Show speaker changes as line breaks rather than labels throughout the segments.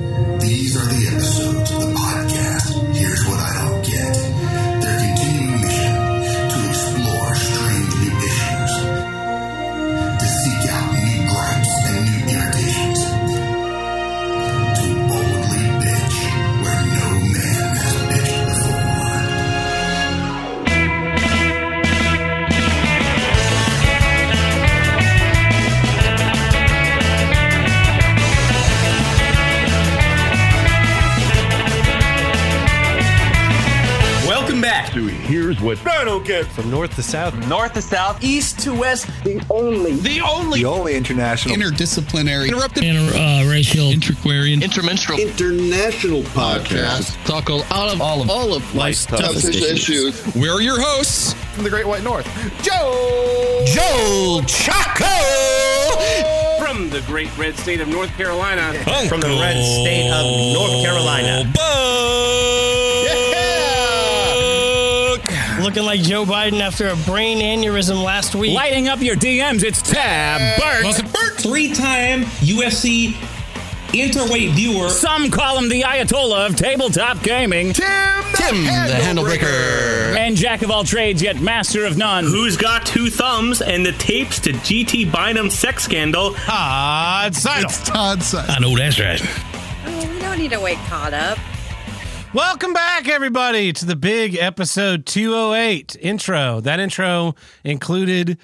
These are the episodes of the podcast Here's What I Don't Get. Their continuing mission to explore strange new issues, to seek out new gripes and new irritations, to boldly bitch where no man has bitched before.
Welcome back to
Here's what
I Don't Get
From north to south,
North to South, East to West,
the only
the only
the only international
interdisciplinary,
interrupted
interracial, intraquarian, intermenstrual,
international podcast.
tackle all of all of all of life's toughest
issues.
We're your hosts.
from the Great White North, Joe.
Joel Chaco.
from the great red state of North Carolina.
From the red state of North Carolina.
Looking like Joe Biden after a brain aneurysm last week.
Lighting up your DMs, it's Tab Burt.
Three time UFC interweight viewer.
Some call him the Ayatollah of tabletop gaming.
Tim, the handle breaker.
And jack of all trades, yet master of none.
Who's got two thumbs and the tapes to GT Bynum's sex scandal?
Todd Seidel.
Todd Sutton.
I know that's right.
Oh, we don't need to wake Todd up.
Welcome back, everybody, to the big episode 208 intro. That intro included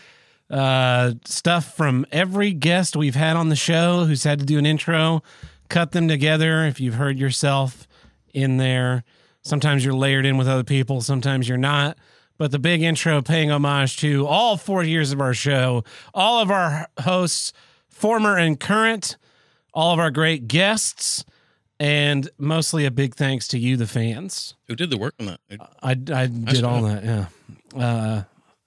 uh, stuff from every guest we've had on the show who's had to do an intro. Cut them together if you've heard yourself in there. Sometimes you're layered in with other people, sometimes you're not. But the big intro paying homage to all four years of our show, all of our hosts, former and current, all of our great guests and mostly a big thanks to you, the fans.
Who did the work on that?
I, I did all that. Yeah. Uh,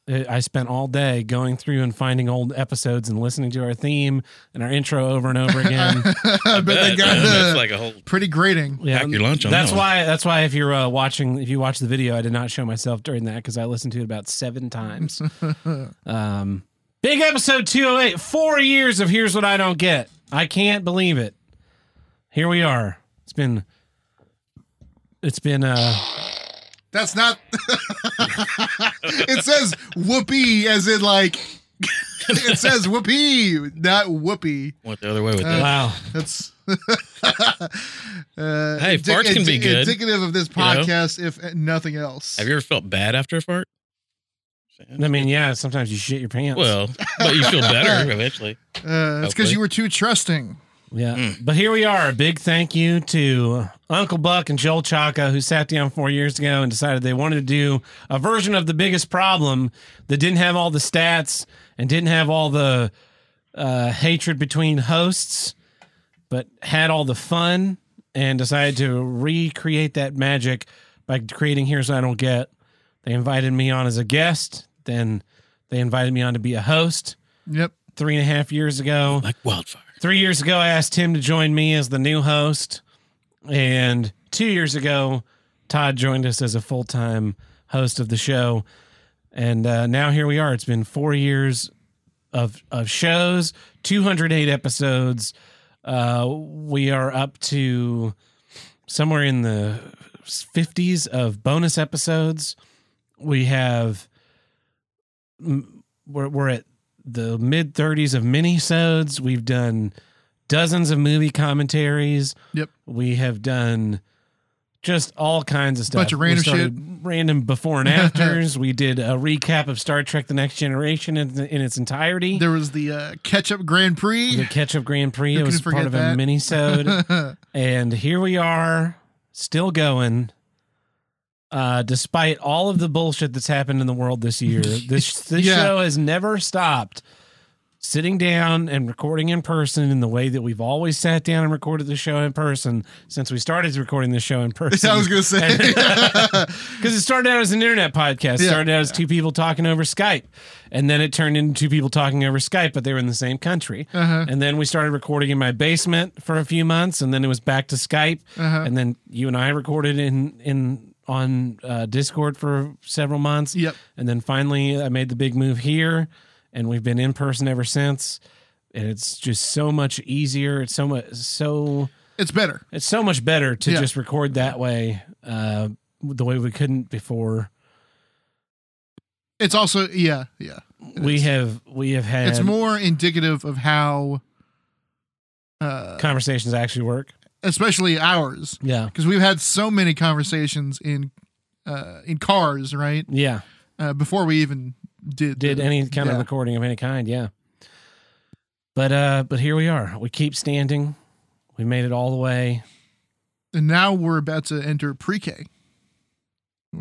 I I spent all day going through and finding old episodes and listening to our theme and our intro over and over again.
I bet they got
um,
uh,
that's
the
like a whole
pretty grating.
yeah,
pack your lunch on
that's
that one.
why. That's why if you're uh, watching, if you watch the video, I did not show myself during that because I listened to it about seven times. um, big episode 208. Four years of here's what I don't get. I can't believe it. Here we are. It's been. It's been. uh
That's not. it says whoopee as in like. it says whoopee, not whoopee.
went the other way with that.
Wow.
That's. uh, hey,
farts can be good,
Indicative of this
you know?
podcast, if nothing else.
Have you ever felt bad after a fart?
I mean, yeah, sometimes you shit your pants.
Well, but you feel better eventually.
uh, it's because
Hopefully.
you were too trusting.
yeah. But here we are. A big thank you to Uncle Buck and Joel Chaka, who sat down four years ago and decided they wanted to do a version of the biggest problem that didn't have all the stats and didn't have all the uh, hatred between hosts, but had all the fun and decided to recreate that magic by creating Here's What I Don't Get. They invited me on as a guest. Then they invited me on to be a host
Yep.
three and a half years ago.
Like wildfire.
three years ago, I asked him to join me as the new host. And two years ago, Todd joined us as a full time host of the show. And uh, now here we are. It's been four years of, of shows, 208 episodes. Uh, we are up to somewhere in the 50s of bonus episodes. We have, m- we're, we're at the mid 30s of minisodes. We've done dozens of movie commentaries.
Yep.
We have done just all kinds of stuff.
Bunch of random
We started Random before and afters. we did a recap of Star Trek The Next Generation in, in its entirety.
There was the uh, ketchup Grand Prix.
the catch up Grand Prix.
Who
It
could
was part
forget
of
that?
a minisode. and here we are, still going. Uh, despite all of the bullshit that's happened in the world this year, this this
Yeah.
show has never stopped. Sitting down and recording in person in the way that we've always sat down and recorded the show in person since we started recording the show in person.
I was gonna say.
Because it started out as an internet podcast. It
Yeah.
started out as two people talking over Skype. And then it turned into two people talking over Skype, but they were in the same country.
Uh-huh.
And then we started recording in my basement for a few months. And then it was back to Skype.
Uh-huh.
And then you and I recorded in, in on uh, Discord for several months.
Yep.
And then finally, I made the big move here. And we've been in person ever since. And it's just so much easier. It's so much, so
It's better.
It's so much better to
Yeah.
just record that way, uh, the way we couldn't before.
It's also yeah, yeah.
We have we have had
It's more indicative of how uh
conversations actually work.
especially ours.
Yeah.
Because we've had so many conversations in uh in cars, right?
Yeah.
Uh, before we even did
Did any kind of recording of any kind, yeah. But uh but here we are. We keep standing. We made it all the way.
And now we're about to enter pre-K.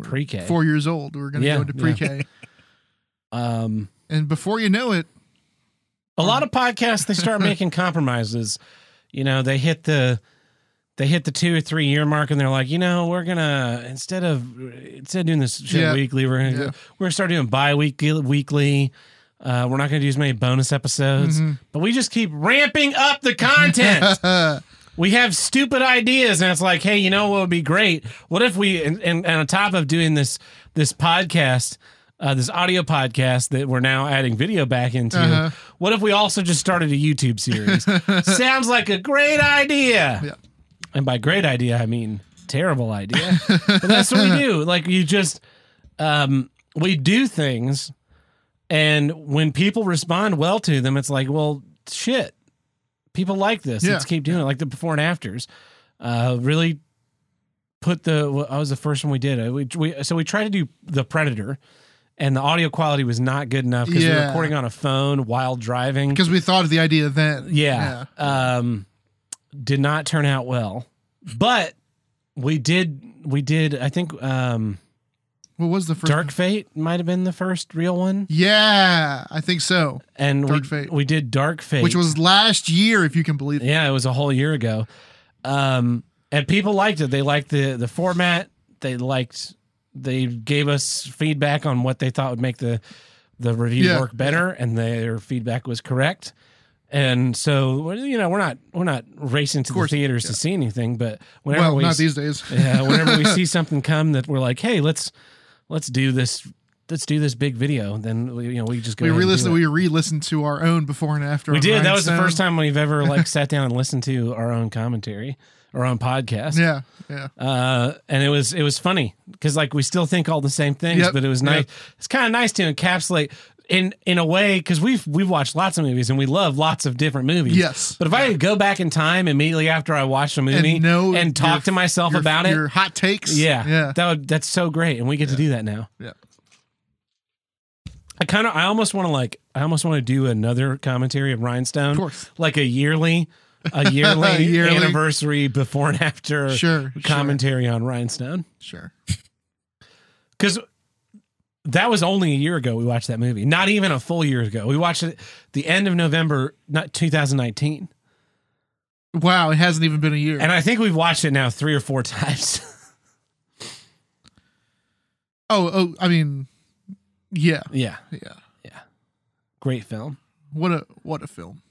Pre-K.
Four years old. We're gonna
Yeah,
go into
yeah.
pre-K.
um
and before you know it,
a lot of podcasts they start making compromises. You know, they hit the they hit the two or three year mark and they're like, you know, we're gonna instead of instead of doing this shit
Yeah.
weekly, we're gonna go,
Yeah.
we're gonna start doing bi weekly weekly. Uh, we're not gonna do as many bonus episodes.
Mhm.
But we just keep ramping up the content. we have stupid ideas and it's like hey you know what would be great what if we and, and, and on top of doing this this podcast uh, this audio podcast that we're now adding video back into
Uh-huh.
what if we also just started a youtube series sounds like a great idea
Yeah.
and by great idea i mean terrible idea but that's what we do like you just um, we do things and when people respond well to them it's like well shit people like this.
Yeah.
Let's keep doing it. Like the before and afters, uh, really put the. Well, I was the first one we did. Uh, We, we so we tried to do the Predator, and the audio quality was not good enough because we were
Yeah.
recording on a phone while driving.
because we thought of the idea then.
yeah, Um, did not turn out well, but we did. We did. I think. Um,
What was the first
Dark Fate might have been the first real one,
Yeah, I think so.
and
Dark
we
Fate.
we did Dark Fate,
Which was last year, if you can believe it.
Yeah, it was a whole year ago. Um, and people liked it. They liked the the format. They liked. They gave us feedback on what they thought would make the the review
Yeah.
work better, and their feedback was correct. And so well, you know we're not we're not racing to the theaters to see anything, but whenever
Well,
we
not
s-
these days.
yeah, whenever we see something come that we're like, hey, let's let's do this, let's do this big video. Then we, you know we just go.
We
ahead and do
re-listened.
it.
We re-listened to our own before and after.
We
on
did. That was the
Rhinestone.
first time we've ever like sat down and listened to our own commentary, our own podcast.
Yeah, yeah.
Uh, and it was it was funny because like we still think all the same things,
Yep,
but it was nice.
yep.
It's kind of nice to encapsulate in in a way because we've we've watched lots of movies and we love lots of different movies.
Yes.
But if I could go back in time immediately after I watched a movie
And know
and talk
your-
to myself
your-
about
Your
it,
hot takes.
yeah,
yeah,
that would that's so great, and we get to do that now.
yeah.
I kind of, I almost want to like, I almost want to do another commentary of Rhinestone, of
course.
like a yearly, a yearly,
Yearly.
anniversary before and after
Sure,
commentary on Rhinestone
Sure.
because that was only a year ago we watched that movie, not even a full year ago. We watched it the end of November, not 2019,
Wow, it hasn't even been a year.
and I think we've watched it now three or four times.
oh, oh, I mean, yeah,
yeah,
yeah.
great film.
What a what a film.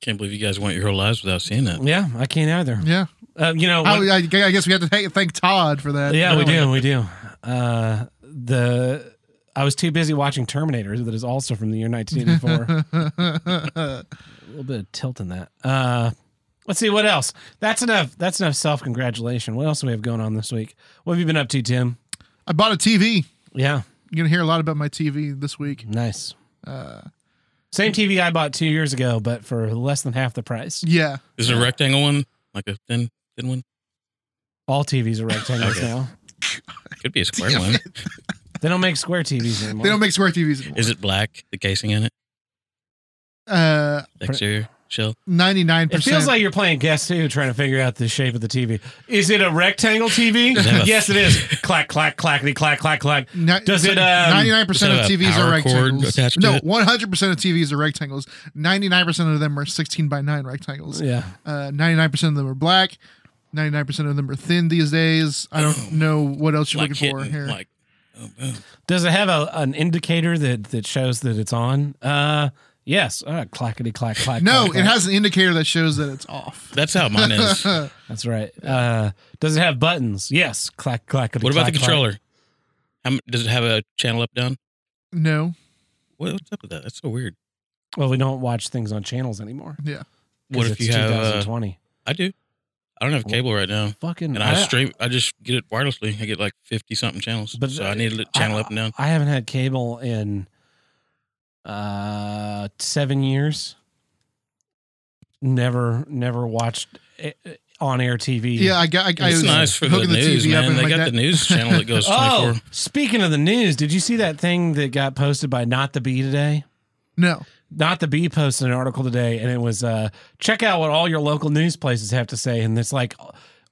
Can't believe you guys went your whole lives without seeing it.
Yeah, I can't either.
Yeah.
Uh, you know,
Oh, I, I guess we have to thank, thank Todd for that.
Yeah, we do. We do. Uh, the I was too busy watching Terminator, that is also from the year 1984. A little bit of tilt in that. Uh, let's see what else. That's enough. That's enough self congratulation. What else do we have going on this week? What have you been up to, Tim?
I bought a TV.
Yeah,
You're gonna hear a lot about my TV this week.
nice. Uh, Same TV I bought two years ago, but for less than half the price.
Yeah,
Is it a rectangle one? Like a thin thin one?
All TVs are rectangles
Okay.
now.
Could be a square one.
They don't make square TVs anymore.
they don't make square TVs anymore.
Is it black? The casing in it?
Uh,
The exterior shell?
ninety nine
It
percent.
feels like you're playing Guess Who, trying to figure out the shape of the TV. Is it a rectangle TV?
Does it have a-
yes, it is. clack, clack, clackety, clack, clack, clack. Does it?
Ninety
Um,
nine percent of
Does it have a
TVs
power
are
cord
rectangles.
attached to
No,
it?
one hundred percent of TVs are rectangles. Ninety nine percent of them are sixteen by nine rectangles.
yeah,
Ninety nine Uh, percent of them are black. Ninety nine percent of them are thin these days. I don't know what else you're
Like
looking for
hitting,
here.
like oh, boom.
does it have a, an indicator that that shows that it's on? Uh, yes. Uh, clackety, clack, clack.
no,
clack,
it
clack.
has an indicator that shows that it's off.
That's how mine is.
That's right. Uh, does it have buttons? Yes. Clack, clackety.
What about the
clack, clack.
controller? How m- does it have a channel up down?
No,
What, what's up with that? That's so weird.
Well, we don't watch things on channels anymore.
yeah,
'cause
What if
it's
you have, uh,
2020?
I do. I don't have cable right now.
Fucking-
and I,
I-
stream. I just get it wirelessly. I get like fifty something channels. But so I need to channel up and down.
I haven't had cable in uh seven years. Never, never watched eh, on air TV.
Yeah, I got- I- I It's was nice for the hooking the news, TV up man. and They like got that- the news channel that goes 24.
Oh, speaking of the news, did you see that thing that got posted by Not the Bee today?
No.
Not the Bee posted an article today, and it was uh, check out what all your local news places have to say, and it's like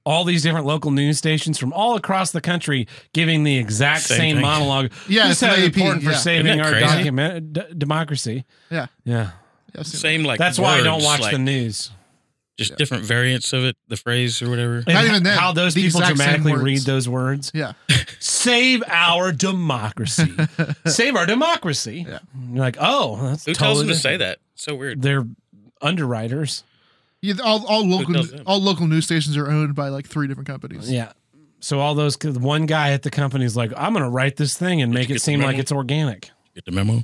all these different local news stations from all across the country giving the exact
Same
same,
thing.
monologue.
Yeah,
this is
it's the AP,
important for
yeah.
saving
Isn't that
our
crazy?
document d- democracy.
Yeah.
yeah.
Same like
That's why I don't
words,
watch
like,
the news.
Just different variants of it, the phrase or whatever.
And How those people dramatically read
those.
those words.
Yeah.
Save our democracy. Save our democracy. Yeah. You're like, oh, that's
Who tells
totally
them to say
different.
that? It's so weird.
They're underwriters.
Yeah, all, all local
tells them?
all local news stations are owned by like three different companies.
Yeah. So all those 'cause one guy at the company's like, I'm going to write this thing and make it seem like
memo?
it's organic.
Get the memo.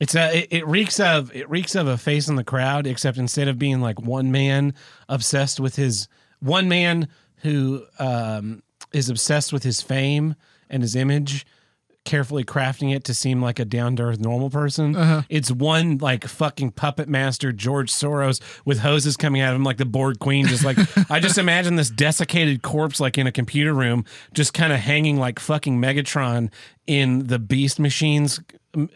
It's a it, it reeks of it reeks of a face in the crowd, except instead of being like one man obsessed with his one man who um, is obsessed with his fame and his image, carefully crafting it to seem like a down to earth normal person.
Uh-huh.
It's one like fucking puppet master George Soros with hoses coming out of him like the board queen. Just like I just imagine this desiccated corpse like in a computer room, just kind of hanging like fucking Megatron in the Beast Machines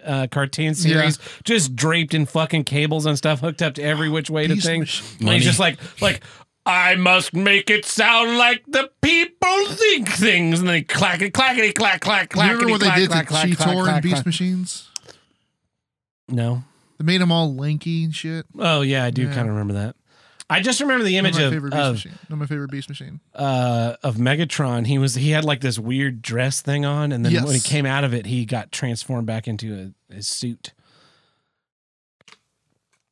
uh, cartoon series, just draped in fucking cables and stuff, hooked up to every which way to
Beast
thing.
Machine.
And he's just like like. I must make it sound like the people think things, and then he clack it, clackety, clack, clack,
You
clack.
remember what they did to Cheetor and Beast Machines?
No.
They made them all lanky and shit.
Oh yeah, I do
Yeah.
kind of remember that. I just remember the image
Not my
of
favorite
of,
Beast Machine. Not my favorite Beast Machine.
uh, of Megatron. He was he had like this weird dress thing on, and then
Yes.
when he came out of it, he got transformed back into a, his suit.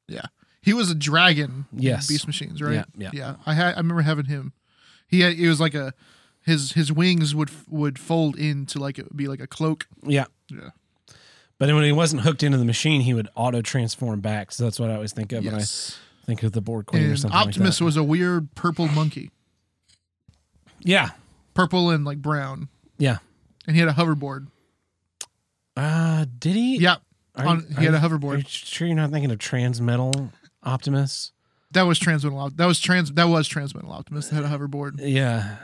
Yeah, he was a dragon. in
Yes.
Beast Machines, right?
Yeah, yeah.
I had, I remember having him. He had, it was like a his his wings would would fold into like it would be like a cloak.
Yeah.
Yeah.
But when he wasn't hooked into the machine, he would auto transform back. So that's what I always think of
Yes.
when I think of the board queen or
And
something
Optimus
like
was a weird purple monkey,
that. Yeah,
purple and like brown,
yeah.
and he had a hoverboard.
Uh, did he?
Yeah,
Are
on,
you-
he had
are
a
you-
hoverboard.
Are you sure you're not thinking of Transmetal Optimus?
that was transmittal. Op- That was trans. That was transmittal Optimus. That had a hoverboard.
Yeah.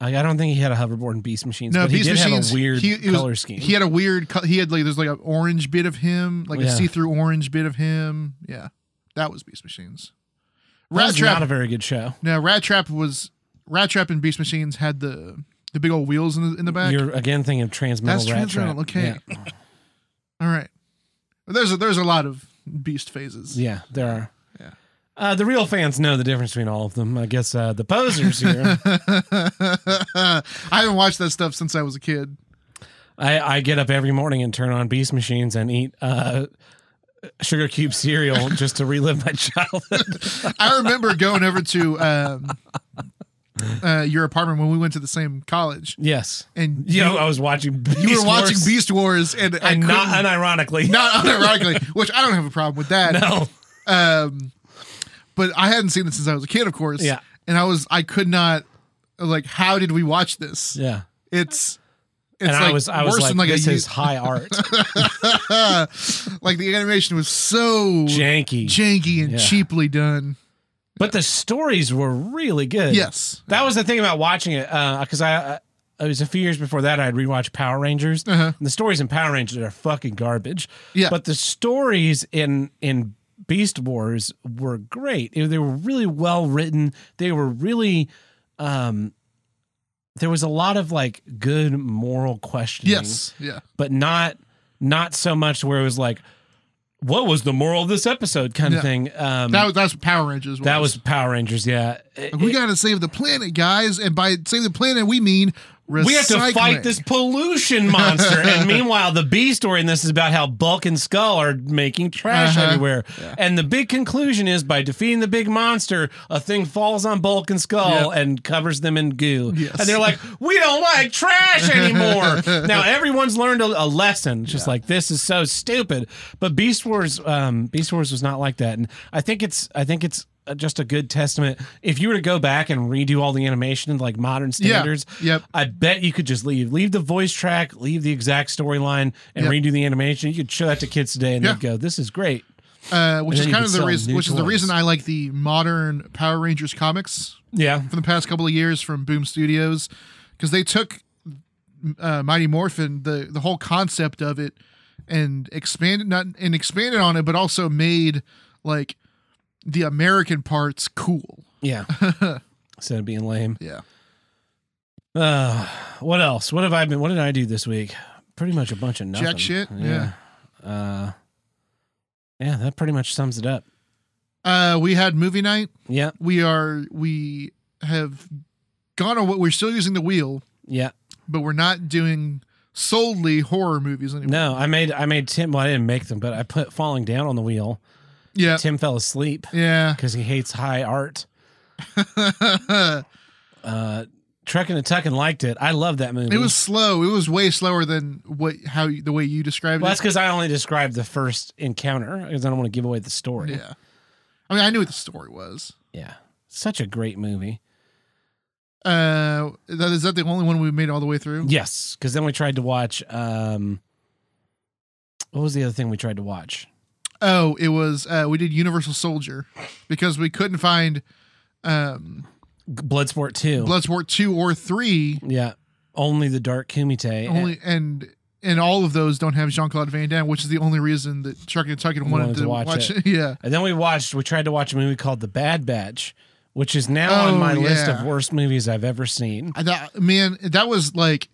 I, I don't think he had a hoverboard in Beast Machines,
No,
but
Beast
he did
Machines.
have a weird
he, it was-
color scheme.
He had a weird. co- He had like there's like an orange bit of him, like a
Yeah.
see-through orange bit of him. Yeah, that was Beast Machines.
That
Rat
was
Trap.
not a very good show.
now Rat Trap was Rat Trap and Beast Machines had the the big old wheels in the in the back.
You're again thinking of Transmetal
That's
Rat
transmittal.
Trap.
Okay. All right. There's a, there's a lot of Beast phases.
Yeah, there are.
Yeah.
Uh, the real fans know the difference between all of them. I guess uh, the posers here.
I haven't watched that stuff since I was a kid.
I, I get up every morning and turn on Beast Machines and eat uh, sugar cube cereal just to relive my childhood.
I remember going over to um, uh, your apartment when we went to the same college.
Yes,
and
you know, I was watching. Beast
you were watching
Wars.
Beast Wars, and, I
and not
couldn't-
unironically,
not uh, unironically, which I don't have a problem with that.
No.
um, but I hadn't seen it since I was a kid, of course.
Yeah.
and I was I could not like how did we watch this?
Yeah.
it's it's
and
like
I was I was
worse
like,
than like
this
a
is high art.
like the animation was so
Janky.
janky, and
Yeah.
cheaply done.
But the stories were really good.
Yes.
that was the thing about watching it because I, I it was a few years before that I'd rewatched Power Rangers.
Uh-huh.
And the stories in Power Rangers are fucking garbage.
Yeah.
but the stories in in Beast Wars were great. They they were really well written. They were really. Um, there was a lot of like good moral questioning.
Yes. Yeah.
but not not so much where it was like, what was the moral of this episode kind
Yeah.
of thing. Um,
that was that's what Power Rangers.
that was Power Rangers. Yeah, It-
Like, we got to save the planet, guys, and by save the planet we mean recycling.
We have to fight this pollution monster. and meanwhile, the B story in this is about how Bulk and Skull are making trash
Uh-huh.
everywhere. And the big conclusion is by defeating the big monster, a thing falls on Bulk and Skull and covers them in goo.
Yes.
And they're like, we don't like trash anymore. now everyone's learned a, a lesson. It's Just like this is so stupid. But Beast Wars, um, Beast Wars was not like that. And I think it's I think it's uh, just a good testament. If you were to go back and redo all the animation in like modern
Yeah,
standards, yep. I bet you could just leave, leave the voice track, leave the exact storyline, and
Yep.
redo the animation. You could show that to kids today, and
Yeah.
they'd go, "This is great."
uh,
And
which
then
is
you
kind
could
of the
sell
reason,
new
which is the
toys.
reason I like the modern Power Rangers comics.
Yeah,
from the past couple of years from Boom Studios, because they took uh, Mighty Morphin, the the whole concept of it, and expanded not and expanded on it, but also made like the American parts cool.
Yeah. Instead of being lame.
Yeah.
Uh, what else? What have I been? What did I do this week? Pretty much a bunch of nothing.
Jack shit?
Yeah. Uh, yeah, that pretty much sums it up.
Uh, we had movie night.
Yeah.
We are we have gone away. We're still using the wheel.
Yeah.
But we're not doing solely horror movies anymore.
No, I made I made Tim. Well, I didn't make them, but I put falling down on the wheel.
Yeah.
Tim fell asleep.
Yeah.
Because he hates high art. uh, Trek and a Tuck and liked it. I love that movie.
It was slow. It was way slower than what how you, the way you described
Well,
it.
that's because I only described the first encounter because I don't want to give away the story.
Yeah. I mean, I knew what the story was.
Yeah. Such a great movie.
Uh, that, is that the only one we made all the way through?
Yes, because then we tried to watch. Um, what was the other thing we tried to watch?
Oh, it was. Uh, we did Universal Soldier because we couldn't find um,
Bloodsport two.
Bloodsport two or three.
Yeah, only the Dark Kumite.
Only and and all of those don't have Jean Claude Van Damme, which is the only reason that Chuck and Tuck
We
wanted, wanted to watch, it. yeah.
and then we watched. We tried to watch a movie called The Bad Batch, which is now
Oh,
on my list
yeah.
of worst movies I've ever seen.
I thought, man, that was like,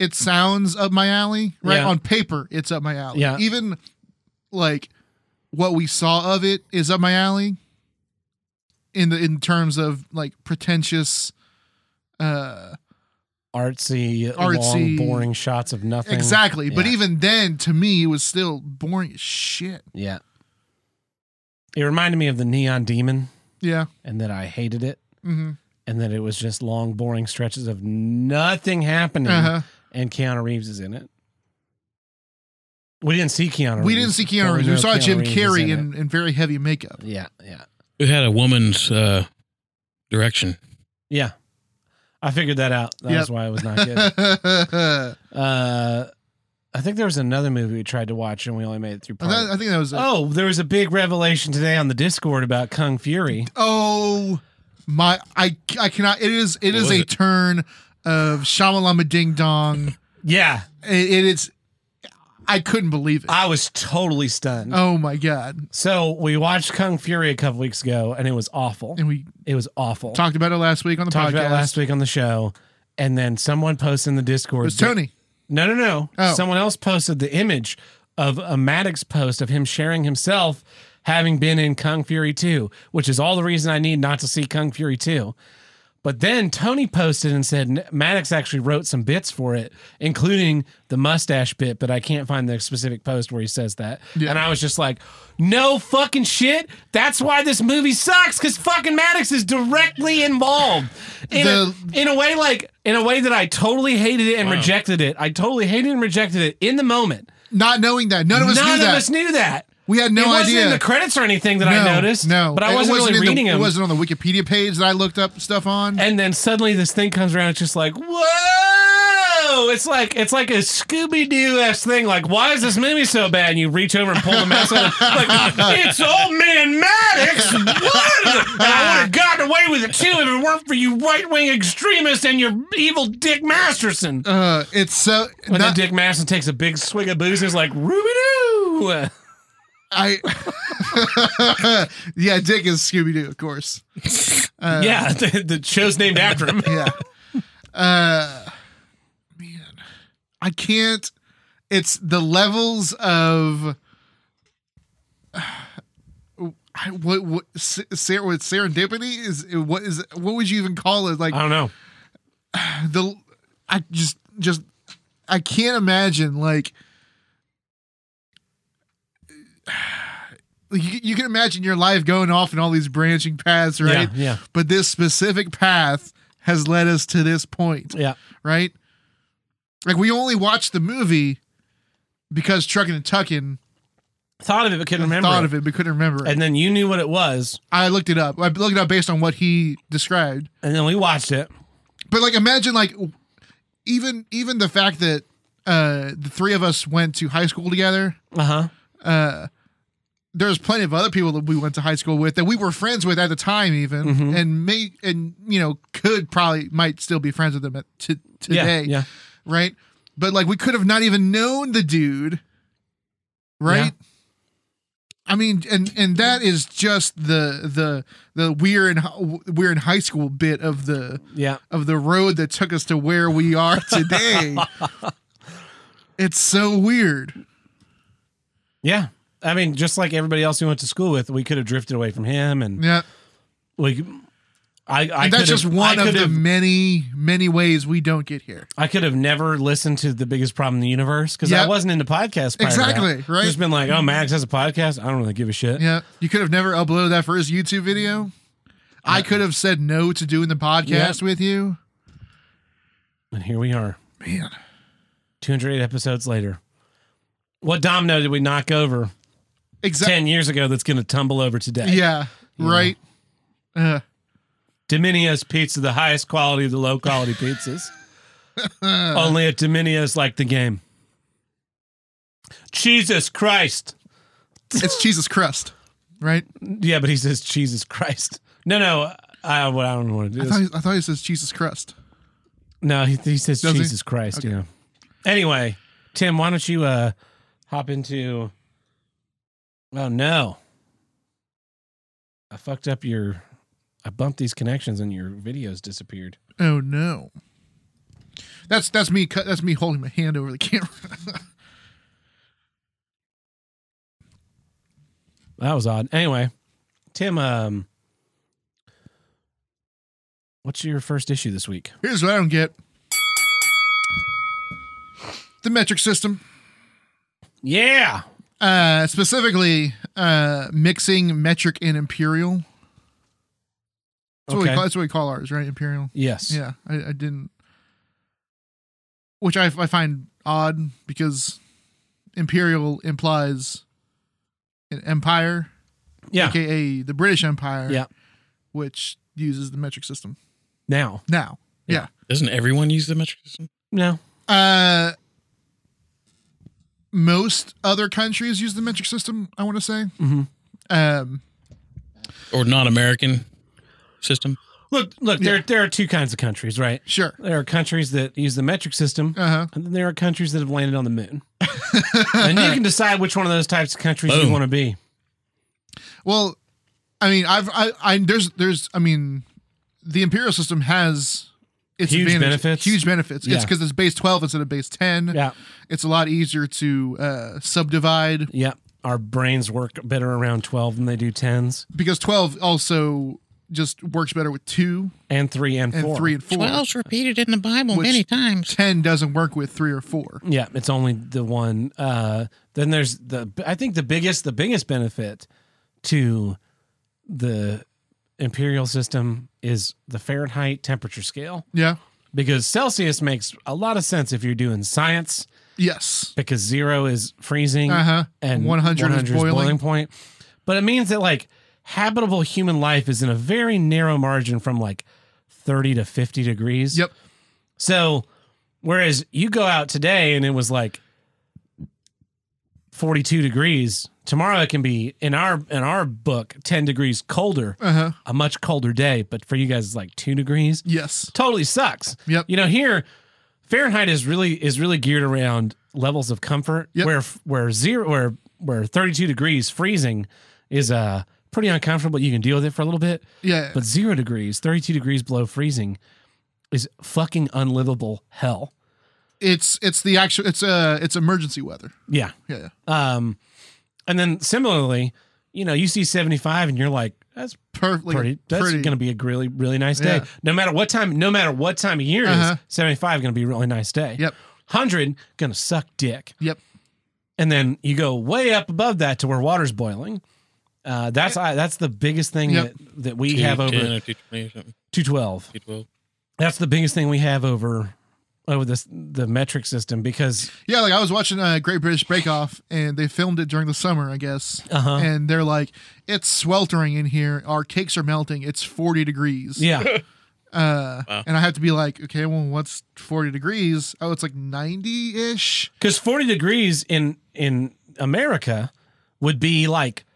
it sounds up my alley, right?
Yeah.
On paper, it's up my alley.
Yeah.
Even like what we saw of it is up my alley. In the in terms of like pretentious, uh,
Artsy, long,
Artsy.
boring shots of nothing.
exactly. But
Yeah.
even then, to me, it was still boring as shit.
yeah, it reminded me of the Neon Demon,
Yeah.
and that I hated it.
Mm-hmm.
and that it was just long, boring stretches of nothing happening,
Uh-huh.
and Keanu Reeves is in it. We didn't see Keanu.
We
Reeves,
didn't see
but
Keanu Reeves. We
know
saw
Keanu
Jim
Reeves is
Carrey
it.
in, in very heavy makeup.
Yeah, yeah,
It had a woman's uh, direction.
yeah. I figured that out. That's
Yep.
why it was not good. uh, I think there was another movie we tried to watch and we only made it through. Part.
I thought- I think that was uh, it.
oh, there was a big revelation today on the Discord about Kung Fury.
Oh my! I I cannot. It is it
What
is
was
a
it?
turn of Shamalama Ding Dong.
Yeah,
it, it is. I couldn't believe it.
I was totally stunned.
Oh my god!
So we watched Kung Fury a couple weeks ago, and it was awful.
And we
it was awful.
Talked about it last week on the
talked
podcast.
about last week on the show, and then someone posted in the Discord.
It was
that-
Tony.
No, no, no.
Oh.
Someone else posted the image of a Maddox post of him sharing himself having been in Kung Fury 2, which is all the reason I need not to see Kung Fury 2. But then Tony posted and said Maddox actually wrote some bits for it, including the mustache bit, but I can't find the specific post where he says that. And I was just like, no fucking shit. That's why this movie sucks because fucking Maddox is directly involved in, a, in a way like in a way that I totally hated it and
Wow.
rejected it. I totally hated and rejected it in the moment.
Not knowing that none of us
None
knew
of
that.
us knew that.
We had no
it wasn't
idea.
in the credits or anything that I
No,
noticed.
No,
but I
It
wasn't, really
in the-
reading them. Eh.
It wasn't on the Wikipedia page that I looked up stuff on.
And then suddenly this thing comes around. It's just like, whoa! It's like it's like a Scooby Doo esque thing. Like, why is this movie so bad? And you reach over and pull the mask off. Like, it's old man Maddox. What? And I would have gotten away with it too if it weren't for you right wing extremists and your evil Dick Masterson.
Uh, it's so.
And
not-
then Dick Masterson takes a big swig of booze and is like, Ruby Doo.
Uh, I. yeah, Dick is Scooby Doo, of course. Uh,
yeah, the, the show's named after him.
yeah. Uh, man, I can't. It's the levels of. I, what what ser, with serendipity is what is what would you even call it like
I don't know
the I just just I can't imagine like like, you, you can imagine your life going off in all these branching paths, right?
yeah.
But this specific path has led us to this point.
Yeah.
Right? Like we only watched the movie because Truckin' and Tuckin
thought of it but couldn't remember.
Thought of it but couldn't remember it.
And then you knew what it was.
I looked it up. I looked it up based on what he described.
And then we watched it.
But like imagine like even even the fact that uh the three of us went to high school together.
Uh-huh.
Uh there's plenty of other people that we went to high school with that we were friends with at the time even
Mm-hmm.
and may and you know could probably might still be friends with them at t- today.
yeah.
Right? But like we could have not even known the dude. Right? I mean, and and that is just the the the we're in hi- we're in high school bit of the
Yeah.
of the road that took us to where we are today. it's so weird.
Yeah. I mean, just like everybody else we went to school with, we could have drifted away from him and
Yeah,
we I, I
and that's
could have-
just one
I
of
could
the
have-
many many ways we don't get here.
I could have never listened to the biggest problem in the universe because I
Yep.
wasn't into podcasts. prior to that.
Exactly, right?
Just been like, oh, Max has a podcast. I don't really give a shit.
Yeah, you could have never uploaded that first YouTube video. I could have said no to doing the podcast with you.
And here we are,
man.
Two hundred eight episodes later. What domino did we knock over?
Exactly.
Ten years ago, that's going to tumble over today.
Yeah,
Yeah.
right. Uh,
Dominio's pizza, the highest quality of the low quality pizzas. Only at Dominio's like the game. Jesus Christ.
It's Jesus Crust, right?
Yeah, but he says Jesus Christ. No, no, I, well, I don't want to do
I
this.
thought, he, I thought he says Jesus Crust.
no, he, he says
Does he?
Jesus Christ,
Okay.
yeah. Anyway, Tim, why don't you uh hop into Oh no. I fucked up your I bumped these connections and your videos disappeared.
Oh no. That's that's me. cut- That's me holding my hand over the camera.
That was odd. Anyway, Tim, um, what's your first issue this week?
Here's what I don't get: the metric system.
Yeah.
Uh, specifically, uh, mixing metric and imperial. That's what we
Okay.
call. That's what we call ours, right? Imperial.
Yes.
Yeah. I, I didn't. Which I, I find odd because imperial implies an empire,
Yeah.
aka the British Empire.
Ah. Yeah.
Which uses the metric system.
Now.
Now. Yeah.
Doesn't everyone use the metric system?
No.
Uh most other countries use the metric system, I want to say.
Mm-hmm.
Um
Or non-American system?
Look, look, there there are two kinds of countries, right?
Sure.
There are countries that use the metric system, uh-huh. and then there are countries that have landed on the moon. and you can decide which one of those types of countries you
Boom.
want to be.
well, I mean, I've I, I there's there's I mean, the imperial system has its
Huge
advantages-
benefits.
huge benefits. It's
Yeah.
because it's base twelve instead of base ten.
Yeah.
it's a lot easier to uh, subdivide
Yeah. Our brains work better around 12 than they do 10s
because twelve also just works better with two
and 3 and 4.
and three and four.
Twelve's repeated in the Bible
Which-
many times.
Ten doesn't work with three or four.
Yeah, it's only the one. Uh, then there's the. I think the biggest, the biggest benefit to the imperial system is the Fahrenheit temperature scale
Yeah.
because Celsius makes a lot of sense if you're doing science
Yes.
because zero is freezing
Uh-huh.
and
100 is boiling.
point. But it means that like habitable human life is in a very narrow margin from like 30 to 50 degrees.
Yep.
So whereas you go out today and it was like 42 degrees, tomorrow it can be in our in our book 10 degrees colder.
Uh-huh.
A much colder day, but for you guys it's like 2 degrees
Yes.
totally sucks.
Yep.
You know, here Fahrenheit is really is really geared around levels of comfort.
Yep.
Where where zero where where thirty two degrees freezing is uh pretty uncomfortable. You can deal with it for a little bit.
Yeah.
But zero degrees, thirty two degrees below freezing, is fucking unlivable hell.
It's it's the actual it's uh it's emergency weather.
Yeah.
Yeah. yeah.
Um, and then similarly, you know, you see seventy five and you're like, that's
Perfectly
pretty. That's
pretty.
going to be a really really nice day.
Yeah.
No matter what time, no matter what time of year it is,
Uh-huh.
seventy five going to be a really nice day.
Yep.
Hundred going to suck dick.
Yep.
And then you go way up above that to where water's boiling. Uh, that's I, that's the biggest thing
Yep.
that, that we have over
210 or 220 or something.
212.
212.
That's the biggest thing we have over over this the metric system because
Yeah, like I was watching uh, Great British Bake Off, and they filmed it during the summer, I guess.
Uh-huh.
And they're like, "It's sweltering in here. Our cakes are melting. It's forty degrees."
Yeah.
Uh,
Wow.
And I have to be like, "Okay, well, what's forty degrees? Oh, it's like ninety ish."
because forty degrees in in America would be like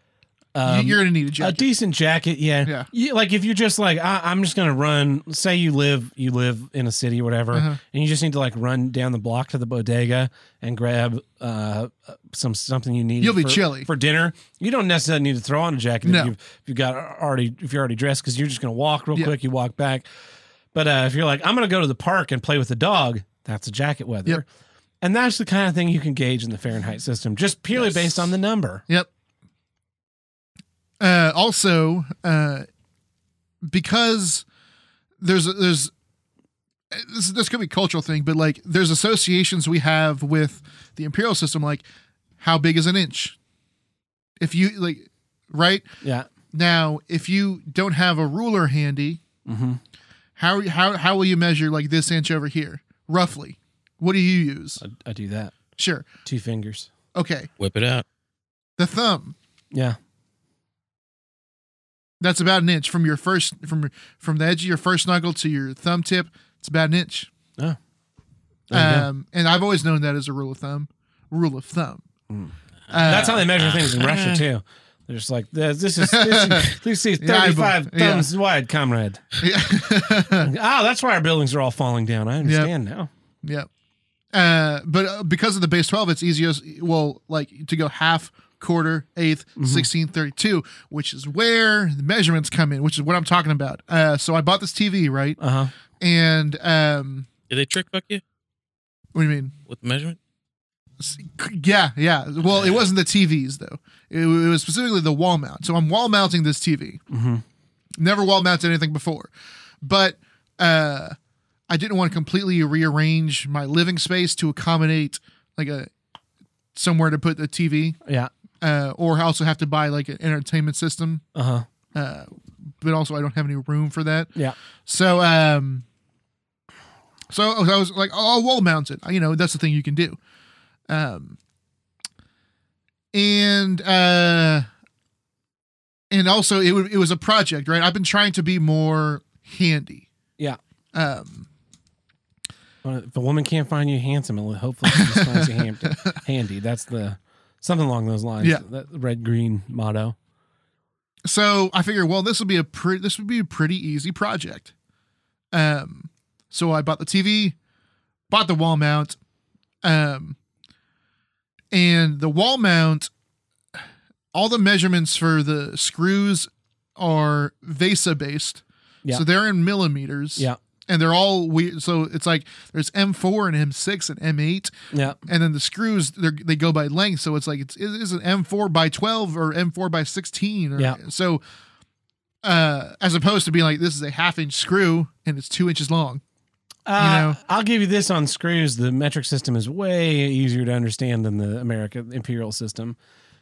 um,
You're gonna need a jacket.
decent jacket. Yeah,
Yeah.
You- like if you're just like I, I'm just gonna run. Say you live you live in a city or whatever,
Uh-huh.
and you just need to like run down the block to the bodega and grab uh some something you need.
You'll be
for-
chilly.
for dinner. You don't necessarily need to throw on a jacket
No.
if you've if you got already if you're already dressed because you're just gonna walk real
Yeah.
quick. You walk back. But uh, if you're like, I'm going to go to the park and play with the dog, that's a jacket weather. And that's the kind of thing you can gauge in the Fahrenheit system, just purely based on the number.
Yep. Uh, also, uh, because there's there's this this could be a cultural thing, but like there's associations we have with the imperial system, like how big is an inch? If you like, right?
Yeah.
Now, if you don't have a ruler handy,
Mm-hmm.
how how how will you measure like this inch over here, roughly? What do you use?
I, do that.
Sure.
Two fingers.
Okay.
Whip it out.
The thumb.
Yeah.
That's about an inch from your first from your- from the edge of your first knuckle to your thumb tip. It's about an inch.
Oh. There you go.
Um, and I've always known that as a rule of thumb. Rule of thumb. Uh,
that's how they measure things in Russia, too. They're just like, this this is, this is, this is
Yeah, I-
35
yeah.
thumbs wide, comrade. Ah, that's why our buildings are all falling down. I understand now.
Yep. Uh, but uh, because of the base 12, it's easier, well, like to go half, quarter, eighth,
Mhm.
16, 32, which is where the measurements come in, which is what I'm talking about. Uh, so I bought this TV, right?
Uh huh.
And um,
Did they trick fuck you
what do you mean?
with the measurement?
Yeah, yeah. Well, it wasn't the TVs though. It, it was specifically the wall mount. So I'm wall mounting this TV.
Mm-hmm.
Never wall mounted anything before, but uh, I didn't want to completely rearrange my living space to accommodate like a somewhere to put the TV.
Yeah.
Uh, or also have to buy like an entertainment system.
Uh huh.
Uh, but also I don't have any room for that.
Yeah.
So um, so I was like, oh, I'll wall mount it. You know, that's the thing you can do. Um, and uh, and also it w- it was a project, right? I've been trying to be more handy.
Yeah.
Um,
Well, If a woman can't find you handsome, it'll- hopefully she just finds you handy. handy. That's the something along those lines.
Yeah.
That red green motto.
so I figured, well, this would be a pretty this would be a pretty easy project. Um, so I bought the TV, bought the wall mount, um, and the wall mount. All the measurements for the screws are VESA based,
Yeah.
so they're in millimeters.
Yeah.
and they're all weird. So it's like there's M4 and M6 and M8.
Yeah.
and then the screws they're- they go by length so it's like it's it is an m4 by 12 or m4 by 16 or,
Yeah.
so uh as opposed to being like this is a half inch screw and it's two inches long
Uh, I'll give you this on screws. The metric system is way easier to understand than the American imperial system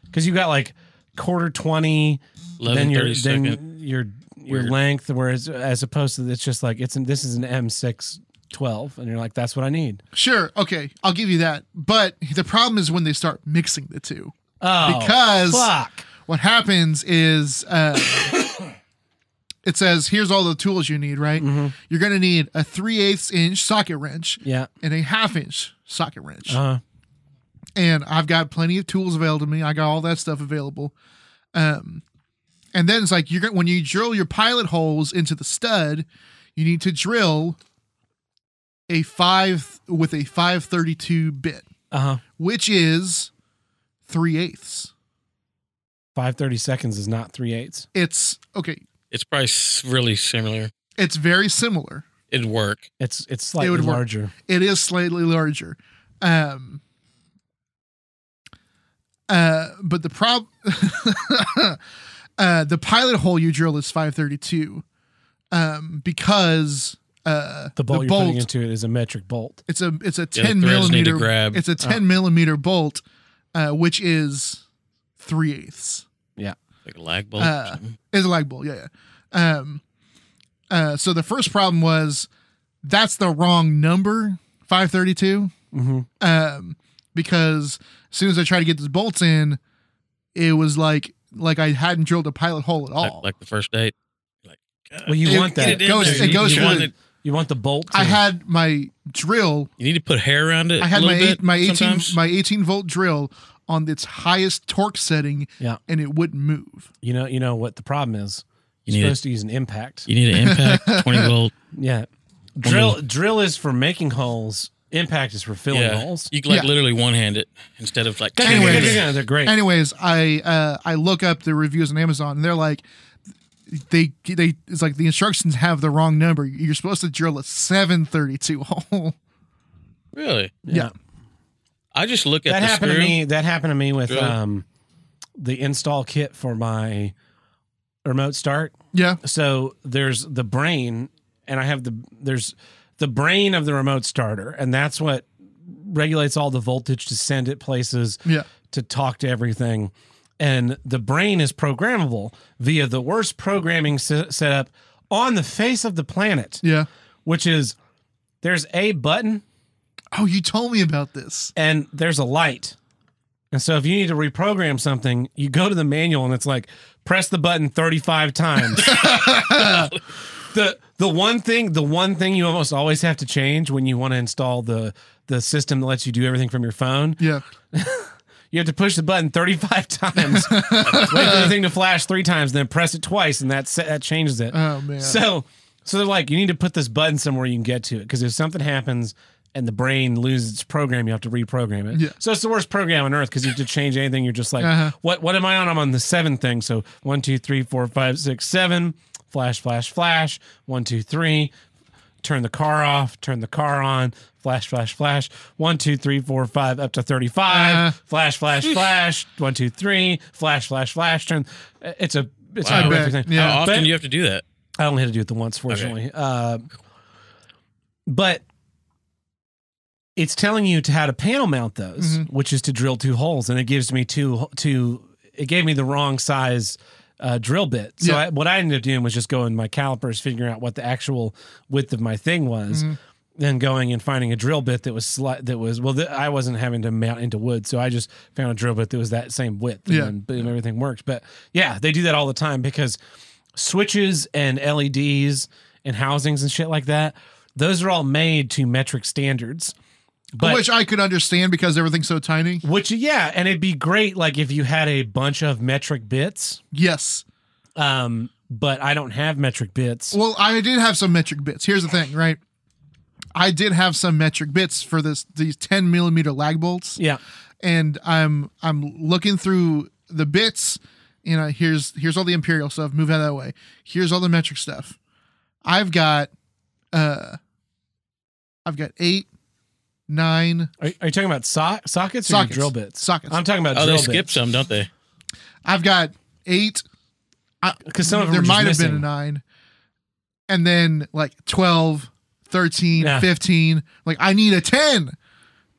because you got like quarter twenty,
11,
then your
30
then
second.
your your
Weird.
length. Whereas as opposed to it's just like it's an, this is an M six twelve, and you're like that's what I need.
sure okay i'll give you that but the problem is when they start mixing the two
Oh,
because
fuck.
what happens is uh It says, here's all the tools you need, right? You're going to need a 3 eighths inch socket wrench
Yeah.
and a half inch socket wrench.
Uh,
and I've got plenty of tools available to me. I got all that stuff available. Um, and then it's like you're gonna when you drill your pilot holes into the stud, you need to drill a five with a five thirty two bit,
uh-huh.
which is three eighths.
Five thirty seconds is not three eighths.
It's okay.
It's probably s- really similar.
It's very similar.
It'd work.
It's it's
It
slightly
would work.
larger.
It is slightly larger. Um, uh, but the problem, uh, the pilot hole you drill is 532, um, because uh,
The bolt you're putting into it is a metric bolt.
it's a it's a
Yeah, the
10
threads need to
millimeter
grab. Oh.
it's a 10 millimeter bolt, uh, which is three eighths.
Yeah.
Like a lag bolt. or
Uh,
something.
it's a lag bolt, yeah, yeah. Um, uh, so the first problem was that's the wrong number 532 um, because as soon as I tried to get these bolts in, it was like like I hadn't drilled a pilot hole at all.
Like, like the first date.
Well, you
It-
want that.
It, goes. It goes
you,
for.
want
the-
you want the bolt.
I had my drill.
You need to put hair around it.
I had
a
my
little
eight,
bit
my eighteen
sometimes.
my eighteen volt drill on its highest torque setting.
Yeah.
and it wouldn't move.
You know. You know what the problem is.
You
You're
need a-
supposed to use an impact.
You need an impact, 20 volt.
Yeah.
20
Drill. Drill is for making holes. Impact is for filling
yeah.
holes.
You can like literally one hand it instead of like.
Anyways,
Yeah, they're great.
Anyways, I uh, I look up the reviews on Amazon, and they're like, they they it's like the instructions have the wrong number. You're supposed to drill a seven thirty two hole.
Really?
Yeah.
I just look at
that
the
happened
screw.
to me. That happened to me with
Really?
um, the install kit for my remote start.
Yeah.
So there's the brain, and I have the there's the brain of the remote starter, and that's what regulates all the voltage to send it places.
Yeah.
To talk to everything, and the brain is programmable via the worst programming se- setup on the face of the planet.
Yeah.
Which is there's a button.
Oh, you told me about this.
And there's a light. And so if you need to reprogram something, you go to the manual and it's like press the button 35 times. the the one thing the one thing you almost always have to change when you want to install the the system that lets you do everything from your phone.
Yeah.
you have to push the button 35 times. wait for the thing to flash 3 times then press it twice and that se- that changes it.
Oh, man.
So so they're like you need to put this button somewhere you can get to it because if something happens and the brain loses its program, you have to reprogram it.
Yeah.
So it's the worst program on earth because you have to change anything. You're just like,
Uh-huh.
what? What am I on? I'm on the seven thing. So one, two, three, four, five, six, seven. Flash, flash, flash. One, two, three. Turn the car off. Turn the car on. Flash, flash, flash. One, two, three, four, five. Up to thirty-five.
Uh-huh.
Flash, flash, flash. One, two, three. Flash, flash, flash. Turn. It's a. It's
Wow.
a horrific thing.
How often
But-
do you have to do that?
I only had to do it the once, fortunately. Uh, but it's telling you to how to panel mount those,
Mhm.
which is to drill two holes, and it gives me two two. It gave me the wrong size uh, drill bit. So
Yeah.
I, what I ended up doing was just going my calipers, figuring out what the actual width of my thing was.
Mhm.
Then going and finding a drill bit that was sli- that was well, th- I wasn't having to mount into wood, so I just found a drill bit that was that same width, and
Yeah.
then boom, everything worked. But yeah, they do that all the time because switches and LEDs and housings and shit like that, those are all made to metric standards. But
Which I could understand because everything's so tiny.
which yeah, and it'd be great like if you had a bunch of metric bits.
Yes.
Um, but I don't have metric bits.
Well, I did have some metric bits. Here's the thing, right? I did have some metric bits for this these 10 millimeter lag bolts.
Yeah.
And I'm I'm looking through the bits. You know, here's here's all the imperial stuff. Move out of that way. Here's all the metric stuff. I've got uh I've got eight, nine.
Are, are you talking about so- sockets or your
Sockets.
drill bits?
Sockets.
I'm talking about
Oh,
drill
they
bits.
skip some, don't they?
I've got eight.
Because some of them
there
were just
might have been a
missing.
nine. And then like 12, 13,
Yeah.
15. Like I need a 10.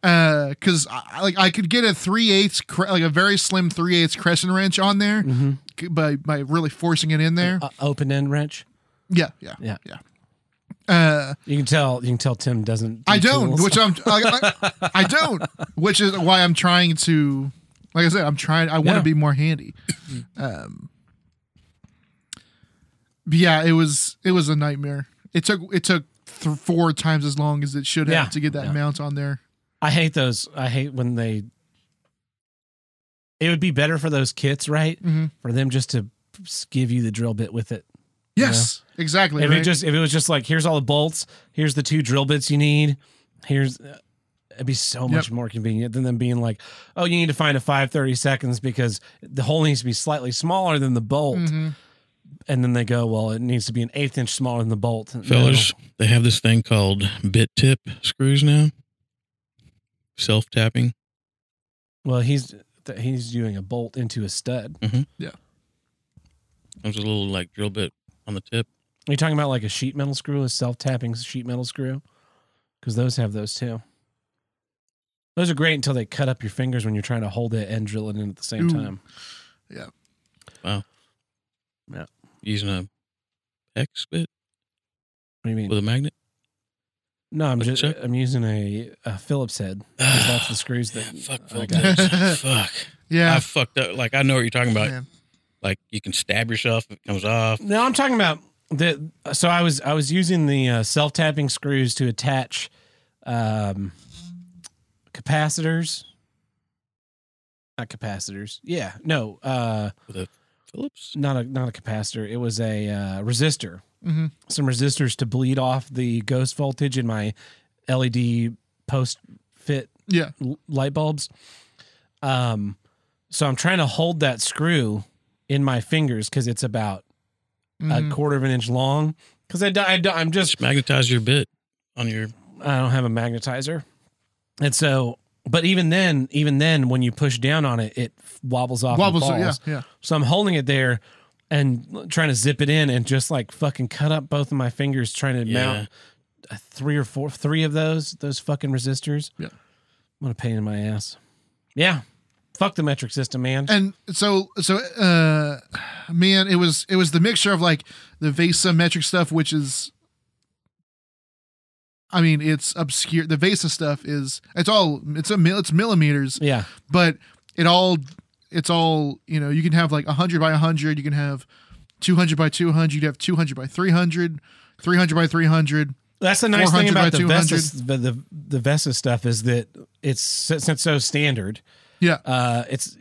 Uh, cause I, I- like I could get a three eighths, cre- like a very slim three eighths crescent wrench on there c- by, by really forcing it in there.
Mm-hmm. Uh, open end wrench.
yeah. Yeah.
Yeah.
Yeah. Uh,
You can tell you can tell Tim doesn't do
I don't,
tools.
which I'm, I, I, I don't, which is why I'm trying to, like I said, I'm trying, I want to
Yeah.
be more handy. Um, but yeah, it was, it was a nightmare. It took, it took th- four times as long as it should have
Yeah.
to get that
Yeah.
mount on there.
I hate those. I hate when they. It would be better for those kits, right?
Mhm.
For them just to s- give you the drill bit with it. you
Yes, exactly.
If
right?
it just if it was just like here's all the bolts, here's the two drill bits you need, here's uh, it'd be so much more convenient than them being like, oh, you need to find a five thirty seconds because the hole needs to be slightly smaller than the bolt,
Mhm.
and then they go, well, it needs to be an eighth inch smaller than the bolt, No.
Fellas, they have this thing called bit tip screws now. Self tapping.
Well, he's th- he's doing a bolt into a stud.
Mhm.
Yeah.
There's a little like drill bit on the tip.
Are you talking about like a sheet metal screw, a self tapping sheet metal screw? Because those have those too. Those are great until they cut up your fingers when you're trying to hold it and drill it in at the same
Ooh.
time.
yeah.
Wow.
Yeah.
Using a hex bit
What do you mean?
with a magnet.
No, I'm just I'm using a, a Phillips head. 'cause That's the screws that Oh fuck
Fuck. I fucked up. Like I know what you're talking about.
Yeah.
Like you can stab yourself if it comes off.
No, I'm talking about the. So I was I was using the uh, self tapping screws to attach um, capacitors. Not capacitors. Yeah, no. Uh,
a Phillips.
Not a not a capacitor. It was a uh, resistor.
Mhm.
Some resistors to bleed off the ghost voltage in my LED post fit
yeah
light bulbs. Um, so I'm trying to hold that screw in my fingers because it's about
Mhm.
Mm-hmm.
a quarter of an inch long. Because I, di- I, di- I'm just
magnetize your bit on your.
I don't have a magnetizer, and so but even then, even then, when you push down on it, it wobbles off. and
Wobbles, yeah,
falls.
yeah.
So I'm holding it there and trying to zip it in, and just like fucking cut up both of my fingers trying to
Yeah.
mount uh, three or four, three of those those fucking resistors.
Yeah,
what a pain in my ass. Yeah, fuck the metric system, man.
and so so uh man it was it was the mixture of like the vasa metric stuff which is i mean it's obscure the vasa stuff is it's all it's a mil- it's millimeters
yeah
but it all it's all you know you can have like 100 by 100 you can have 200 by 200 you can have 200 by 300 300 by 300
That's the nice thing
400 by
about the
200.
Vesa, the, the the Vesa stuff is that it's since it's so standard.
Yeah,
uh, it's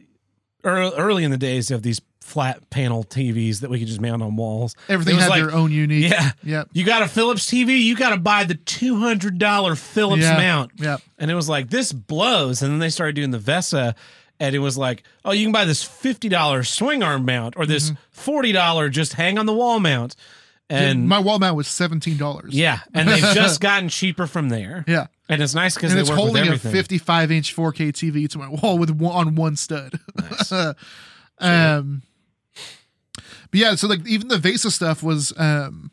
early, early in the days of these flat panel TVs that we could just mount on walls.
Everything
It was
had
like,
their own unique.
Yeah,
Yep.
You got a Philips TV, you got to buy the two hundred dollar Philips
Yeah,
mount.
yeah.
and it was like this blows. And then they started doing the Vesa. And it was like, oh, you can buy this fifty dollars swing arm mount or
Mm-hmm.
this forty dollar just hang on the wall mount. And
my wall mount was $17
yeah, and they've just gotten cheaper from there.
Yeah.
and it's nice because
and
they
it's
work with
holding a
everything.
55 inch 4K TV to my wall with one, on one stud. um, but yeah, so like even the Vesa stuff was um,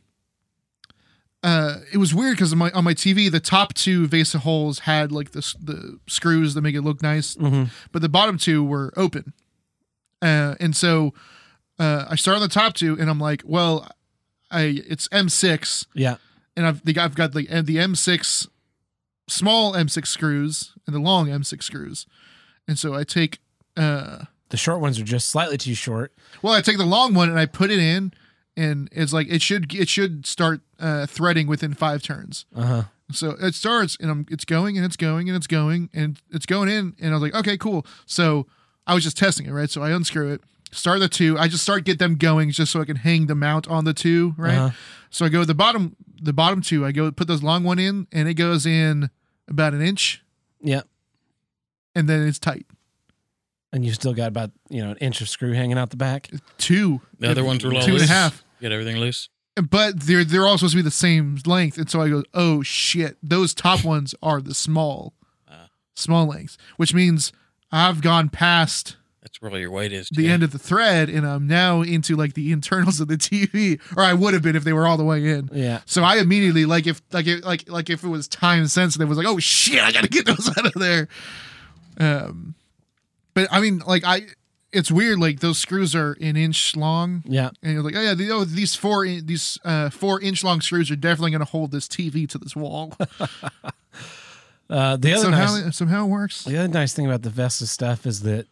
uh, it was weird because on my on my TV the top two Vesa holes had like the s- the screws that make it look nice,
Mm-hmm.
but the bottom two were open, uh, and so uh, I start on the top two and I'm like, well, I it's M6,
yeah,
and I've the, I've got the the M6 small M6 screws and the long M6 screws, and so I take uh
the short ones are just slightly too short.
well I take the long one and I put it in, and it's like it should it should start uh, threading within five turns.
Uh
Uh-huh.
huh.
So it starts and I'm it's going and it's going and it's going and it's going in and I was like okay cool. So I was just testing it right. So I unscrew it, start the two. I just start get them going just so I can hang the mount on the two right.
Uh-huh.
So I go the bottom the bottom two. I go put this long one in and it goes in about an inch
Yeah,
and then it's tight.
and you still got about you know an inch of screw hanging out the back.
Two.
The other ones were all
two and a
loose.
half.
Get everything loose.
But they're they're all supposed to be the same length, and so I go, oh shit, those top ones are the small, small lengths, which means I've gone past
That's where all your weight is.
the end of the thread, and I'm now into like the internals of the TV, or I would have been if they were all the way in.
Yeah.
So I immediately like if like if, like like if it was time sensitive, was like, oh shit, I gotta get those out of there. Um, but I mean, like I, it's weird. Like those screws are an inch long.
Yeah.
And you're like, oh yeah, the, oh, these four in, these uh, four inch long screws are definitely gonna hold this TV to this wall.
Uh, the other
somehow
nice,
somehow it works.
the other nice thing about the Vesta stuff is that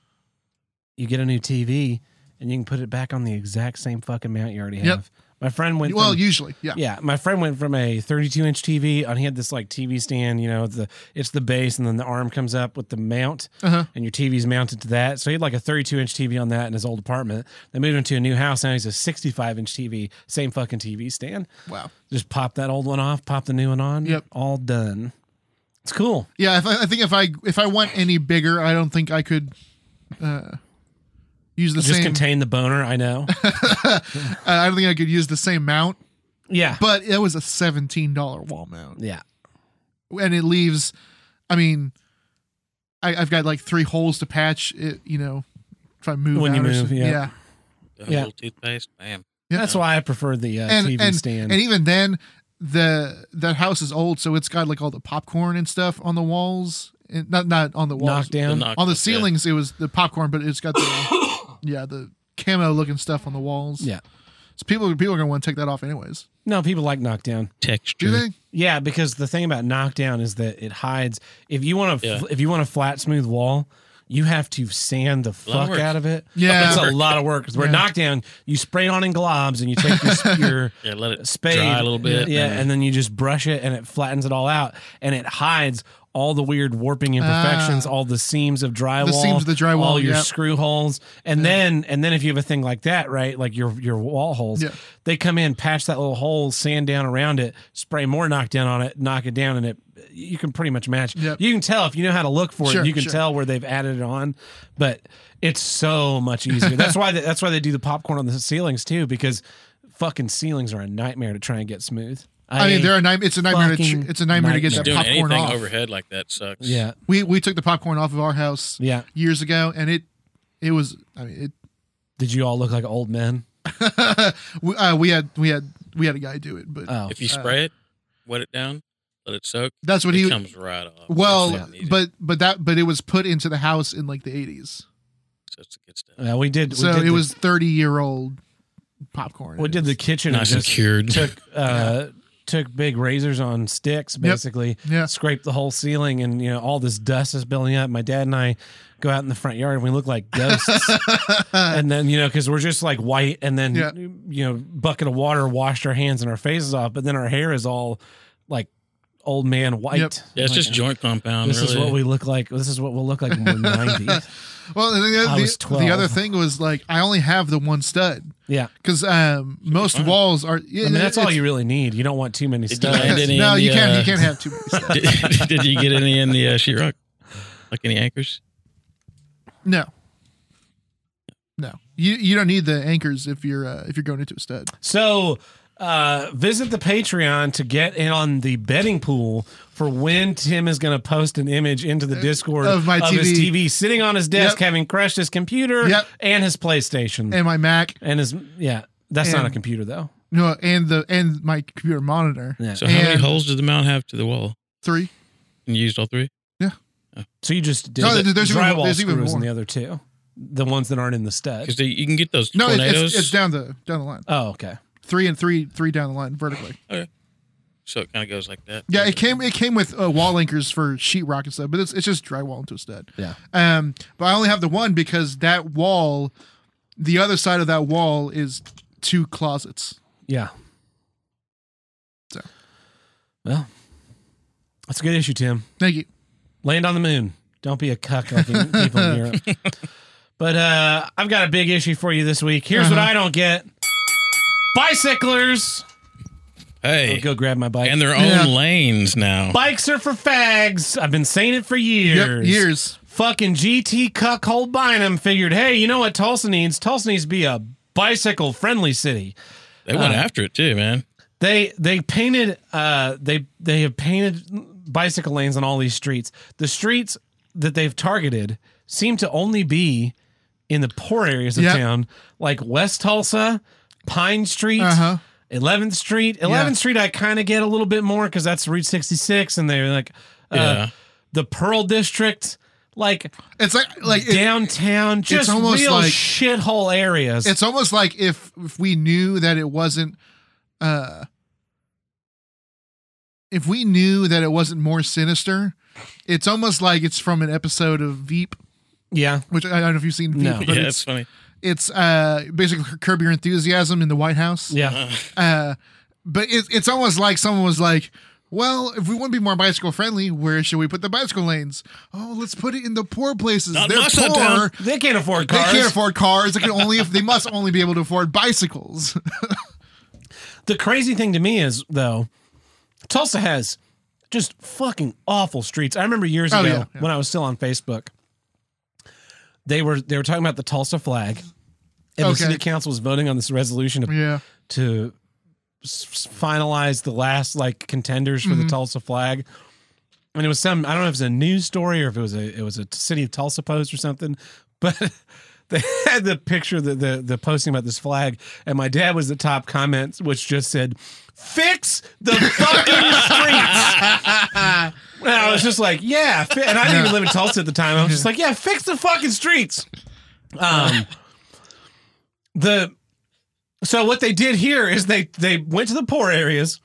you get a new TV and you can put it back on the exact same fucking mount you already have.
Yep.
My friend went.
Well,
from-
usually, yeah.
um, yeah. My friend went from a 32 inch TV and he had this like TV stand. You know, it's the it's the base and then the arm comes up with the mount,
Uh-huh.
and your TV's mounted to that. So he had like a 32 inch TV on that in his old apartment. They moved into a new house now. He's a 65 inch TV, same fucking TV stand.
Wow.
Just pop that old one off, pop the new one on. Yep. All done. It's cool.
Yeah, if I, I think if I if I went any bigger, I don't think I could uh, use the
Just
same.
contain the boner. I know.
I don't think I could use the same mount.
Yeah,
but it was a seventeen dollar wall mount,
yeah.
and it leaves. I mean, I, I've got like three holes to patch. It, you know, if I move
When you
out or
move,
something.
yeah.
yeah.
A
Yeah.
little toothpaste. Bam.
Yeah.
That's why I prefer the uh, TV
and,
stand.
And even then, the that house is old, so it's got like all the popcorn and stuff on the walls. And not not on the walls,
Knocked down? The knocked
on the
up, yeah.
ceilings. It was the popcorn, but it's got the yeah the camo looking stuff on the walls.
Yeah.
So people people are gonna want to take that off anyways.
No, people like knockdown
texture.
Yeah, because the thing about knockdown is that it hides. If you want to, if you want a flat, smooth wall, you have to sand the
Lot of
fuck
work.
out of it.
Yeah.
it's a lot of work. Where
Yeah.
knockdown, you spray it on in globs and you take your, your
Yeah, let it
spade
dry a little bit.
Yeah, and then you just brush it and it flattens it all out and it hides all the weird warping imperfections, all the seams of drywall,
seams of Ah. the drywall,
all your
yep.
screw holes, and then and then if you have a thing like that, right, like your your wall holes,
Yeah.
they come in, patch that little hole, sand down around it, spray more knockdown on it, knock it down, and it you can pretty much match. You can tell if you know how to look for
Sure,
it, you can
sure.
tell where they've added it on, but it's so much easier. that's why they, that's why they do the popcorn on the ceilings too, because fucking ceilings are a nightmare to try and get smooth.
I mean, they're a nightmare. It's a nightmare. To
fucking
tr- it's a nightmare to get
nightmare.
that
Doing
popcorn
anything
off.
overhead like that sucks.
Yeah.
we we took the popcorn off of our house.
Yeah.
years ago, and it it was. I mean, it
Did you all look like old men?
we, uh, we had we had we had a guy do it, but
Oh.
If you
uh,
spray it, wet it down, let it soak.
that's what
it
he
comes right off.
Well,
Nice and easy.
but but that but it was put into the house in like the eighties,
Yeah, we did.
so
we
it
did the-
was thirty year old popcorn.
We did the kitchen. and
Nice and
just
cured.
Took uh, took big razors on sticks, basically.
Yeah.
Scraped the whole ceiling, and you know all this dust is building up. My dad and I go out in the front yard, and we look like ghosts. and then you know because we're just like white, and then
Yeah.
you know bucket of water washed our hands and our faces off, but then our hair is all like old man white.
yeah,
Like,
it's just joint compound.
This
really.
is what we look like. This is what we'll look like when we're ninety.
Well, and the,
I
the,
was
the
12.
other thing was like I only have the one stud
Yeah.
because um, most walls are.
I mean, that's all you really need. You don't want too many studs.
land any
No,
in
you
the,
can't.
uh,
you can't have too many studs.
did, did you get any in the uh, sheetrock? Like any anchors?
No. No, you you don't need the anchors if you're uh, if you're going into a stud.
So uh, visit the Patreon to get in on the betting pool for when Tim is going to post an image into the Discord
Uh, Of my
his
TV.
TV sitting on his desk,
Yep.
having crushed his computer
Yep.
and his PlayStation
And my Mac,
and his yeah. That's not
And-
a computer though.
no, and the and my computer monitor.
Yeah.
So how many
And
holes did the mount have to the wall?
Three.
And you used all three?
So you just did
No,
the
there's even-
drywall
there's even
screws in
more.
the other two, the ones that aren't in the stud.
Because you can get those
No, it-
tornadoes.
it's, it's down the down the line.
Oh, okay.
Three and three, three down the line vertically.
so it kind of goes like that.
Yeah, it came it came with uh, wall anchors for sheetrock and stuff, but it's it's just drywall into a stud.
Yeah.
Um, but I only have the one because that wall, the other side of that wall is two closets.
Yeah.
So.
Well, that's a good issue, Tim.
Thank you.
Land on the moon. Don't be a cuck like in- people in Europe. But uh, I've got a big issue for you this week. Here's what
Uh-huh.
I don't get: bicyclers.
Hey.
I'll go grab my bike.
Eh. And their own lanes now.
Bikes are for fags. I've been saying it for years.
years.
Fucking GT cuckold Bynum figured, hey, you know what Tulsa needs? Tulsa needs to be a bicycle friendly city.
They went
Uh,
after it too, man.
They they painted uh they they have painted bicycle lanes on all these streets. The streets that they've targeted seem to only be in the poor areas of
Yeah.
town, like West Tulsa, Pine Street,
Uh-huh.
11th Street. 11th Street I kind of get a little bit more cuz that's Route 66 and they're like uh,
Yeah.
the Pearl District like
It's like like it-
downtown
it's
just
almost
real
like-
shithole areas.
it's almost like if if we knew that it wasn't, uh, if we knew that it wasn't more sinister, it's almost like it's from an episode of Veep,
yeah.
which I don't know if you've seen Veep.
No.
but
Yeah,
it's-
it's funny.
it's uh basically curb your enthusiasm in the White House.
Yeah.
Uh, but it, it's almost like someone was like, "Well, if we want to be more bicycle friendly, where should we put the bicycle lanes? Oh, let's put it in the poor places.
Not
They're
my side
poor.
town.
They can't afford
They
cars.
can't afford cars. They can only if they must only be able to afford bicycles.
The crazy thing to me is though, Tulsa has just fucking awful streets. I remember years
Oh,
ago
yeah, yeah.
when I was still on Facebook, they were they were talking about the Tulsa flag, and
Okay.
the city council was voting on this resolution to
yeah,
to s- finalize the last like contenders for the
Mhm.
Tulsa flag. And it was some I don't know if it was a news story or if it was a it was a city of Tulsa post or something, but they had the picture the the, the posting about this flag, and my dad was the top comments, which just said, "Fix the fucking streets." and I was just like, "Yeah," fi-" and I didn't even live in Tulsa at the time. I was just like, "Yeah, fix the fucking streets." Um, the So what they did here is they they went to the poor areas.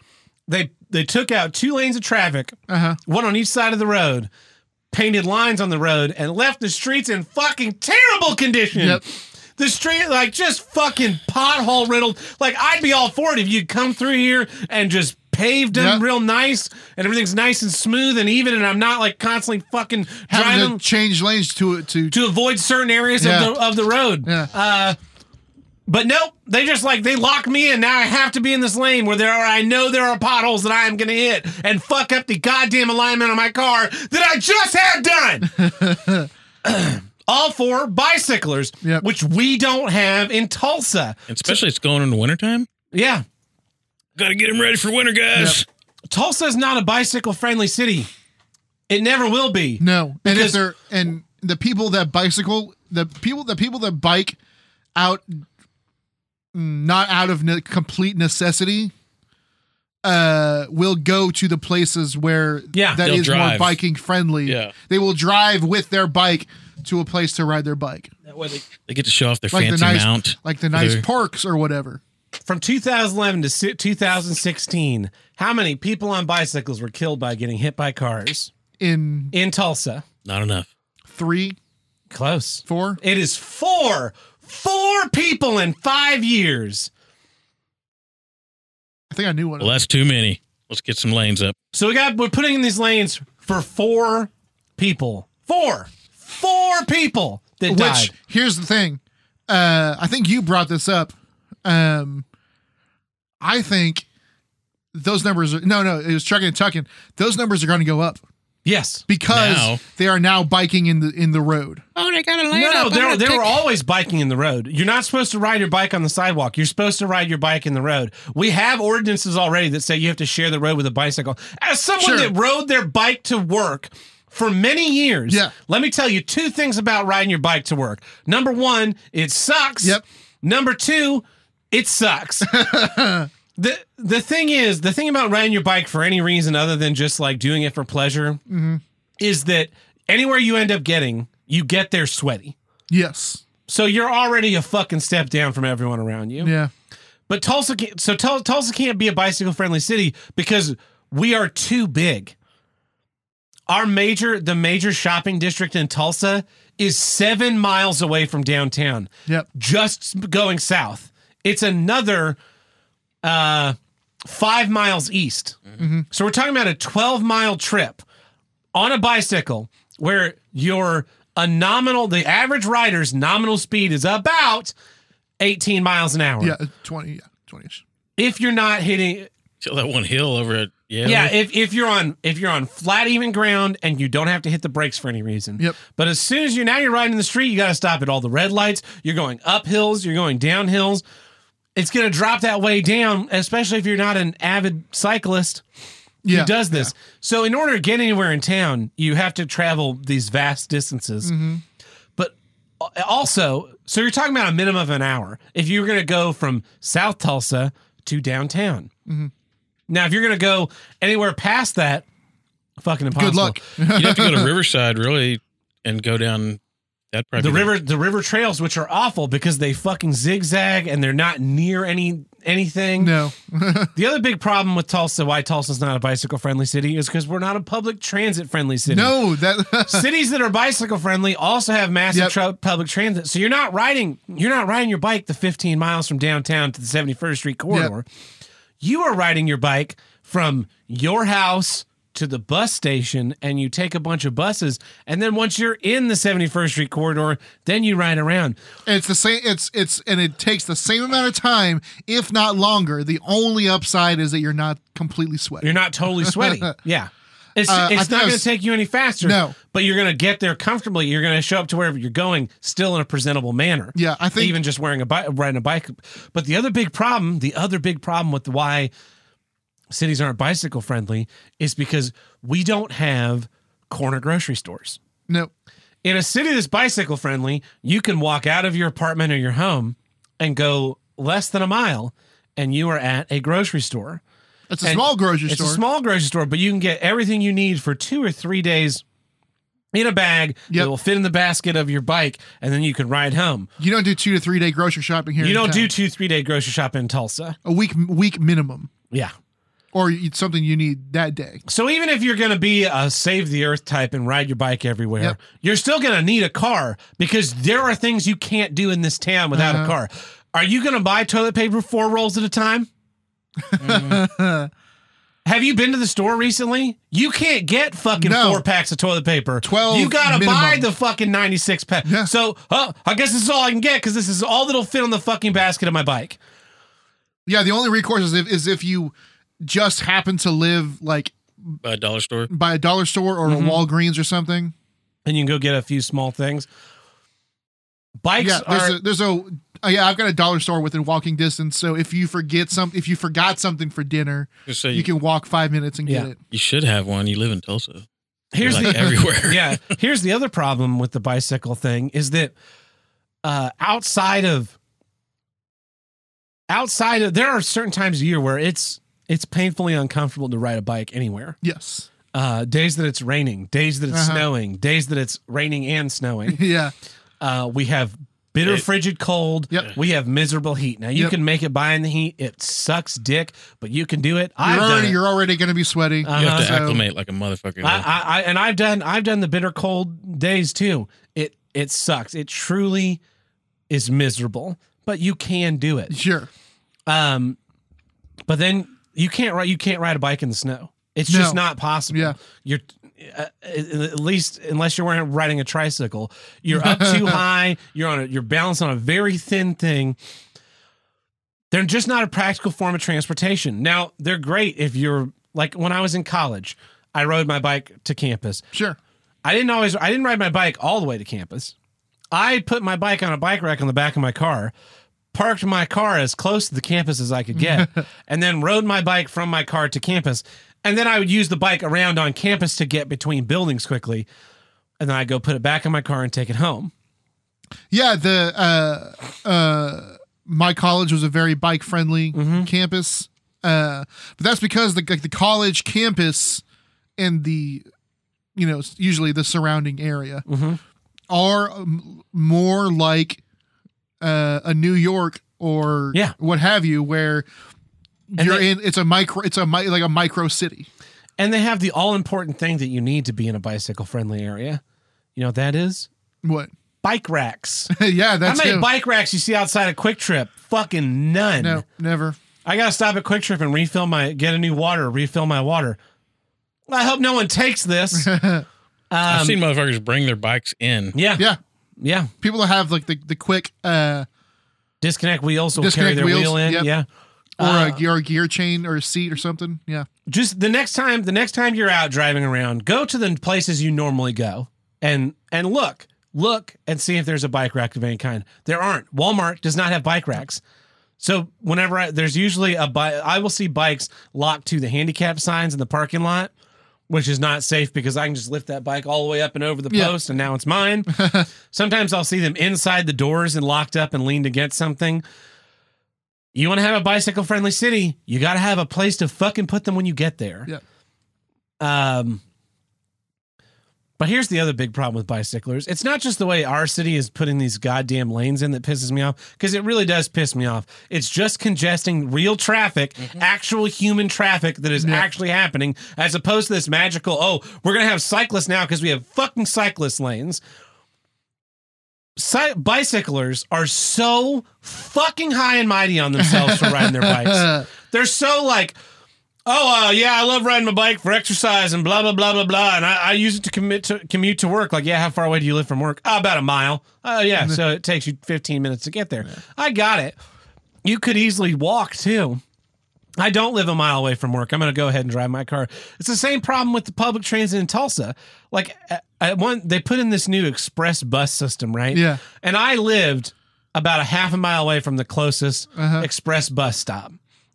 They they took out two lanes of traffic,
uh-huh.
one on each side of the road, painted lines on the road, and left the streets in fucking terrible condition. The street like just fucking pothole riddled. Like I'd be all for it if you'd come through here and just paved them real nice and everything's nice and smooth and even and I'm not like constantly fucking
Having
driving
to change lanes to to
to avoid certain areas
Yeah.
of the of the road. Uh, but nope, they just like they lock me in. Now I have to be in this lane where there are I know there are potholes that I am going to hit and fuck up the goddamn alignment of my car that I just had done. All for bicyclers, which we don't have in Tulsa.
Especially it's going into wintertime.
Yeah.
Got to get them ready for winter, guys.
Tulsa is not a bicycle friendly city. It never will be.
No, and if
Because-
they're and the people that bicycle, the people the people that bike out, mm, not out of ne- complete necessity, uh, will go to the places where
Yeah.
that
They'll
is more
drive.
biking friendly.
Yeah.
they will drive with their bike to a place to ride their bike,
They get to show off their
like
fancy
the nice
mount.
like the nice
Their-
parks or whatever.
From 2011 to si- 2016, how many people on bicycles were killed by getting hit by cars
in
in Tulsa?
Not enough.
Three,
close.
Four.
It is four. Four people in five years.
I think I knew one.
Well, that's too many. Let's get some lanes up.
So we got we're putting in these lanes for four people. Four. Four people that
Which
died.
here's the thing, uh, I think you brought this up. Um, I think those numbers. Are, no, no, it was trucking and tucking. Those numbers are going to go up.
Yes,
because
Now.
they are now biking in the in the road.
Oh, they got a
No, no, they, were, they were always biking in the road. You're not supposed to ride your bike on the sidewalk. You're supposed to ride your bike in the road. We have ordinances already that say you have to share the road with a bicycle. As someone
Sure.
that rode their bike to work for many years, yeah. let me tell you two things about riding your bike to work. Number one, it sucks. Yep. Number two, it sucks. the The thing is, the thing about riding your bike for any reason other than just like doing it for pleasure
Mm-hmm.
is that anywhere you end up getting, you get there sweaty.
Yes.
So you're already a fucking step down from everyone around you.
Yeah.
But Tulsa can't, so Tul- Tulsa can't be a bicycle friendly city because we are too big. Our major, the major shopping district in Tulsa is seven miles away from downtown.
Yep.
Just going south. It's another uh, five miles east.
Mhm.
So we're talking about a 12 mile trip on a bicycle where your a nominal the average rider's nominal speed is about 18 miles an hour.
Yeah. uh, Twenty. Yeah. Twenty-ish.
If you're not hitting
Till that one hill over at yeah.
yeah, if, if you're on if you're on flat even ground and you don't have to hit the brakes for any reason. Yep. But as soon as you're now you're riding in the street, you got to stop at all the red lights. You're going up hills. You're going down hills. It's going to drop that way down, especially if you're not an avid cyclist.
Yeah,
Who does this? So in order to get anywhere in town, you have to travel these vast distances.
Mhm.
But also, so you're talking about a minimum of an hour if you're going to go from South Tulsa to downtown.
Mhm.
Now, if you're going to go anywhere past that, fucking impossible.
you have to go to Riverside really and go down that probably
the
be
river, the river trails, which are awful because they fucking zigzag and they're not near any anything.
No.
the other big problem with Tulsa, why Tulsa's not a bicycle friendly city, is because we're not a public transit friendly city.
No, that
cities that are bicycle friendly also have massive tru- public transit. So you're not riding you're not riding your bike the 15 miles from downtown to the 71st Street corridor. You are riding your bike from your house to the bus station and you take a bunch of buses and then once you're in the 71st Street corridor, then you ride around.
It's the same. It's it's and it takes the same amount of time, if not longer. The only upside is that you're not completely sweaty.
You're not totally sweaty. yeah. It's,
Uh, I
it's
think I
not going to
was-
take you any faster.
No.
But you're going to get there comfortably. You're going to show up to wherever you're going still in a presentable manner.
Yeah, I think-
even just wearing a bike, riding a bike. But the other big problem, the other big problem with why cities aren't bicycle friendly is because we don't have corner grocery stores.
No.
In a city that's bicycle friendly, you can walk out of your apartment or your home and go less than a mile and you are at a grocery store.
It's a
And
small grocery
it's
store.
a small grocery store, but you can get everything you need for two or three days in a bag that will fit in the basket of your bike, and then you can ride home.
You don't do two to three day grocery shopping here.
you
in
don't
town.
do two three day grocery shopping in Tulsa.
a week week minimum,
Yeah.
or it's something you need that day.
So even if you're going to be a save the earth type and ride your bike everywhere,
Yep.
you're still going to need a car because there are things you can't do in this town without
Uh-huh.
a car. Are you going to buy toilet paper four rolls at a time? Have you been to the store recently? You can't get fucking
No.
four packs of toilet paper.
12
You gotta
minimum.
buy the fucking ninety six pack. So, oh, I guess this is all I can get because this is all that'll fit on the fucking basket of my bike.
Yeah, the only recourse is if, is if you just happen to live like
by a dollar store.
by a dollar store or
Mhm.
a Walgreens or something.
and you can go get a few small things. Bikes
yeah, there's
are
a, there's a uh, yeah. I've got a dollar store within walking distance, so if you forget some, if you forgot something for dinner,
So
you,
you-
can walk five minutes and get it.
You should have one. You live in Tulsa. They're,
here's
like
the
everywhere.
yeah, here's the other problem with the bicycle thing is that uh, outside of outside of there are certain times of year where it's it's painfully uncomfortable to ride a bike anywhere.
Yes.
Uh, days that it's raining, days that it's
Uh-huh.
snowing, days that it's raining and snowing.
yeah.
Uh, we have bitter,
It-
frigid cold.
Yep.
We have miserable heat. Now you
Yep.
can make it by in the heat. It sucks dick, but you can do it. I've
You're
done
already,
it. Uh,
you're already going to be sweaty. You
have to
acclimate like a motherfucker.
uh-huh, I, I, I and I've done I've done the bitter cold days too. It it sucks. It truly is miserable, but you can do it.
Sure.
Um, but then you can't ride you can't ride a bike in the snow. It's
No.
just not possible. Yeah, you're uh, at least unless you're wearing, riding a tricycle, you're up too high. You're on a, you're balanced on a very thin thing. They're just not a practical form of transportation. Now, they're great if you're like when I was in college, I rode my bike to campus.
Sure.
I didn't always I didn't ride my bike all the way to campus. I put my bike on a bike rack on the back of my car, parked my car as close to the campus as I could get, and then rode my bike from my car to campus. And then I would use the bike around on campus to get between buildings quickly. And then I'd go put it back in my car and take it home.
Yeah, the uh, uh, my college was a very bike friendly
Mm-hmm.
campus, uh, but that's because the like, the college campus and the you know s- usually the surrounding area
Mm-hmm.
are um, more like uh, a New York or
Yeah.
what have you, where
And
you're
they-
in. It's a micro. It's a mi- like a micro city.
And they have the all important thing that you need to be in a bicycle friendly area. You know what that is?
What?
Bike racks.
yeah, that's
How many
too.
bike racks you see outside of Quick Trip? Fucking none.
No, never.
I gotta stop at Quick Trip and refill my get a new water, refill my water. I hope no one takes this. um,
I've seen motherfuckers bring their bikes in.
yeah,
Yeah.
yeah.
People that have like the the quick uh,
Disconnect wheels will carry their wheel in.
yep.
Yeah.
Or
Uh,
a gear, a gear chain or a seat or something. Yeah.
just the next time the next time you're out driving around, go to the places you normally go and and look. Look and see if there's a bike rack of any kind. There aren't. Walmart does not have bike racks. So whenever I, there's usually a bike, I will see bikes locked to the handicap signs in the parking lot, which is not safe because I can just lift that bike all the way up and over the
Yeah.
post, and now it's mine. Sometimes I'll see them inside the doors and locked up and leaned against something. You want to have a bicycle friendly city, you got to have a place to fucking put them when you get there.
Yeah.
Um, but here's the other big problem with bicyclers. It's not just the way our city is putting these goddamn lanes in that pisses me off, because it really does piss me off. It's just congesting real traffic, actual human traffic that is actually happening, as opposed to this magical, oh, we're going to have cyclists now because we have fucking cyclist lanes. Cy- bicyclers are so fucking high and mighty on themselves for riding their bikes. They're so like, oh uh, yeah, I love riding my bike for exercise and blah blah blah blah blah, and I, I use it to commit to commute to work. Like, yeah, how far away do you live from work? "Ah, about a mile. Oh yeah, so it takes you 15 minutes to get there. I got it. You could easily walk too. I don't live a mile away from work. I'm going to go ahead and drive my car. It's the same problem with the public transit in Tulsa. Like at- at one, they put in this new express bus system, right?
Yeah.
And I lived about a half a mile away from the closest express bus stop,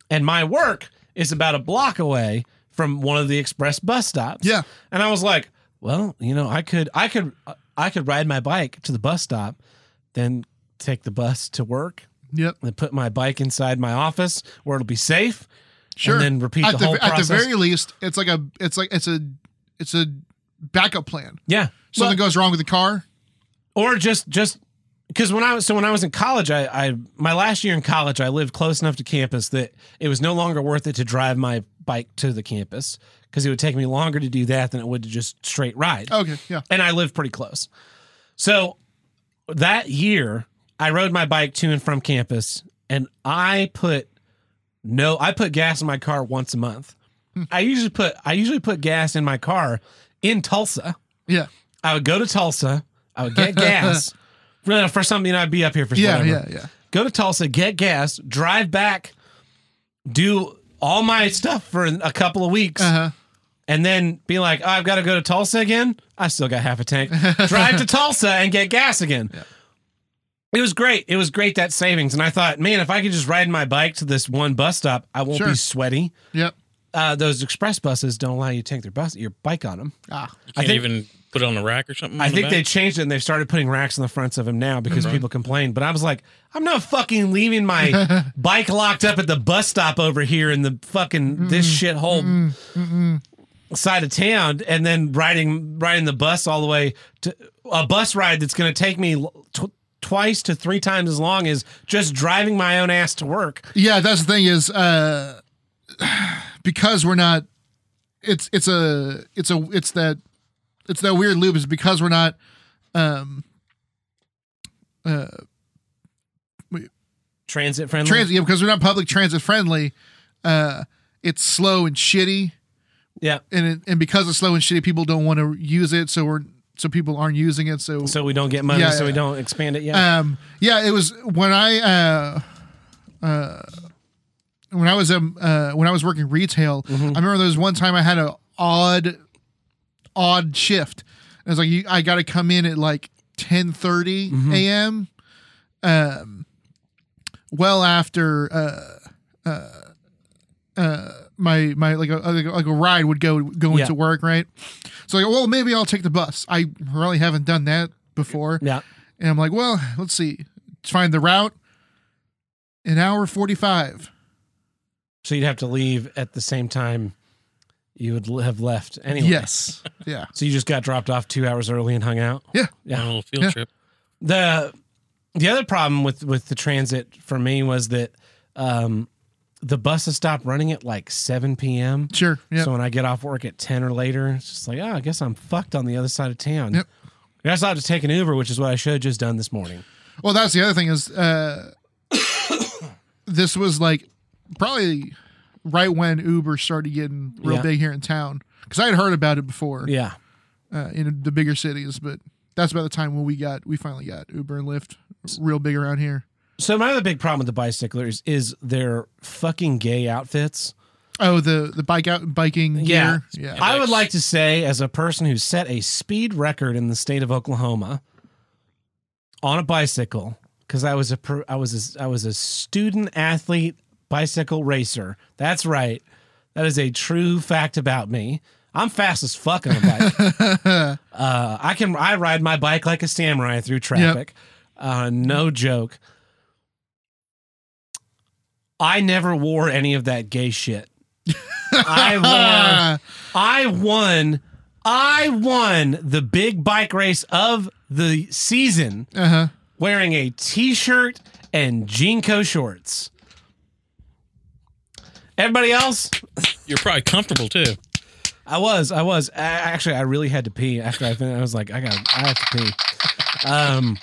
and my work is about a block away from one of the express bus stops.
Yeah.
And I was like, well, you know, I could, I could, I could ride my bike to the bus stop, then take the bus to work.
Yep.
And put my bike inside my office where it'll be safe.
Sure.
And then repeat
at
the, whole process.
At the very least, it's like a it's like it's a it's a backup plan.
Yeah.
Something goes wrong with the car.
or just just because when I was so when I was in college, I, I my last year in college, I lived close enough to campus that it was no longer worth it to drive my bike to the campus because it would take me longer to do that than it would to just straight ride.
Okay, yeah.
And I lived pretty close, so that year I rode my bike to and from campus, and I put no, I put gas in my car once a month. I usually put I usually put gas in my car in Tulsa.
Yeah.
I would go to Tulsa. I would get gas. Really, for something, you know, I'd be up here for
Yeah,
whatever.
yeah, yeah.
Go to Tulsa, get gas, drive back, do all my stuff for a couple of weeks,
Uh-huh.
and then be like, oh, I've got to go to Tulsa again. I still got half a tank. drive to Tulsa and get gas again. It was great. It was great that savings, and I thought, man, if I could just ride my bike to this one bus stop, I won't
Sure.
be sweaty.
Yep.
Uh, those express buses don't allow you to take their bus, your bike on them.
Ah,
You
I
can't
think-
even put it on the rack or something.
I
on the
think they
back?
changed it and they've started putting racks on the fronts of them now because
Mm-hmm.
Right.
people complain. But I was like, I'm not fucking leaving my bike locked up at the bus stop over here in the fucking this shithole
Mm-mm.
side of town and then riding riding the bus all the way to a bus ride that's going to take me tw- twice to three times as long as just driving my own ass to work.
Yeah, that's the thing is uh because we're not it's it's a it's a it's that it's that weird loop is because we're not um uh
Transit friendly.
transit yeah, because we're not public transit friendly uh it's slow and shitty
Yeah.
and it, and because it's slow and shitty people don't want to use it so we're so people aren't using it so
So we don't get money,
Yeah,
so we
yeah.
don't expand it yet.
Um, yeah, it was when I uh, uh, when I was um, uh, when I was working retail.
Mm-hmm.
I remember there was one time I had a odd odd shift. I was like, you, I got to come in at like ten thirty
Mm-hmm.
a.m. Um, well after uh, uh, uh, my my like a like a, like a ride would go go
Yeah.
into work right. So like, well, maybe I'll take the bus. I really haven't done that before.
Yeah.
And I'm like, well, let's see. Let's find the route. An hour 45.
So you'd have to leave at the same time you would l- have left anyway.
Yes. Yeah.
So you just got dropped off two hours early and hung out.
Yeah.
Yeah.
On a little field
Yeah.
trip.
The the other problem with with the transit for me was that um, the buses stopped running at like seven p.m.
Sure. Yeah.
So when I get off work at ten or later, it's just like, oh, I guess I'm fucked on the other side of town. Yep. I guess I'll have to take an Uber, which is what I should have just done this morning.
Well, that's the other thing is uh, this was like probably right when Uber started getting real
Yeah.
big here in town because I had heard about it before.
Yeah.
Uh, in the bigger cities, but that's about the time when we got we finally got Uber and Lyft real big around here.
So my other big problem with the bicyclers is their fucking gay outfits.
Oh, the the bike out biking
Yeah.
gear. Yeah.
I would like to say, as a person who set a speed record in the state of Oklahoma on a bicycle, because I was a per- I was a, I was a student athlete bicycle racer. That's right. That is a true fact about me. I'm fast as fuck on a bike. uh, I can I ride my bike like a samurai through traffic. Uh, no joke. I never wore any of that gay shit. I won. I won. I won the big bike race of the season
Uh-huh.
wearing a t-shirt and Jinko shorts. Everybody else,
You're probably comfortable too.
I was, I was. I, actually, I really had to pee after I finished. I was like, I got, I have to pee. Um,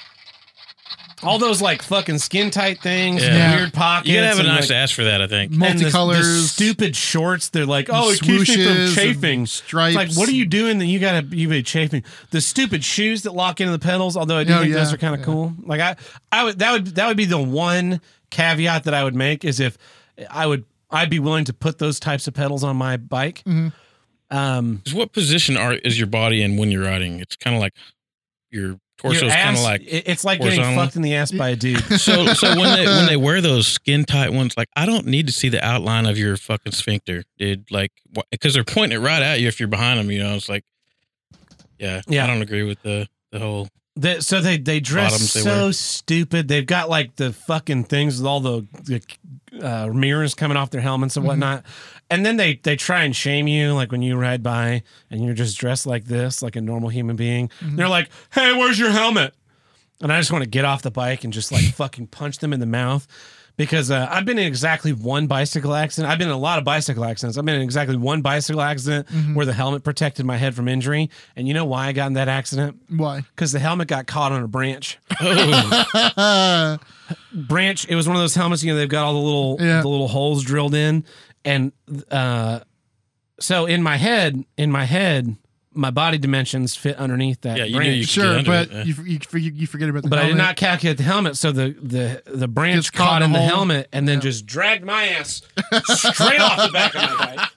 all those like fucking skin tight things, and
Yeah.
weird pockets.
You gotta have a
and,
nice
like,
ass for that, I think.
and the- the
Multicolors.
stupid shorts. They're like, oh, it keeps me
swooshes
from
and
chafing.
stripes.
It's like, what are you doing that you gotta you be chafing? The stupid shoes that lock into the pedals. Although I do
Oh,
think those
yeah,
are kind of cool. Like I, I would that would that would be the one caveat that I would make is if I would I'd be willing to put those types of pedals on my bike.
Mm-hmm.
Um,
Is what position are is your body in when you're riding? It's kind of like your
your
torso's kind
ass-
of like
it- it's like getting
horizontal.
fucked in the ass by a dude.
So so when they when they wear those skin tight ones, like I don't need to see the outline of your fucking sphincter, dude. Like because they're pointing it right at you if you're behind them. You know, it's like, yeah,
Yeah.
I don't agree with the the whole.
They, so they they dress
Bottoms they
so
wear.
stupid. They've got
Mm-hmm.
like the fucking things with all the, the uh, mirrors coming off their helmets and whatnot, And then they they try and shame you, like when you ride by and you're just dressed like this, like a normal human being.
Mm-hmm.
Mhm.
They're like, "Hey, where's your helmet?" And I just want to get off the bike and just like fucking punch them in the mouth because uh, I've been in exactly one bicycle accident. I've been in a lot of bicycle accidents. I've been in exactly one bicycle accident
Mm-hmm.
Mhm.
where the helmet protected my head from injury. And you know why I got in that accident?
Why?
Because the helmet got caught on a branch.
Oh.
branch. It was one of those helmets. You know, they've got all the little
Yeah.
the little holes drilled in, and uh, so in my head, in my head, my body dimensions fit underneath that. branch.
sure, but you, you, for- you you forget about the
But I did
helmet.
not calculate the helmet, so the the the
Gets
branch
caught
caught
in
in
the
the
hole.
helmet, and then just dragged my ass straight off the back of my bike.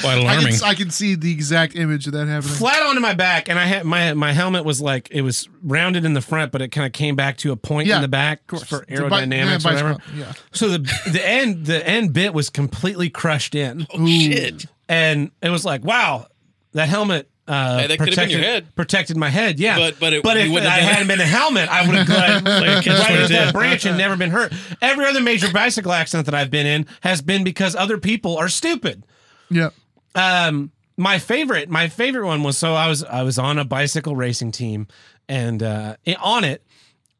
Quite
I can, I can see the exact image of that happening.
Flat onto my back, and I had my my helmet was like it was rounded in the front, but it kind of came back to a point
Yeah,
in the back
course.
for
It's a bi-
aerodynamics,
yeah,
or whatever.
bicycle, yeah.
So the the end the end bit was completely crushed in.
Oh shit!
And it was like, wow, that helmet. Uh,
Hey, that could've
protected,
been your head.
protected my head, yeah.
But- but it- you
if
wouldn't
I
have done
hadn't
it.
been a helmet, I would have gone
Like a
right
catch
into
twenty-two.
that branch and never been hurt. Every other major bicycle accident that I've been in has been because other people are stupid.
Yeah.
Um, my favorite, my favorite one was so I was I was on a bicycle racing team, and uh, it- on it,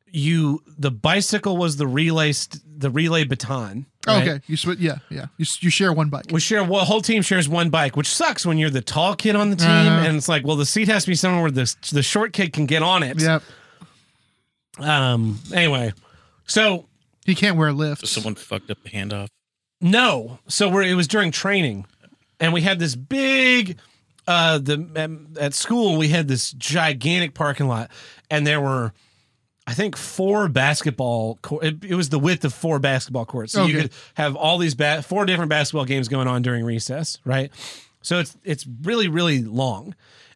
you the bicycle was the relay st- the relay baton.
Oh,
right?
okay, you switch. Yeah, yeah. You, s- you share one bike.
We share well, whole team shares one bike, which sucks when you're the tall kid on the team,
Uh-huh.
and it's like, well, the seat has to be somewhere where the the short kid can get on it.
Yep.
Um. Anyway, so
he can't wear lifts.
Someone fucked up the handoff.
No. So we're, it was during training, and we had this big. Uh, the um, at school we had this gigantic parking lot, and there were, I think, four basketball. Court, it, it was the width of four basketball courts, so you
Okay.
could have all these ba- four different basketball games going on during recess, right? So it's it's really really long,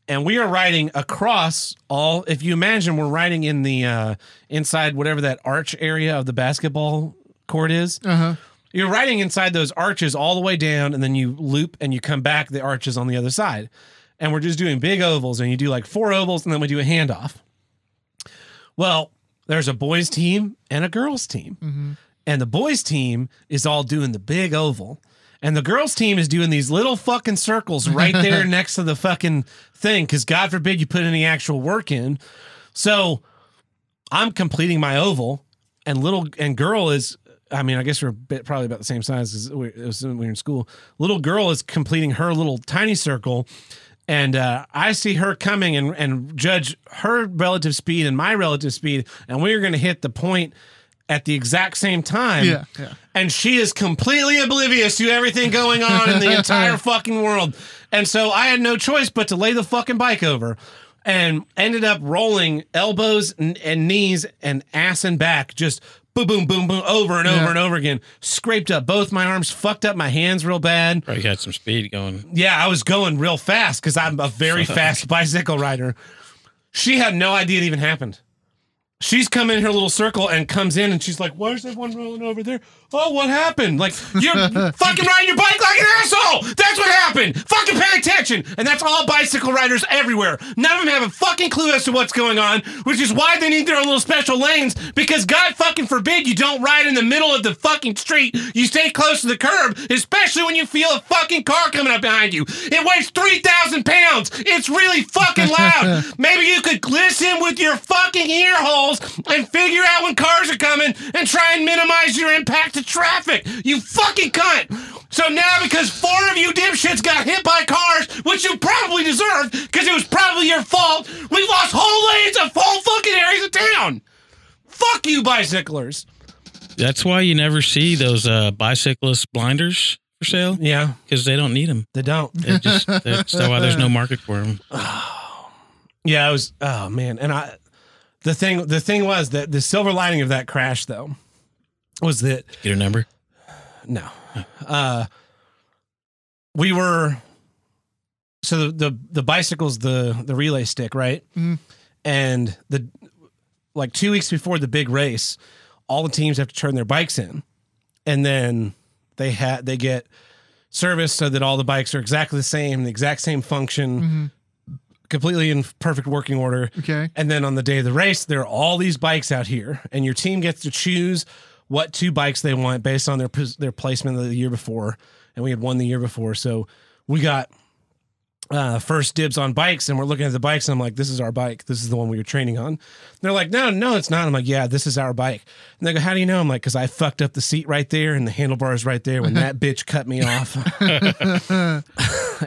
and we are riding across all. If you imagine, we're riding in the uh, inside whatever that arch area of the basketball court is.
Uh huh.
You're riding inside those arches all the way down, and then you loop and you come back the arches on the other side. And we're just doing big ovals, and you do like four ovals, and then we do a handoff. Well, there's a boys' team and a girls' team. And the boys' team is all doing the big oval. And the girls' team is doing these little fucking circles right there next to the fucking thing. Cause God forbid you put any actual work in. So I'm completing my oval, and little and girl is. I mean, I guess we're a bit, probably about the same size as we, it was when we were in school. Little girl is completing her little tiny circle, and uh, I see her coming and and judge her relative speed and my relative speed, and we are going to hit the point at the exact same time.
Yeah, yeah.
And she is completely oblivious to everything going on in the entire fucking world. And so I had no choice but to lay the fucking bike over and ended up rolling elbows and, and knees and ass and back just boom, boom, boom, boom, over and over
Yeah.
and over again. Scraped up both my arms, fucked up my hands real bad.
Probably had some speed going.
Yeah, I was going real fast because I'm a very fast bicycle rider. She had no idea it even happened. She's come in her little circle and comes in and she's like, Where's everyone rolling over there? Oh, what happened? Like, you're fucking riding your bike like an asshole! That's what happened! Fucking pay attention! And that's all bicycle riders everywhere. None of them have a fucking clue as to what's going on, which is why they need their own little special lanes because God fucking forbid you don't ride in the middle of the fucking street. You stay close to the curb, especially when you feel a fucking car coming up behind you. It weighs 3,000 pounds. It's really fucking loud. Maybe you could listen with your fucking ear holes and figure out when cars are coming and try and minimize your impact to traffic. You fucking cunt. So now, because four of you dipshits got hit by cars, which you probably deserved because it was probably your fault, we lost whole lanes of whole fucking areas of town. Fuck you, bicyclers.
That's why you never see those uh, bicyclist blinders for sale.
Yeah,
because they don't need them.
They don't.
They just, that's why there's no market for them.
Yeah, I was. Oh man, and I. The thing, the thing was that the silver lining of that crash, though, was that
Get a number.
No. Uh, we were so the, the the bicycle's the the relay stick, right?
Mhm.
And the like two weeks before the big race, all the teams have to turn their bikes in, and then they had they get service so that all the bikes are exactly the same, the exact same function, completely in perfect working order.
Okay.
And then on the day of the race, there are all these bikes out here, and your team gets to choose what two bikes they want based on their pos- their placement of the year before. and we had won the year before. So we got uh, first dibs on bikes, and we're looking at the bikes, and I'm like, "This is our bike. This is the one we were training on." And they're like, "No, no, it's not." I'm like, "Yeah, this is our bike." And they go, "How do you know?" I'm like, "Cause I fucked up the seat right there, and the handlebars right there when that bitch cut me off."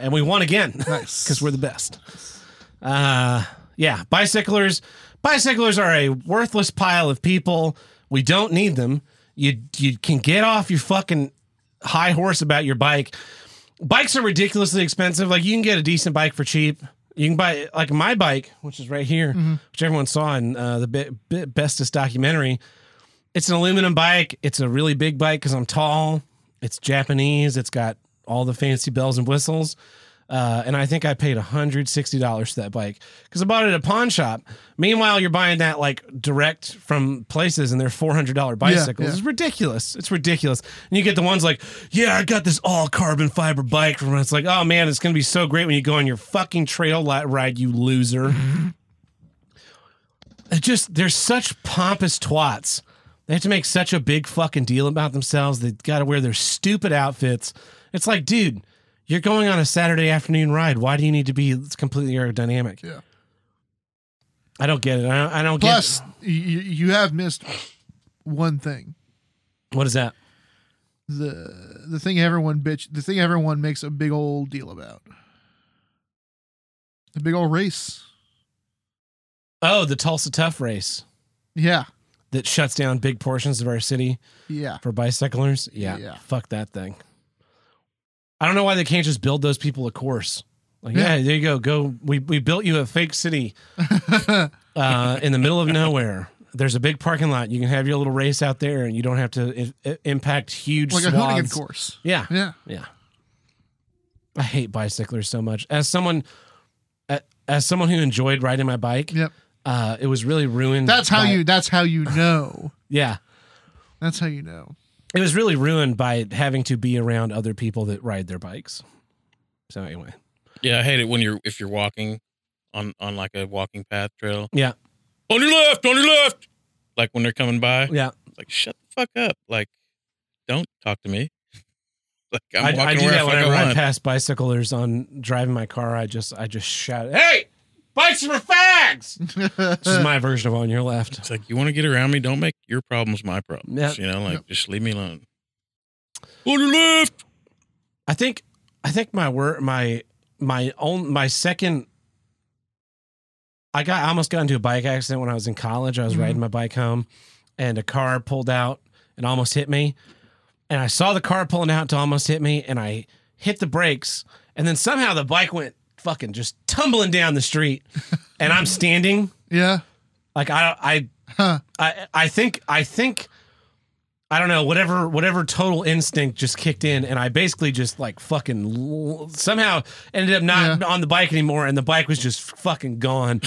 and we won again. Nice. Because we're the best. Uh, yeah, bicyclers. Bicyclers are a worthless pile of people. We don't need them. You you can get off your fucking high horse about your bike. Bikes are ridiculously expensive. Like you can get a decent bike for cheap. You can buy like my bike, which is right here, which everyone saw in uh, the be- be- bestest documentary. It's an aluminum bike. It's a really big bike because I'm tall. It's Japanese. It's got all the fancy bells and whistles. Uh, and I think I paid $160 for that bike because I bought it at a pawn shop. Meanwhile, you're buying that like direct from places and they're $400 bicycles.
yeah.
It's ridiculous. It's ridiculous. And you get the ones like, yeah, I got this all carbon fiber bike from it's like, oh man, it's going to be so great when you go on your fucking trail li- ride, you loser.
Mm-hmm.
It just they're such pompous twats. They have to make such a big fucking deal about themselves. They got to wear their stupid outfits. It's like, dude, you're going on a Saturday afternoon ride. Why do you need to be completely aerodynamic?
Yeah.
I don't get it. I don't, I don't
Plus, you, you have missed one thing.
get what is that?
the the thing everyone bitch the thing everyone makes a big old deal about the big old race
Oh, the Tulsa Tough Race.
Yeah.
That shuts down big portions of our city.
Yeah.
For bicyclers. Yeah.
Yeah.
Fuck that thing. I don't know why they can't just build those people a course. Like, yeah,
Yeah.
there you go. Go. We, we built you a fake city uh, in the middle of nowhere. There's a big parking lot. You can have your little race out there, and you don't have to i- i- impact huge
like a hoonigan
swaths.
course
Yeah.
yeah
Yeah. I hate bicyclers so much. As someone, a- as someone who enjoyed riding my bike,
yep.
uh, it was really ruined.
that's how
by-
you that's how you know
yeah.
that's how you know
It was really ruined by having to be around other people that ride their bikes. So anyway,
Yeah, I hate it when you're if you're walking on on like a walking path trail.
yeah,
On your left, on your left. Like when they're coming by.
Yeah.
Like shut the fuck up. Like don't talk to me. like I'm
I,
walking
I do
where
that
I fucking
whenever I
want.
pass bicyclers on driving my car. I just I just shout, "Hey!" bikes are for fags. this is my version of on your left.
It's like you want to get around me, don't make your problems my problems.
Yep.
You know, like just leave me alone.
On your left. I think I think my word my my own my second I got I almost got into a bike accident when I was in college. I was
Mhm.
riding my bike home and a car pulled out and almost hit me. And I saw the car pulling out to almost hit me and I hit the brakes and then somehow the bike went fucking just tumbling down the street and I'm standing.
Yeah.
Like I I I I think I think I don't know whatever whatever total instinct just kicked in and I basically just like fucking l- somehow ended up not on the bike anymore and the bike was just fucking gone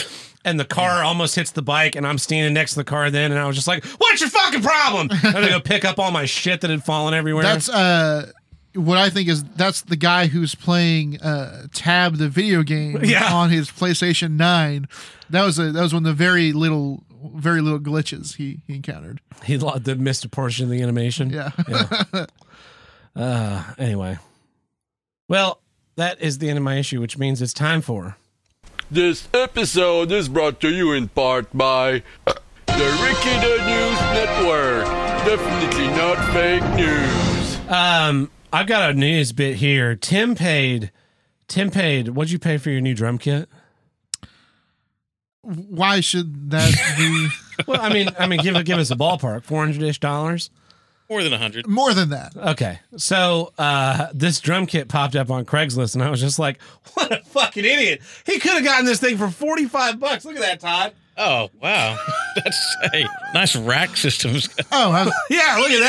and the car almost hits the bike and I'm standing next to the car then and I was just like what's your fucking problem I'm gonna go pick up all my shit that had fallen everywhere
that's uh what I think is that's the guy who's playing uh, Tab the video game
Yeah.
on his PlayStation Nine. That was a that was one of the very little very little glitches he, he encountered.
he lo- the missed a portion of the animation
Yeah.
uh anyway well that is the end of my issue which means it's time for
This episode is brought to you in part by uh, the Ricky the News Network. Definitely not fake news.
Um, I've got a news bit here. Tim paid. Tim paid. What'd you pay for your new drum kit?
Why should that be
Well, I mean, I mean, give give us a ballpark. Four hundred ish dollars.
More than a hundred.
more than that?
Okay, so uh, this drum kit popped up on Craigslist, and I was just like, "What a fucking idiot! He could have gotten this thing for forty five bucks. Look at that, Todd.
Oh wow, that's hey, nice rack systems.
Oh,
yeah, look at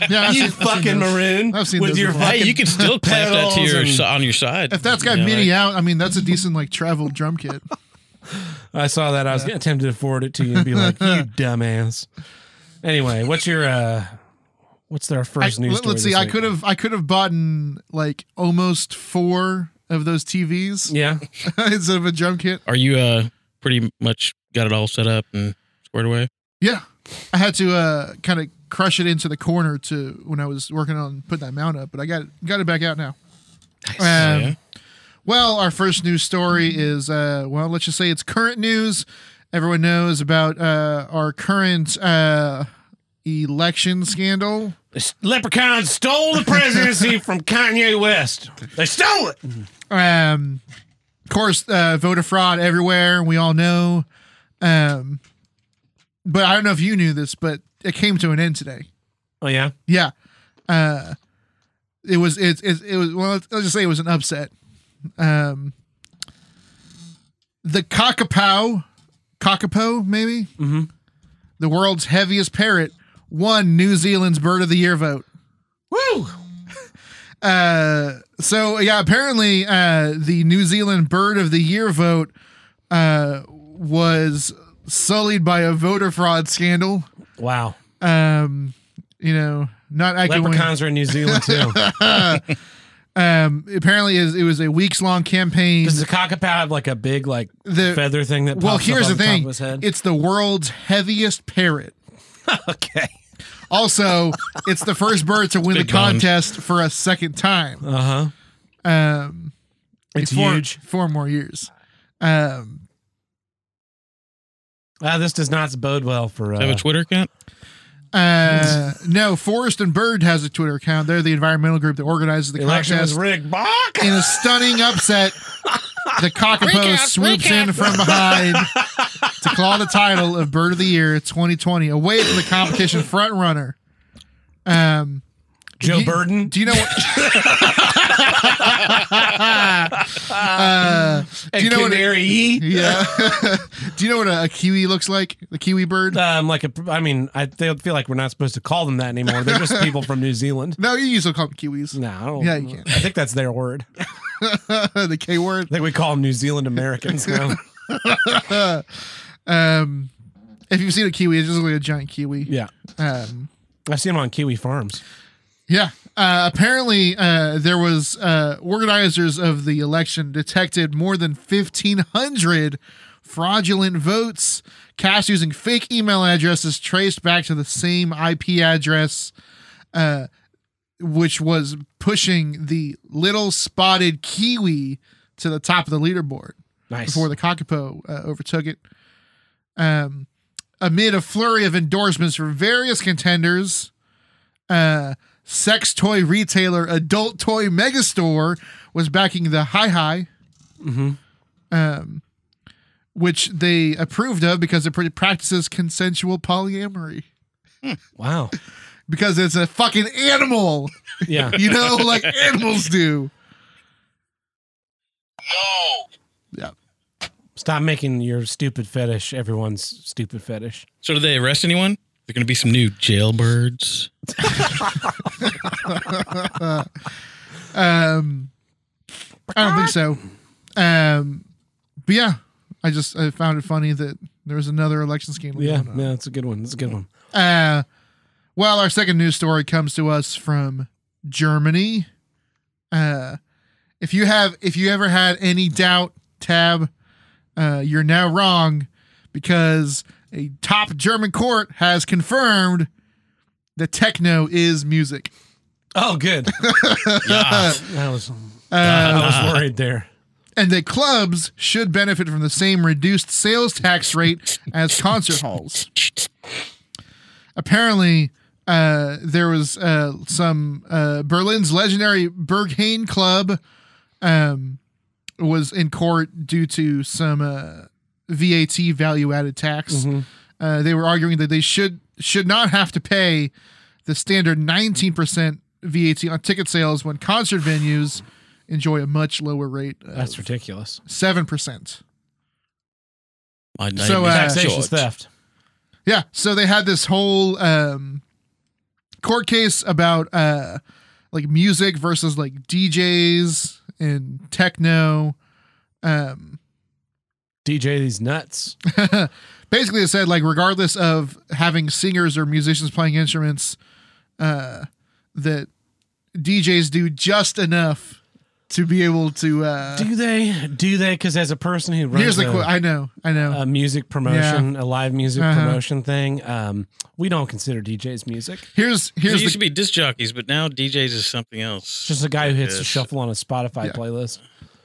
that.
Yeah, I've
you
seen- I've
fucking
seen those.
maroon
I've seen
with
those
your
before.
fucking.
Hey, you can still clamp that to
pedals
your
and-
si- on your side.
If that's got
You know,
MIDI
like-
out, I mean that's a decent like travel drum kit.
I saw that. I was tempted to forward it to you and be like, "You dumbass." Anyway, what's your uh, what's our first
I-
news?
let-
Story
let's
this
see. I
week?
could have I could have bought like almost four of those TVs.
Yeah.
instead of a drum kit.
Are you uh pretty much got it all set up and squared away?
Yeah. I had to uh kind of crush it into the corner to when I was working on putting that mount up, but I got it, got it back out now. Um,
yeah.
Well, our first news story is uh, well, let's just say it's current news. Everyone knows about uh, our current uh, election scandal.
Leprechaun stole the presidency from Kanye West. They stole it.
Um, of course, uh, voter fraud everywhere. We all know. Um, but I don't know if you knew this, but it came to an end today.
Oh yeah.
Yeah. Uh, it was it, it it was well let's let's just say it was an upset. Um, the Kakapo, Kakapo maybe,
mm-hmm.
the world's heaviest parrot won New Zealand's Bird of the Year vote.
Woo!
Uh, so yeah, apparently uh, the New Zealand Bird of the Year vote uh, was sullied by a voter fraud scandal.
Wow.
Um, you know, not echoing-
Leprechauns are in New Zealand too.
um, apparently, is it was a weeks long campaign.
Does the cockapoo have like a big like
The-
feather thing that?
well,
pops up
here's
on
the
top
thing:
of his head?
it's the world's heaviest parrot.
okay.
Also, it's the first bird to win the
Big bone.
contest for a second time.
Uh
huh. Um,
It's
four,
huge.
Four more years. Um,
Ah, this does not bode well for. Uh,
have a Twitter account?
Uh, no, Forest and Bird has a Twitter account. They're the environmental group that organizes the
The election
contest.
was rigged. Bach.
In a stunning upset, the cockapoo
Recount,
swoops in
recount.
from behind to claw the title of Bird of the Year 2020 away from the competition frontrunner. Um,
Joe
you-
Burden.
Do you know what? uh, do you know what?
Canary E?
Yeah. do you know what a, a kiwi looks like? The kiwi bird.
Um, like a, I mean, I feel feel like we're not supposed to call them that anymore. They're just people from New Zealand.
No, you usually call them kiwis.
No, I don't.
Yeah, you can't.
I think that's their word.
the K word.
I think we call them New Zealand Americans now.
um, if you've seen a kiwi, it's just like a giant kiwi.
yeah,
Um,
I've seen them on Kiwi farms.
yeah. Uh, apparently, uh, there was uh, organizers of the election detected more than fifteen hundred fraudulent votes cast using fake email addresses traced back to the same IP address, uh, which was pushing the little spotted kiwi to the top of the leaderboard
Nice.
before the Kakapo uh, overtook it. Um, amid a flurry of endorsements from various contenders, uh, sex toy retailer Adult Toy Megastore was backing the Hi Hi,
Mm-hmm.
um, which they approved of because it pr- practices consensual polyamory.
Wow.
Because it's a fucking animal.
Yeah.
you know, like animals do.
Stop making your stupid fetish everyone's stupid fetish.
So did they arrest anyone? There going to be some new jailbirds.
um, I don't think so. Um, but yeah, I just I found it funny that there was another election scandal.
Yeah,
going on.
yeah, that's a good one. That's a good one.
Uh, well, our second news story comes to us from Germany. Uh, if you have, if you ever had any doubt, tab, uh, you're now wrong because a top German court has confirmed that techno is music.
Oh, good. I was, I was worried there.
and that clubs should benefit from the same reduced sales tax rate as concert halls. Apparently, uh, there was uh, some uh, Berlin's legendary Berghain Club um, was in court due to some uh, VAT value added tax. Uh, they were arguing that they should should not have to pay the standard 19% VAT on ticket sales when concert venues enjoy a much lower rate uh, of
That's ridiculous.
seven percent.
My name
So,
is
uh,
Taxation's
George.
theft.
Yeah, so they had this whole um, court case about uh, like music versus like DJs and techno. Um,
DJ these nuts.
basically, it said like regardless of having singers or musicians playing instruments, uh, that DJs do just enough to be able to. Uh,
do they? Do they? Because as a person who runs
Here's the
a-
que- I know, I know.
a music promotion, a live music
Uh-huh.
promotion thing, um, we don't consider DJs music.
Here's
it used to be disc jockeys, but now DJs is something else.
just a guy who hits
Yes.
shuffle on a Spotify playlist.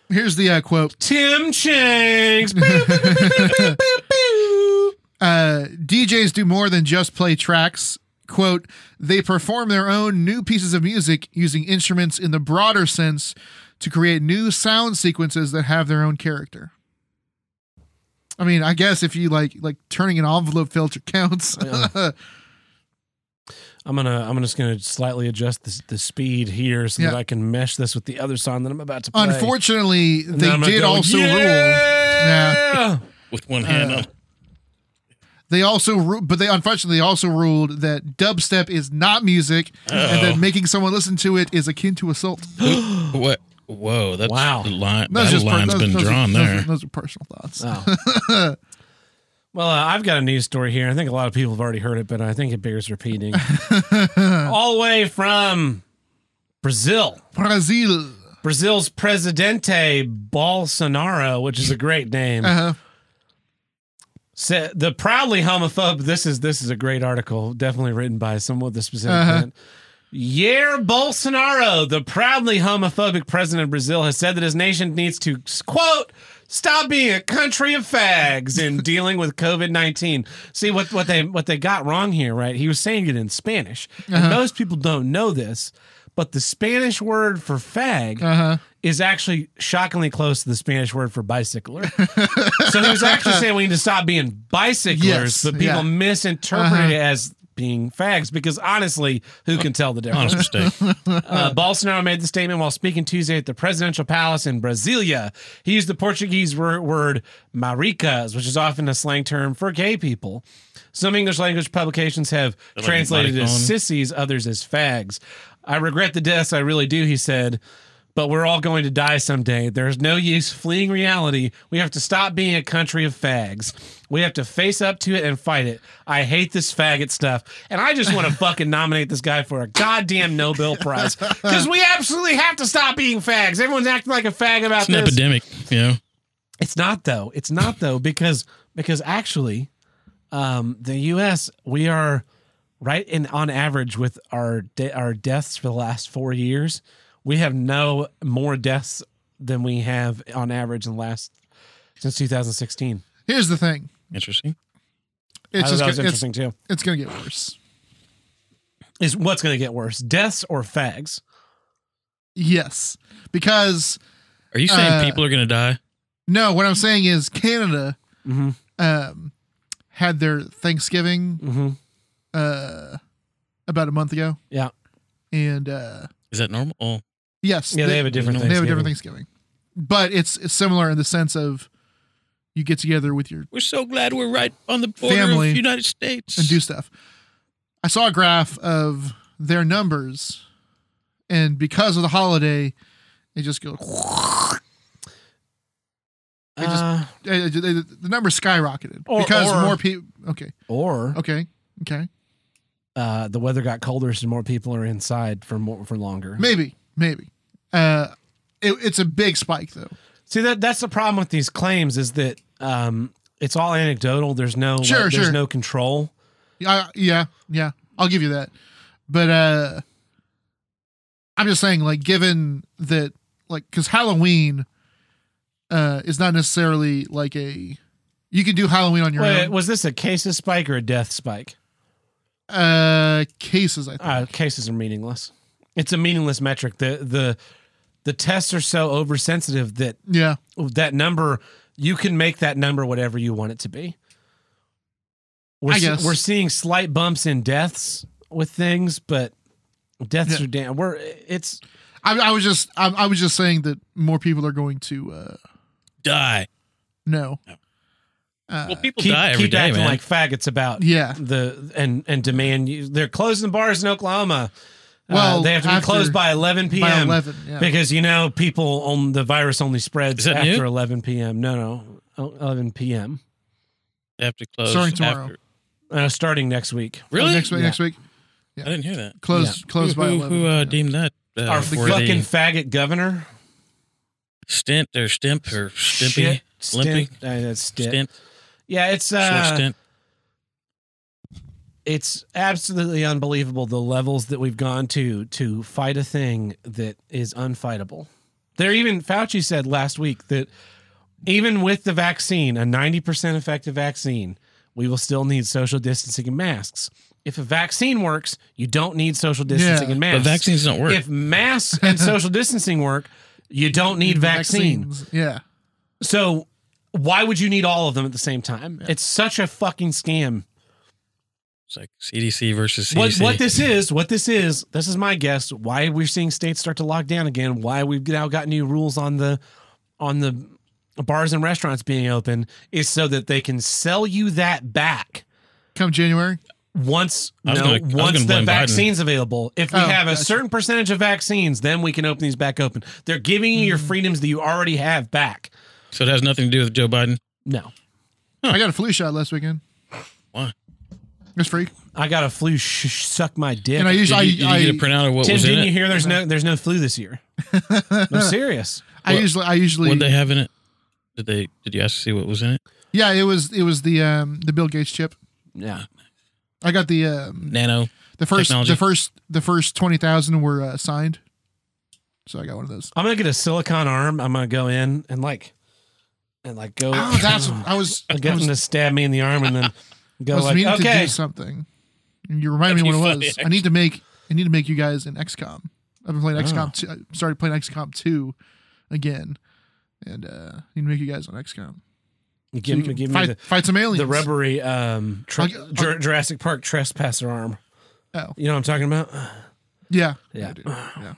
Here's the uh, quote
Tim Shanks.
uh, DJs do more than just play tracks. Quote, they perform their own new pieces of music using instruments in the broader sense to create new sound sequences that have their own character. I mean, I guess if you like like turning an envelope filter counts.
I'm gonna. I'm just gonna slightly adjust the, the speed here so that I can mesh this with the other song that I'm about to play.
Unfortunately,
And
they
then I'm gonna
did
go,
also
"Yeah!"
rule. Yeah.
With one
uh,
hand on.
They also, ru- but they unfortunately also ruled that dubstep is not music, and
Oh.
Uh-oh.
that making someone listen to it is akin to assault.
what? Whoa, that's wow. The line,
That's
that
just per-
line's
those-
been
those are-
drawn
those are-
there.
Those are personal thoughts.
Oh. Well, uh, I've got a news story here. I think a lot of people have already heard it, but I think it bears repeating. All the way from Brazil.
Brazil.
Brazil's Presidente Bolsonaro, which is a great name.
Uh-huh.
Sa- the proudly homophobe. This is this is a great article, definitely written by someone with a specific
Uh-huh.
intent. Yair Bolsonaro, the proudly homophobic president of Brazil, has said that his nation needs to, quote, stop being a country of fags in dealing with COVID 19. See, what, what, they, what they got wrong here, right? He was saying it in Spanish.
Uh-huh.
And most people don't know this, but the Spanish word for fag
Uh-huh.
is actually shockingly close to the Spanish word for bicycler. so he was actually saying we need to stop being bicyclers,
Yes,
but people
yeah.
misinterpreted
Uh-huh.
it as being fags because honestly, who can tell the difference?
Honest mistake.
Uh, Bolsonaro made the statement while speaking Tuesday at the presidential palace in Brasilia. He used the Portuguese wor- word maricas, which is often a slang term for gay people. Some English language publications have
Like
translated as
maricon.
sissies, others as fags. I regret the deaths, I really do, he said. But we're all going to die someday. There's no use fleeing reality. We have to stop being a country of fags. We have to face up to it and fight it. I hate this faggot stuff. And I just want to fucking nominate this guy for a goddamn Nobel Prize because we absolutely have to stop being fags. Everyone's acting like a fag about
It's an
this.
epidemic, you know.
It's not though. It's not though because because actually, um, the U.S. we are right in on average with our de- our deaths for the last four years. We have no more deaths than we have on average in the last since 2016.
Here's the thing.
Interesting.
I thought that was
gonna-
interesting, too.
It's going to get worse.
Is what's going to get worse, deaths or fags?
Yes, because
Are you saying
uh,
people are going to die?
No, what I'm saying is Canada
Mm-hmm.
um, had their Thanksgiving uh, about a month ago.
Yeah.
And uh,
Is that normal? Oh,
yes,
Yeah, they have a different
They have a different
Thanksgiving.
Thanksgiving, but it's, it's similar in the sense of you get together with your
we're so glad we're right on the border
family,
of the United States.
and do stuff. I saw a graph of their numbers, and because of the holiday, it just goes. It just,
Uh,
eh, eh, the the numbers skyrocketed
Or-
because
or-
more people. Okay,
Or
okay, okay.
uh, the weather got colder, so more people are inside for more for longer.
Maybe, maybe. Uh, it, it's a big spike though.
See that that's the problem with these claims is that um, it's all anecdotal. There's no like,
Sure,
there's
sure.
no control.
Yeah, I- yeah, yeah. I'll give you that. But uh I'm just saying, like, given that, like, because Halloween uh is not necessarily like a you can do Halloween on your
Wait,
own.
was this a cases spike or a death spike?
Uh, cases, I think.
Uh, cases are meaningless. It's a meaningless metric. The the the tests are so oversensitive that
yeah,
that number you can make that number whatever you want it to be. We're
I
se-
guess.
we're seeing slight bumps in deaths with things, but deaths
Yeah.
are damn. We're it's
I, I was just, I, I was just saying that more people are going to uh
die.
no. Uh,
Well, people
keep,
die every
keep
day,
acting
man.
like faggots about
Yeah.
the and and demand you they're closing the bars in Oklahoma. Well,
Well,
they have to be
after-
closed by 11
by
p.m.
11, yeah.
because you know people on the virus only spreads
Is that
after
new?
11 p.m. No, no, oh, 11 p.m.
They have to close.
Starting tomorrow.
after-
Uh, starting next week.
Really?
next week,
Yeah.
next week,
I didn't hear that.
closed, closed
who,
by
who,
11.
who uh, deemed that? Uh,
Our
for
fucking
the-
faggot governor.
Stint or stimp or stimpy?
Shit,
Limpy?
stint. Uh, that's stint.
Stint.
Yeah, it's
Short
uh,
stint.
It's absolutely unbelievable the levels that we've gone to to fight a thing that is unfightable. There, even Fauci said last week that even with the vaccine, a ninety percent effective vaccine, we will still need social distancing and masks. If a vaccine works, you don't need social distancing
Yeah.
and masks.
But vaccines don't work.
If masks and social distancing work, you don't need vaccine.
Yeah.
So why would you need all of them at the same time? It's such a fucking scam.
It's like CDC versus CDC.
What what this is, what this is, this is my guess. Why we're seeing states start to lock down again, why we've now got new rules on the on the bars and restaurants being open is so that they can sell you that back
come January.
Once
I was
no,
gonna- I was
once
gonna
the
blame Biden.
vaccine's available, if we
Oh,
have a
gotcha.
certain percentage of vaccines, then we can open these back open. They're giving you your
Hmm.
freedoms that you already have back.
So it has nothing to do with Joe Biden.
No,
I got a flu shot last weekend.
Why?
It's free.
I got a flu. Sh- sh- suck my dick.
And I usually- Did you- did you get a I-
printout of what
Tim,
was in
didn't
it?
you hear? There's no there's no flu this year. I'm serious.
I usually, I usually,
What they have in it? Did they? Did you ask to see what was in it?
yeah, it was, it was the um the Bill Gates chip.
Yeah.
I got the um
Nano.
the first
technology.
the first the first twenty thousand were uh, signed, so I got one of those.
I'm gonna get a silicone arm. I'm gonna go in and like and like go.
Oh, that's I was.
I
I
get
was,
them to stab me in the arm and then
I
go
was
like
meaning to
okay.
do something. And you reminded me
That'd
what
be
it
funny,
was. I need to make I need to make you guys an XCOM. I've been playing
Oh.
XCOM. 2, I uh, started playing XCOM two again, and uh, I need to make you guys an XCOM.
You
So
give,
you
me
can
give
fight-
me the,
fight some aliens.
The rubbery um, tra-
I'll get- I'll-
Jur- Jurassic Park trespasser arm.
Oh.
You know what I'm talking about?
Yeah,
Yeah.
I do. yeah.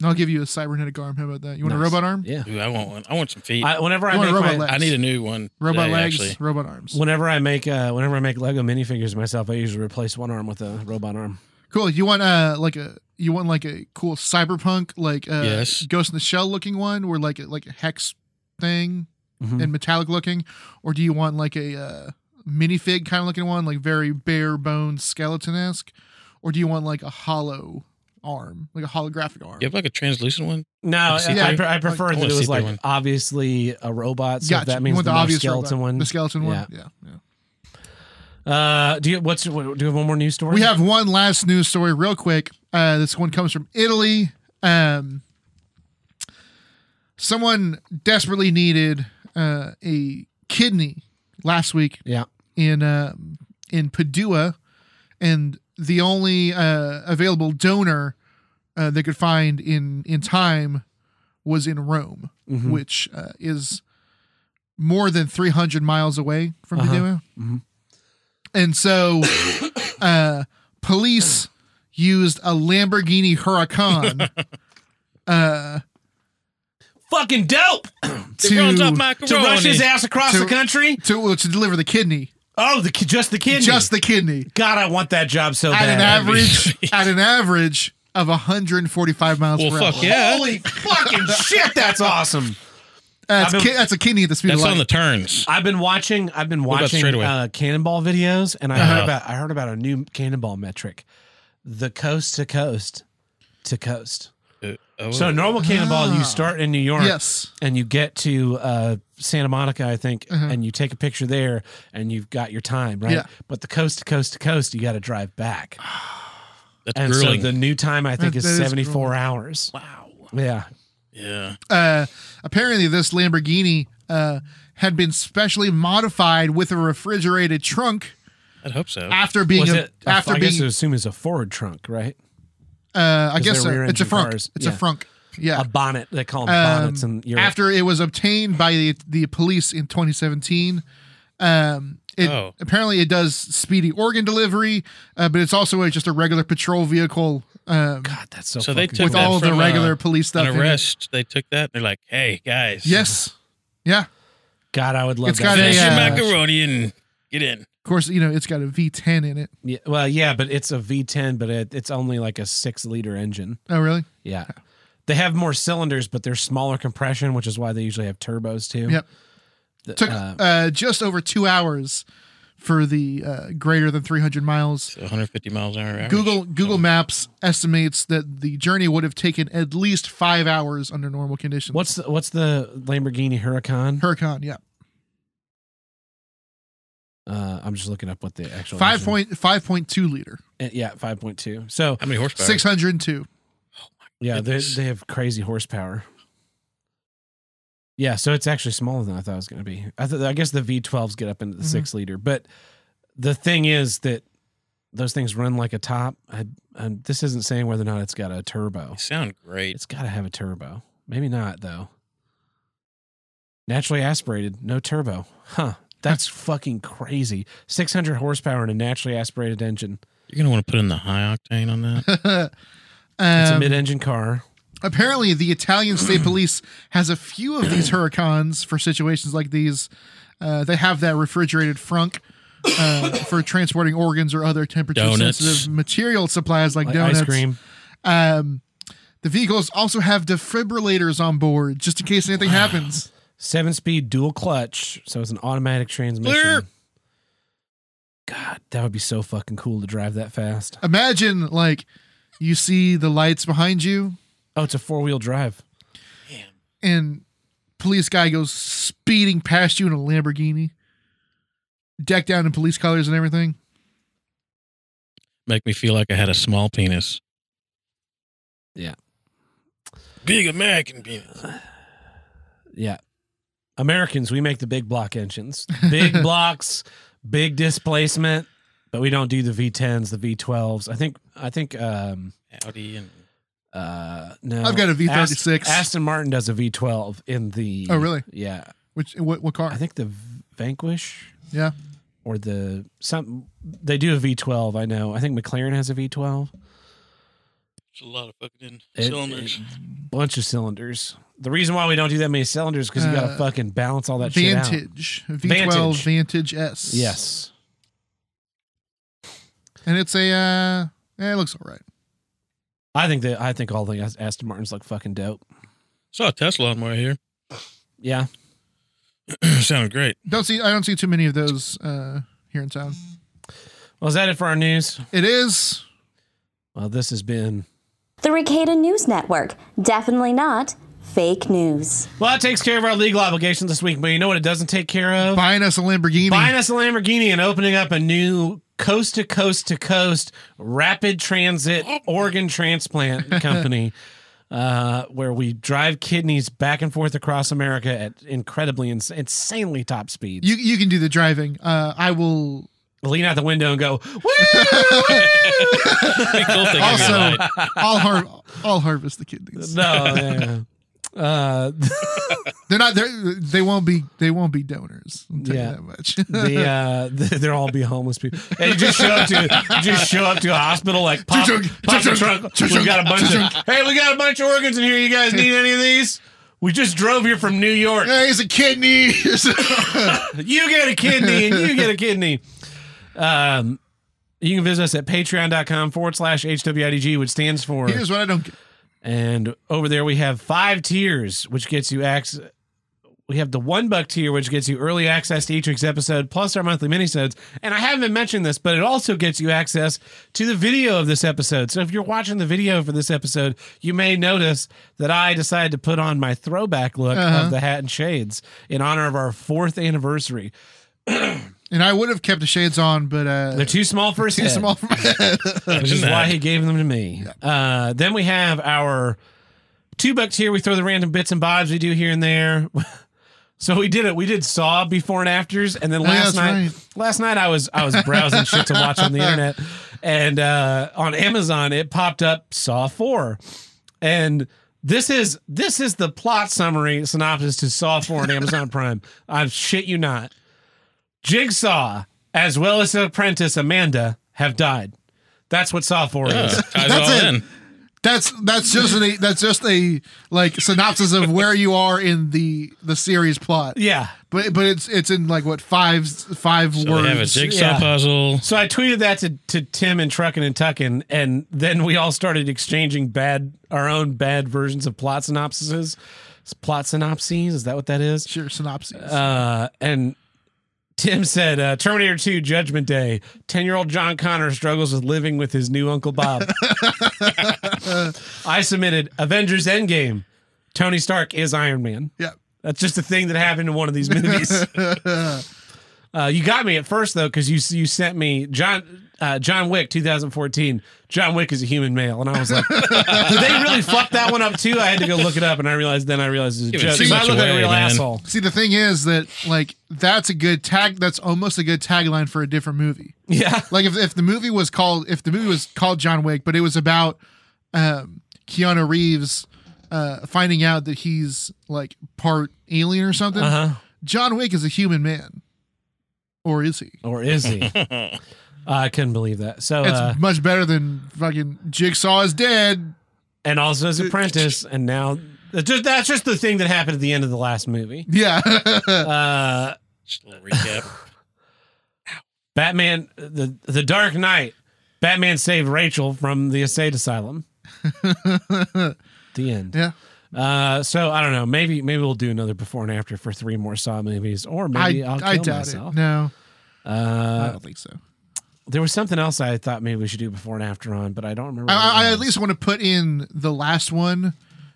And I'll give you a cybernetic arm. How about that? You want a
Nice.
robot arm?
Yeah.
Dude, I want one. I want some feet.
I, whenever I
You want
make
robot
my,
legs.
I need a new one.
Robot
today,
legs,
Actually.
robot arms.
whenever I make uh, whenever I make Lego minifigures myself, I usually replace one arm with a robot arm.
Cool. You want uh like a you want like a cool cyberpunk like uh
Yes.
Ghost in the Shell looking one, or like a, like a hex thing
Mm-hmm.
and metallic looking, or do you want like a uh, minifig kind of looking one, like very bare bones skeleton esque, or do you want like a hollow arm, like a holographic arm?
You have like a translucent one.
No,
Like
I,
see-through?
I pre- I prefer
I
that
want
it
a
was
see-through
like
one.
obviously a robot. So
Gotcha.
that
You
means
want
the,
the
more
obvious
skeleton
robot.
one.
The skeleton one?
Yeah.
Yeah. yeah.
Uh, do you what's what, do you have one more news story?
We have one last news story, real quick. Uh, this one comes from Italy. Um, someone desperately needed uh, a kidney last week.
Yeah.
In um in Padua, and the only uh, available donor uh, they could find in in time was in Rome,
Mhm.
which uh, is more than 300 miles away from
Uh-huh.
Padua.
Mhm.
And so uh, police used a Lamborghini Huracan uh,
fucking dope.
to,
to rush his ass across
to-
the country.
to, to deliver the kidney.
Oh, the ki- just the kidney.
Just the kidney.
God, I want that job so
At
bad.
an average at an average of 145 miles
Well,
per hour.
fuck yeah.
Holy fucking shit, that's awesome.
That's,
I've been-
ki- that's a kidney at the speed
That's
of light.
on the turns.
I've been watching. I've been
What about
watching
straightaway?
uh, cannonball videos, and I heard
Uh-huh.
about. I heard about a new cannonball metric, the coast to coast to coast.
Uh, oh.
So a normal cannonball, you start in New York,
Yes.
and you get to uh, Santa Monica, I think,
Uh-huh.
and you take a picture there, and you've got your time, right?
Yeah.
But the coast to coast to coast, you got to drive back,
That's
and
grueling.
so the new time I think
That-
is
that is
seventy four hours. Wow. Yeah.
yeah.
uh, apparently this Lamborghini uh, had been specially modified with a refrigerated trunk
I'd hope so.
after being
Was
a-
it,
after
I
being
guess I assume it's a forward trunk, right?
uh, I
Because
guess so.
they're rear
it's a
engine
frunk.
cars.
It's
Yeah.
a frunk. Yeah.
a bonnet. They call them
Um,
bonnets in Europe.
after it was obtained by the, the police in 2017. Um, it,
Oh.
Apparently, it does speedy organ delivery, uh, but it's also a, just a regular patrol vehicle. Um,
God, that's so.
So they
fucking
took
With
that
all the
from,
regular
uh,
police stuff in
An
it.
arrest. They took that. They're like, "Hey guys,
yes. Yeah.
God, I would love
It's
that.
got a,
finish
uh,
your macaroni and get in."
Of course, you know, it's got a V10 in it.
yeah, well, yeah, but it's a V10, but it, it's only like a six liter engine.
Oh, really?
Yeah. They have more cylinders, but they're smaller compression, which is why they usually have turbos too.
Yep.
The-
Took
uh,
uh, just over two hours for the uh, greater than 300 miles.
150 miles an hour. average.
Google Google Maps estimates that the journey would have taken at least five hours under normal conditions.
What's the, what's the Lamborghini Huracan?
Huracan, yeah.
Uh, I'm just looking up what the actual
Five
engine-
point five point two liter.
Uh, Yeah, five point two. So
how many horsepower?
Six hundred and two.
Yeah, they they have crazy horsepower. Yeah, so it's actually smaller than I thought it was going to be. I, th- I guess the V12s get up into the
Mhm.
six liter, but the thing is that those things run like a top. I, I, this isn't saying whether or not it's got a turbo.
sound great.
It's got to have a turbo. Maybe not though. Naturally aspirated, no turbo. Huh? That's fucking crazy. Six hundred horsepower in a naturally aspirated engine.
You're gonna want to put in the high octane on that.
it's a
Um,
mid-engine car.
Apparently, the Italian state police has a few of these hurricanes for situations like these. Uh, they have that refrigerated frunk uh, for transporting organs or other
Donuts.
temperature-sensitive material supplies like,
Like ice
donuts.
cream.
Um, the vehicles also have defibrillators on board just in case anything happens.
Seven speed dual clutch, so it's an automatic transmission.
Clear.
God, that would be so fucking cool to drive that fast.
Imagine like you see the lights behind you,
Oh, it's a four wheel drive.
and police guy goes speeding past you in a Lamborghini, decked down in police colors and everything.
Make me feel like I had a small penis.
Yeah.
Big American penis.
Yeah. Americans, we make the big block engines. Big blocks, big displacement, but we don't do the V tens, the V twelves. I think I think um
Audi and
uh no
I've got a V36.
Ast- Aston Martin does a V twelve in the
Oh, really?
Yeah.
Which what, what car?
I think the Vanquish.
Yeah.
or the some they do a V12. I know. I think McLaren has a V12.
It's a lot of fucking
It-
cylinders.
Bunch of cylinders. The reason why we don't do that many cylinders because you got to
Uh,
fucking balance all that shit out.
Vantage V12 Vantage.
Vantage.
S.
Yes.
and it's a uh, eh, it looks all right.
I think that I think all the Ast- Aston Martins look fucking dope.
Saw a Tesla on my way here.
Yeah.
Sounded great.
Don't see I don't see too many of those uh, here in town.
Well, is that it for our news?
It is.
Well, this has been.
The Ricada News Network. Definitely not fake news.
Well, that takes care of our legal obligations this week, but you know what it doesn't take care of?
Buying us a Lamborghini.
Buying us a Lamborghini and opening up a new coast to coast to coast rapid transit organ transplant company uh, where we drive kidneys back and forth across America at incredibly, ins- insanely top speeds.
You you can do the driving. Uh, I will
Lean out the window and go,
also I'll har- I'll harvest the kidneys.
no. yeah, yeah. Uh,
they're not they're, they won't be they won't be donors. I'll tell
Yeah.
you that much.
the uh th- they'll all be homeless people. Hey, just show up to just show up to a hospital like pop, pop the trunk. We got a bunch of hey, we got a bunch of organs in here. You guys need any of these? We just drove here from New York.
Here's a kidney.
You get a kidney and you get a kidney. Um, you can visit us at patreon.com forward slash HWIDG, which stands for
Here's what I don't get.
and over there we have five tiers, which gets you access. We have the one buck tier, which gets you early access to each week's episode, plus our monthly minisodes. And I haven't mentioned this, but it also gets you access to the video of this episode. So if you're watching the video for this episode, you may notice that I decided to put on my throwback look
Uh-huh.
of the hat and shades in honor of our fourth anniversary.
And I would have kept the shades on, but uh,
They're too small for his
too
head.
small for my
which is why he gave them to me. Uh, then we have our two bucks here. We throw the random bits and bobs we do here and there. So we did it. We did Saw before and afters, and then
yeah,
last
that's
night,
right.
last night I was I was browsing shit to watch on the internet, and uh, on Amazon it popped up Saw Four, and this is this is the plot summary synopsis to Saw Four on Amazon Prime. I shit you not. Jigsaw, as well as his apprentice Amanda, have died. That's what Saw Four is.
That's it.
Uh, in.
That's that's just a that's just a like synopsis of where you are in the the series plot.
Yeah.
But but it's it's in like what five five
So
words.
they have a jigsaw
yeah.
puzzle.
So I tweeted that to, to Tim and Truckin' and Tuckin, and then we all started exchanging bad our own bad versions of plot synopsises. Plot synopses, is that what that is?
Sure, synopses.
Uh, and Tim said, uh, Terminator 2 Judgment Day. 10 year old John Connor struggles with living with his new Uncle Bob. I submitted Avengers Endgame. Tony Stark is Iron Man.
Yeah.
That's just a thing that happened in one of these movies. Uh, you got me at first though, because you you sent me John uh, John Wick 2014. John Wick is a human male, and I was like, did they really fuck that one up too? I had to go look it up, and I realized then I realized it was a joke. 'cause I look like a real asshole.
See, the thing is that like that's a good tag. That's almost a good tagline for a different movie.
Yeah.
Like if, if the movie was called if the movie was called John Wick, but it was about um, Keanu Reeves uh, finding out that he's like part alien or something.
Uh-huh.
John Wick is a human man, or is he?
Or is he? Uh, I couldn't believe that. So uh,
it's much better than fucking Jigsaw is dead.
and also his apprentice, and now that's just, that's just the thing that happened at the end of the last movie.
Yeah.
uh,
Just a little recap.
Batman, the the Dark Knight. Batman saved Rachel from the insane asylum. the end.
Yeah.
Uh, so I don't know. Maybe maybe we'll do another before and after for three more Saw movies, or maybe
I-
I, will kill
I doubt it.
myself.
No.
uh,
I don't think so.
There was something else I thought maybe we should do before and after on, but I don't remember. what it
I, I
was.
at least want to put in the last one.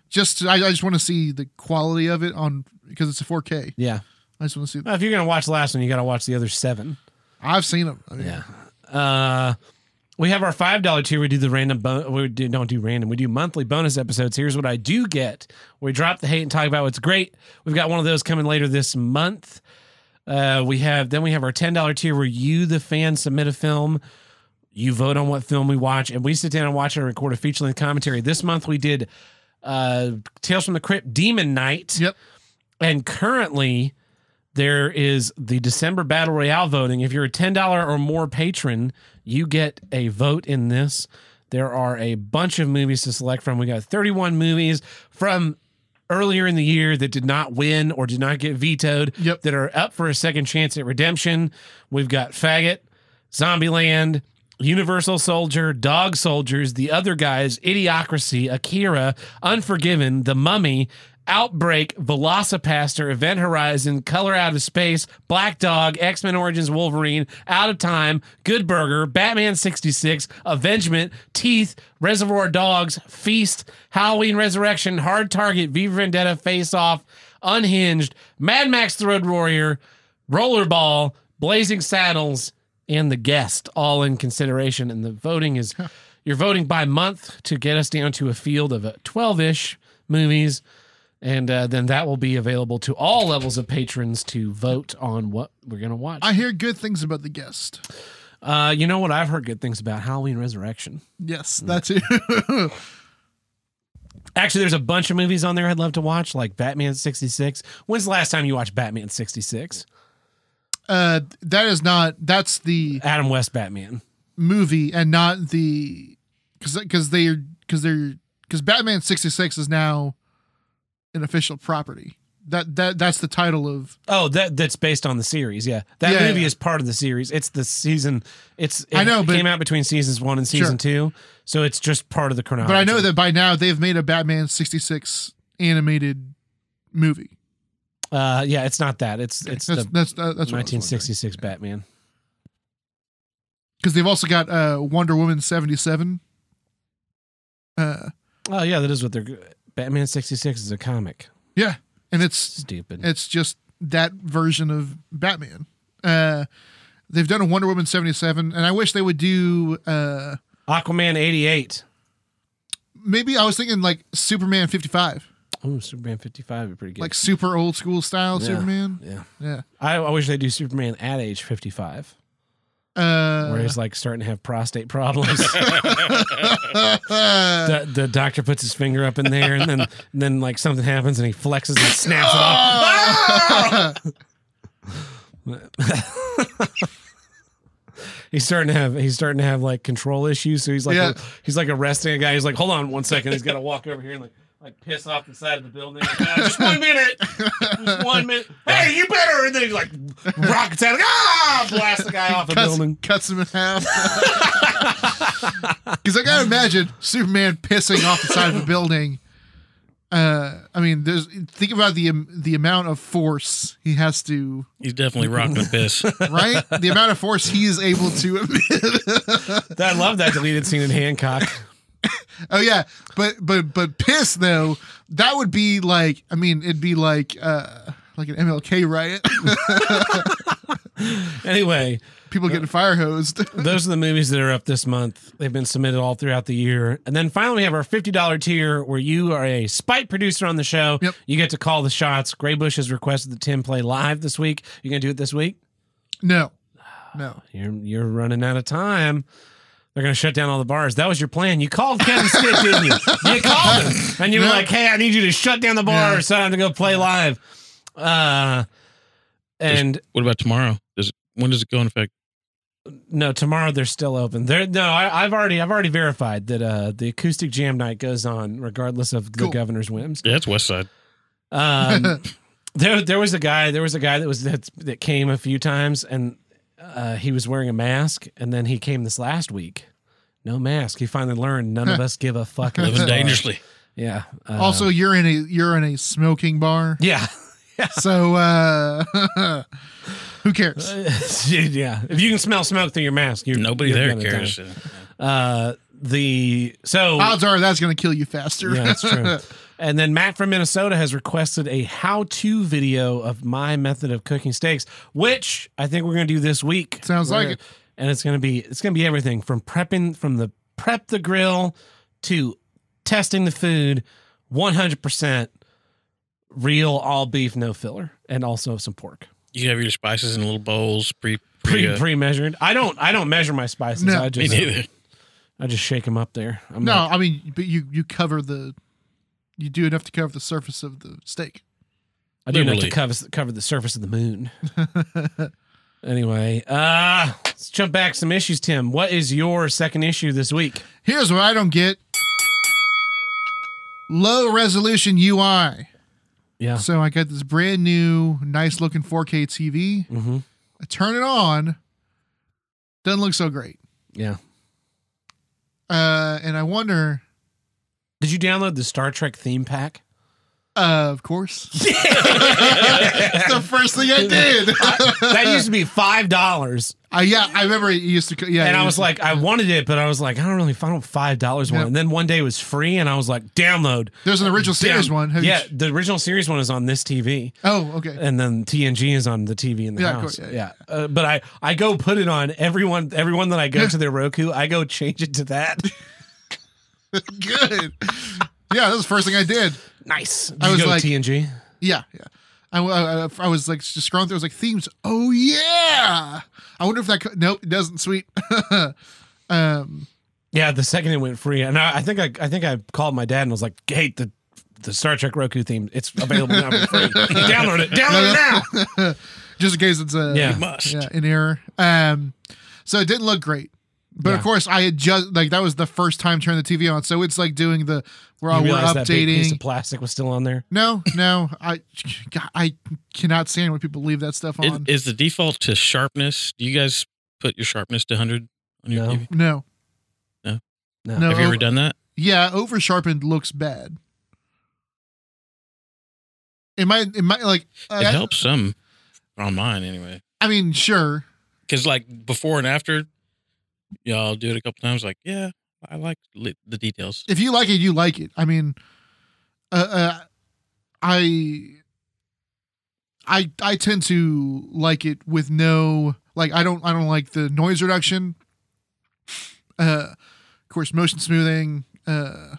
Just I, I just want to see the quality of it on because it's a 4K.
yeah.
I just want to see.
Well, if you're gonna watch the last one, you got to watch the other seven.
I've seen them. I mean,
Yeah. Uh, we have our five dollar tier. We do the random. Bo- we do, don't do random. We do monthly bonus episodes. Here's what I do get. We drop the hate and talk about what's great. We've got one of those coming later this month. Uh, we have then we have our ten dollar tier where you, the fan, submit a film. You vote on what film we watch, and we sit down and watch it and record a feature length commentary. This month we did uh, Tales from the Crypt, Demon Night.
Yep.
And currently, there is the December Battle Royale voting. If you're a $10 or more patron, you get a vote in this. There are a bunch of movies to select from. We got 31 movies from earlier in the year that did not win or did not get vetoed that are up for a second chance at redemption. We've got Faggot, Zombieland, Universal Soldier, Dog Soldiers, The Other Guys, Idiocracy, Akira, Unforgiven, The Mummy, Outbreak, Velocipaster, Event Horizon, Color Out of Space, Black Dog, X Men Origins Wolverine, Out of Time, Good Burger, Batman 66, Avengement, Teeth, Reservoir Dogs, Feast, Halloween Resurrection, Hard Target, V for Vendetta, Face Off, Unhinged, Mad Max The Road Warrior, Rollerball, Blazing Saddles, and the guest all in consideration. And the voting is you're voting by month to get us down to a field of 12 ish movies. And uh, then that will be available to all levels of patrons to vote on what we're going to watch.
I hear good things about the guest.
Uh, you know what I've heard good things about? Halloween Resurrection.
Yes,
Mm.
that's it.
Actually, there's a bunch of movies on there I'd love to watch, like Batman 66. When's the last time you watched Batman 66?
Uh, that is not. That's the
Adam West Batman.
movie and not the because because they're because they're because Batman sixty six is now an official property. That that that's the title of.
Oh, that that's based on the series. Yeah, that
Yeah,
movie
yeah.
is part of the series. It's the season. It's it
I know, but-
came out between seasons one and season two, so it's just part of the chronology.
But I know that by now they've made a Batman sixty six animated movie.
Uh, yeah, it's not that. It's it's
that's-
the
that's- that's what I was wondering.
1966 Batman.
because they've also got uh, Wonder Woman seventy seven. Uh,
Oh yeah, that is what they're. Batman 66 is a comic.
yeah, and it's
stupid.
It's just that version of Batman. Uh, they've done a Wonder Woman seventy seven, and I wish they would do uh,
Aquaman 88.
maybe I was thinking like Superman fifty five,
Oh, Superman 55 is pretty good.
like super old school style
Yeah,
Superman.
Yeah,
Yeah.
I, I wish they do Superman at age 55,
Uh,
where he's like starting to have prostate problems. the, the doctor puts his finger up in there, and then and then like something happens, and he flexes and snaps it off. he's starting to have he's starting to have like control issues, so he's like
Yeah.
he's like arresting a guy. He's like, hold on one second, he's got to walk over here and like like piss off the side of the building. Like, "Ah, just one minute, just one minute. Hey, you better! And then he like rockets out, like, ah, blast the guy off a
cuts,
building.
cuts him in half. Because I gotta imagine Superman pissing off the side of a building, Uh, I mean, there's think about the am- the amount of force he has to.
He's definitely rocking a piss.
right? The amount of force he is able to emit.
I love that deleted scene in Hancock.
Oh yeah, but but but piss though that would be like I mean it'd be like uh like an MLK riot.
anyway,
people getting fire hosed.
those are the movies that are up this month. They've been submitted all throughout the year. And then finally, we have our $50 tier where you are a spite producer on the show. You get to call the shots. Gray Bush has requested the Tim play live this week. You're going to do it this week?
No. No.
You're, you're running out of time. They're going to shut down all the bars. That was your plan. You called Kevin Smith, didn't you? You called him. And you were
No.
like, hey, I need you to shut down the bar
Yeah.
so I have to go play live. Uh, and
what about tomorrow? Does when does it go in effect?
No, tomorrow they're still open. They're no, I, I've already I've already verified that uh the acoustic jam night goes on regardless of the governor's whims.
Yeah, it's West Side.
Um, there there was a guy there was a guy that was that, that came a few times and uh, he was wearing a mask and then he came this last week, no mask. He finally learned none of us give a fuck.
Living
Far.
dangerously.
Yeah. uh,
also, you're in a you're in a smoking bar.
Yeah.
So uh who cares?
Uh, yeah. If you can smell smoke through your mask, you're
Nobody
you're
there
gonna
cares.
die. Uh, the so
Odds are that's going to kill you faster.
Yeah, that's true. and then Matt from Minnesota has requested a how-to video of my method of cooking steaks, which I think we're going to do this week.
Sounds like it.
And it's going to be it's going to be everything from prepping from the prep the grill to testing the food, one hundred percent real all beef, no filler, and also some pork.
You have your spices in little bowls, pre
Pre
pre.
pre measured. I don't I don't measure my spices.
No.
I just
Me neither.
I just shake them up there. I'm
no,
like-
I mean, but you you cover the you do enough to cover the surface of the steak.
I do enough to
Literally.
cover, cover the surface of the moon. anyway, uh, let's jump back some issues, Tim. What is your second issue this week?
Here's what I don't get: low resolution UI.
Yeah.
So I got this brand new, nice looking 4K TV.
Mhm.
I turn it on. Doesn't look so great.
Yeah.
Uh, and I wonder.
Did you download the Star Trek theme pack?
Uh, of course. It's the first thing I did.
that used to be five dollars.
Uh, yeah, I remember it used to. co- Yeah,
and
it
I
used
was
to-
like, I wanted it, but I was like, I don't really find five dollars one.
Yeah.
And then one day it was free, and I was like, download.
There's an original series one. Have you-
yeah, the original series one is on this TV.
Oh, okay.
and then TNG is on the TV in the
Yeah, of
house.
course, yeah,
yeah, Uh, but I I go put it on everyone everyone that I go to their Roku. I go change it to that.
Good. Yeah, that was the first thing I did.
Nice. Did
I
you
was
go to
like
TNG.
Yeah, yeah. I, I, I was like just scrolling through. I was like themes. Oh yeah. I wonder if that. Co- nope, it doesn't. Sweet. um.
Yeah, the second it went free, and I, I think I I think I called my dad and was like, "Hey, the the Star Trek Roku theme, it's available now for free. Download it. Download it now."
it now. just in case it's a
Yeah. You
must.
yeah an error. Um. So it didn't look great. But of
Yeah.
course, I had just like that was the first time turning the TV on, so it's like doing the where
You
we're
realize that big piece
updating.
of plastic was still on there.
No, no, I, God, I cannot stand when people leave that stuff on.
Is, is the default to sharpness? Do you guys put your sharpness to hundred on your TV?
no,
No.
No.
No,
Have you ever
oh-
done that?
Yeah, over sharpened looks bad. It might, it might like uh,
it helps some on mine anyway.
I mean, sure.
Because like before and after, yeah, I'll do it a couple times. Like, yeah, I like li- the details.
If you like it, you like it. I mean, uh, uh I, I, I tend to like it with no like. I don't, I don't like the noise reduction. Uh, of course, motion smoothing. Uh,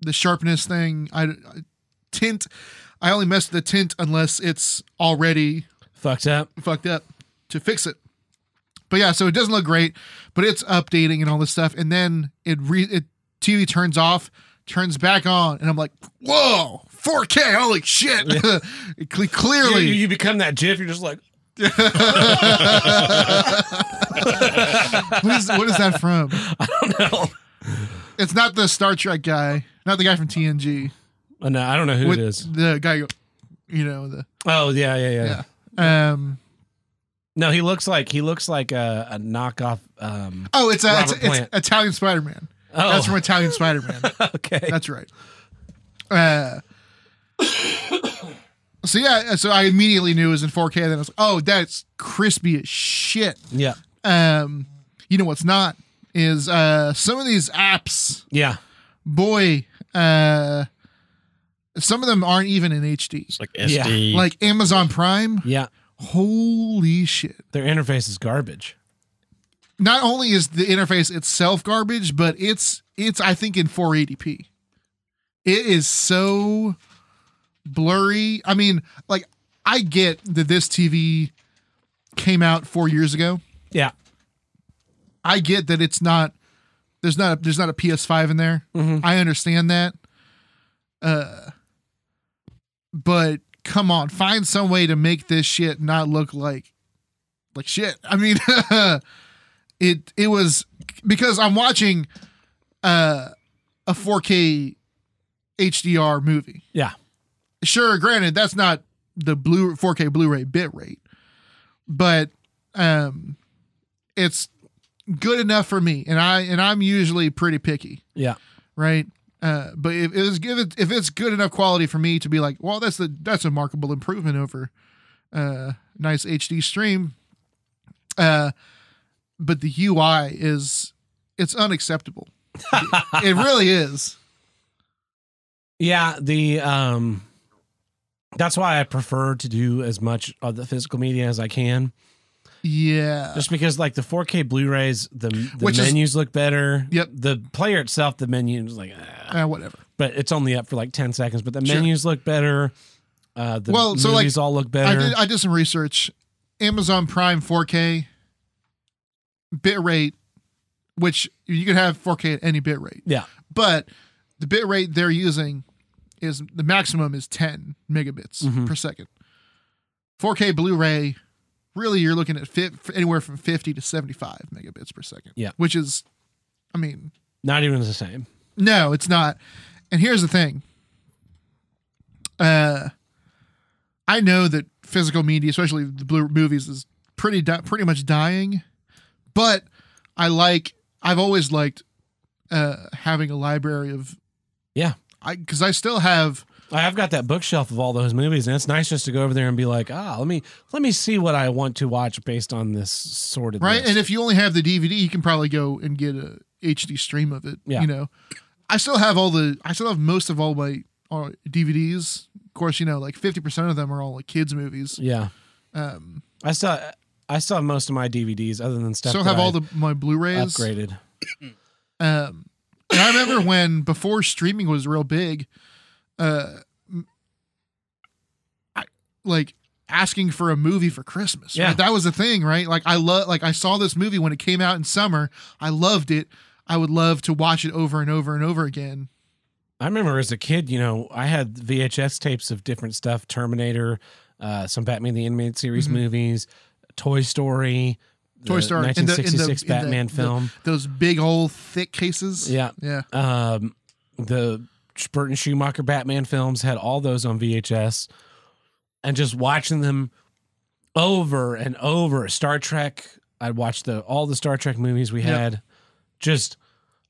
the sharpness thing. I, I tint. I only mess with the tint unless it's already
Fucked up.
fucked up to fix it. But yeah, so it doesn't look great, but it's updating and all this stuff, and then it re it TV turns off, turns back on, and I'm like, whoa, 4K, holy shit! Cle-
You,
clearly,
you- you become that GIF. You're just like,
what, is, what is that from?
I don't know.
It's not the Star Trek guy, not the guy from TNG.
Oh, no, I don't know who
With
it is.
The guy, who- you know the
Oh yeah, yeah, yeah.
um.
No, he looks like he looks like a, a knockoff. Um,
Oh, it's a, it's,
Robert
it's
Plant.
Italian Spider Man.
Oh.
That's from Italian Spider Man.
okay,
that's right. Uh, so yeah, so I immediately knew it was in 4K. Then I was like, oh, that's crispy as shit.
Yeah.
Um, you know what's not is uh some of these apps.
Yeah.
Boy, uh, some of them aren't even in HD. It's like
SD. Yeah.
like Amazon Prime.
Yeah.
Holy shit.
Their interface is garbage.
Not only is the interface itself garbage, but it's it's I think in 480p. It is so blurry. I mean, like I get that this TV came out 4 years ago.
Yeah.
I get that it's not there's not a, there's not a PS5 in there. I understand that. Uh but come on, find some way to make this shit not look like like shit. I mean, it it was because I'm watching uh a 4K HDR movie.
Yeah.
Sure, granted that's not the blue 4K Blu-ray bit rate, but um it's good enough for me and I and I'm usually pretty picky
Yeah.
right? Uh, but if it's if, it, if it's good enough quality for me to be like, well, that's the that's a markable improvement over uh, nice HD stream. Uh, but the UI is it's unacceptable. it, it really is.
Yeah, the um that's why I prefer to do as much of the physical media as I can.
Yeah.
Just because like the 4K Blu-rays, the, the
Which is-
menus look better.
Yep.
The player itself, the menu is like ah.
Uh, whatever.
but it's only up for like 10 seconds, but the
Sure.
menus look better. Uh the
well, so like
movies all look better.
I did I did some research. Amazon Prime 4K bitrate, which you could have 4K at any bitrate.
yeah.
but the bit rate they're using is the maximum is 10 megabits
Mhm.
per second 4k blu-ray really you're looking at fit, anywhere from 50 to 75 megabits per second
Yeah.
which is i mean
Not even the same.
no, it's not. And here's the thing. Uh, I know that physical media, especially the blue movies, is pretty di- pretty much dying. But I like. I've always liked uh, having a library of.
Yeah.
I because I still have.
I've got that bookshelf of all those movies, and it's nice just to go over there and be like, ah, let me let me see what I want to watch based on this sorted
right?
list.
And if you only have the DVD, you can probably go and get a HD stream of it.
Yeah.
You know, I still have all the, I still have most of all my uh, DVDs. Of course, you know, like fifty percent of them are all like kids movies.
yeah,
Um,
I still I still have most of my DVDs other than stuff.
still
that
have all
I
the my Blu-rays.
upgraded.
Um, and I remember when before streaming was real big, uh, m- I like asking for a movie for Christmas.
Yeah.
right? that was the thing, right? Like I love, like I saw this movie when it came out in summer. I loved it. I would love to watch it over and over and over again.
I remember as a kid, you know, I had VHS tapes of different stuff: Terminator, uh, some Batman the animated series
Mhm.
movies, Toy Story,
Toy
the
Story, in the- in the-
1966
in the-
Batman
the-
film.
those big old thick cases.
Yeah.
yeah.
Um, the Burton Schumacher Batman films had all those on VHS, and just watching them over and over. Star Trek, I'd watch the all the Star Trek movies we
Yeah.
had. Just,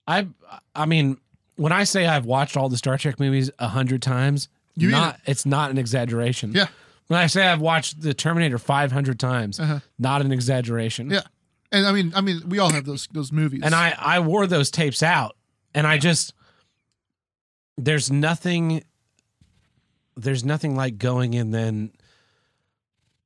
I, I mean, when I say I've watched all the Star Trek movies a hundred times,
You mean
not it's not an exaggeration.
Yeah.
When I say I've watched the Terminator five hundred times,
Uh-huh.
not an exaggeration.
Yeah. And I mean, I mean, we all have those those movies.
And I I wore those tapes out, and I just there's nothing there's nothing like going and then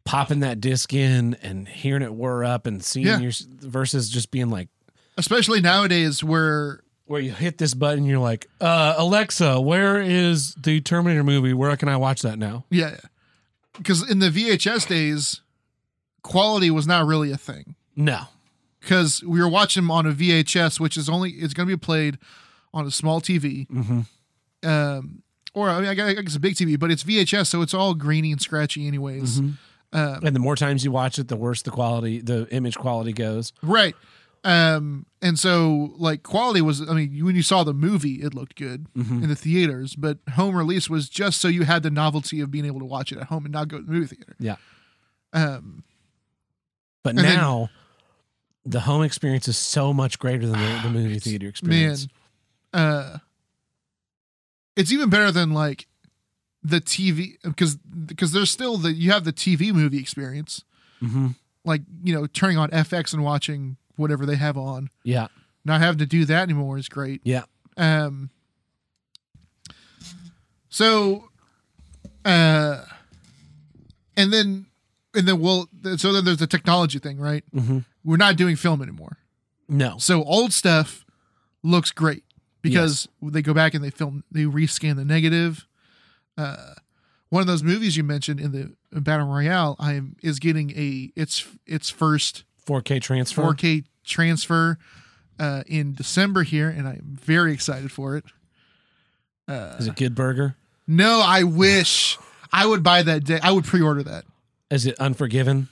popping that disc in and hearing it whir up and seeing
Yeah.
your versus just being like
especially nowadays where
where you hit this button you're like uh Alexa where is the Terminator movie where can I watch that now
Yeah. Because in the VHS days, quality was not really a thing.
no
Because we were watching them on a VHS, which is only it's going to be played on a small TV,
mm-hmm.
um, or I mean, I guess I guess a big TV, but it's VHS, so it's all greeny and scratchy, anyways.
Mhm.
Um,
and the more times you watch it the worse the quality the image quality goes
right. Um, and so like quality was, I mean, when you saw the movie, it looked good
Mhm.
in the theaters, but home release was just so you had the novelty of being able to watch it at home and not go to the movie theater.
yeah
Um,
But
And then-
now, the home experience is so much greater than the, the movie theater
man,
experience.
uh, it's even better than like the TV because because there's still the you have the TV movie experience,
Mm-hmm.
like you know turning on FX and watching whatever they have on.
Yeah.
Not having to do that anymore is great.
Yeah.
Um. So, uh, and then and then well, so then there's the technology thing, right?
Mm-hmm.
We're not doing film anymore.
No.
So old stuff looks great because they go back and they film, they rescan the negative. Uh, one of those movies you mentioned in the in battle royale, I am is getting a its its first
4K transfer.
4K transfer uh, in December here, and I'm very excited for it. Uh,
Is it good burger?
no, I wish I would buy that day. I would pre-order that.
Is it Unforgiven?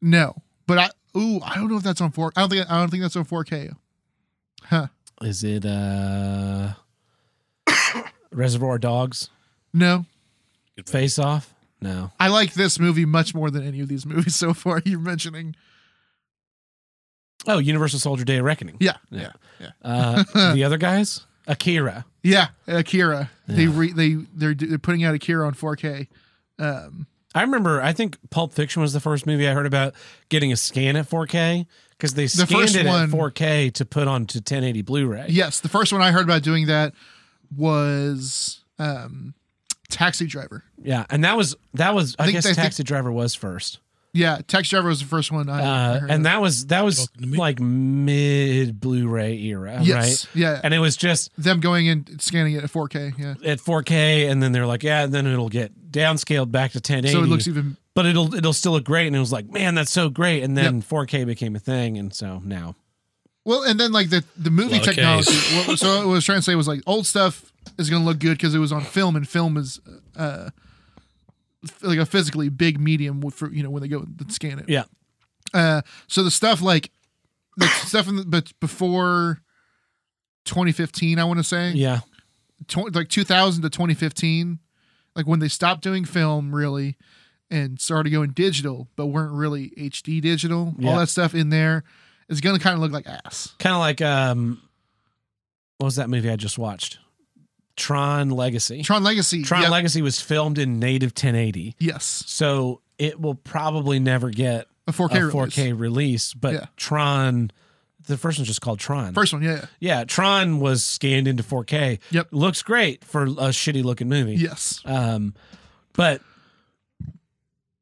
No, but I ooh, I don't know if that's on four. I don't think I don't think that's on 4K. Huh.
Is it uh Reservoir Dogs?
No.
Face Off? No.
I like this movie much more than any of these movies so far you're mentioning.
Oh, Universal Soldier Day of Reckoning.
Yeah.
Yeah. Uh, the other guys? Akira.
Yeah, Akira. They
Yeah.
re, they they're they're putting out Akira on 4K. Um,
I remember. I think Pulp Fiction was the first movie I heard about getting a scan at 4K because they scanned
first
it
one-
at 4K to put onto 1080 Blu-ray.
yes, the first one I heard about doing that was um, Taxi Driver.
Yeah, and that was that was. I,
I think-
guess
I think-
Taxi Driver was first,
Yeah, Taxi Driver was the first one I, I
uh,
heard.
and that was that was like mid Blu-ray era,
Yes,
right?
yeah.
and it was just
them going and scanning it at 4K. Yeah.
at 4K, and then they're like, yeah, and then it'll get downscaled back to 1080.
So it looks e- even
but it'll it'll still look great. And it was like, man, that's so great. And then 4K became a thing, and so now
Well, and then like the the movie
Lot of
technology.
Ks.
what- so what I was trying to say was like old stuff is going to look good because it was on film, and film is uh f- like a physically big medium for you know when they go and scan it.
Yeah.
Uh, so the stuff like the stuff in the, but before 2015, I want to say
yeah,
tw- like 2000 to 2015, like when they stopped doing film really and started going digital, but weren't really HD digital.
Yeah.
All that stuff in there is going to kind of look like ass.
kind of like um, what was that movie I just watched? Tron Legacy.
Tron Legacy.
Tron
yep.
Legacy was filmed in native 1080.
Yes.
So it will probably never get
A 4K release.
4K release, but
Yeah.
Tron, the first one's just called Tron.
First one, yeah. yeah.
Yeah, Tron was scanned into 4K.
Yep.
Looks great for a shitty looking movie.
Yes.
Um, but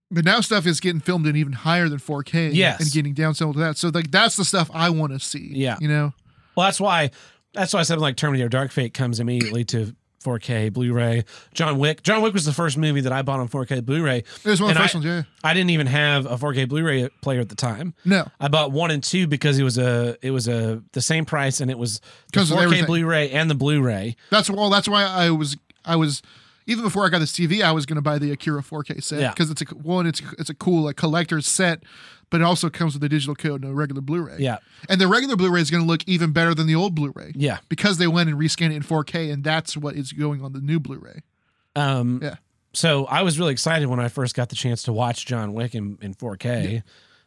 But now stuff is getting filmed in even higher than 4K.
Yes.
And getting downsold to that. So like that's the stuff I want to see.
yeah.
You know?
Well, that's why that's why something like Terminator Dark Fate comes immediately to 4K Blu-ray. John Wick. John Wick was the first movie that I bought on 4K Blu-ray. It
was one of the
I,
first ones, yeah.
I didn't even have a 4K Blu-ray player at the time.
No.
I bought one and two because it was a it was a the same price and it was the
'Cause of
4K
everything.
Blu-ray and the Blu-ray.
That's well, that's why I was I was even before I got this TV, I was gonna buy the Akira 4K set.
Yeah.
Because it's a one, it's it's a cool like collector's set, but it also comes with a digital code and a regular Blu-ray.
Yeah.
And the regular Blu-ray is gonna look even better than the old Blu-ray.
Yeah.
Because they went and rescanned it in 4K and that's what is going on the new Blu-ray.
Um,
Yeah.
So I was really excited when I first got the chance to watch John Wick in, in 4K.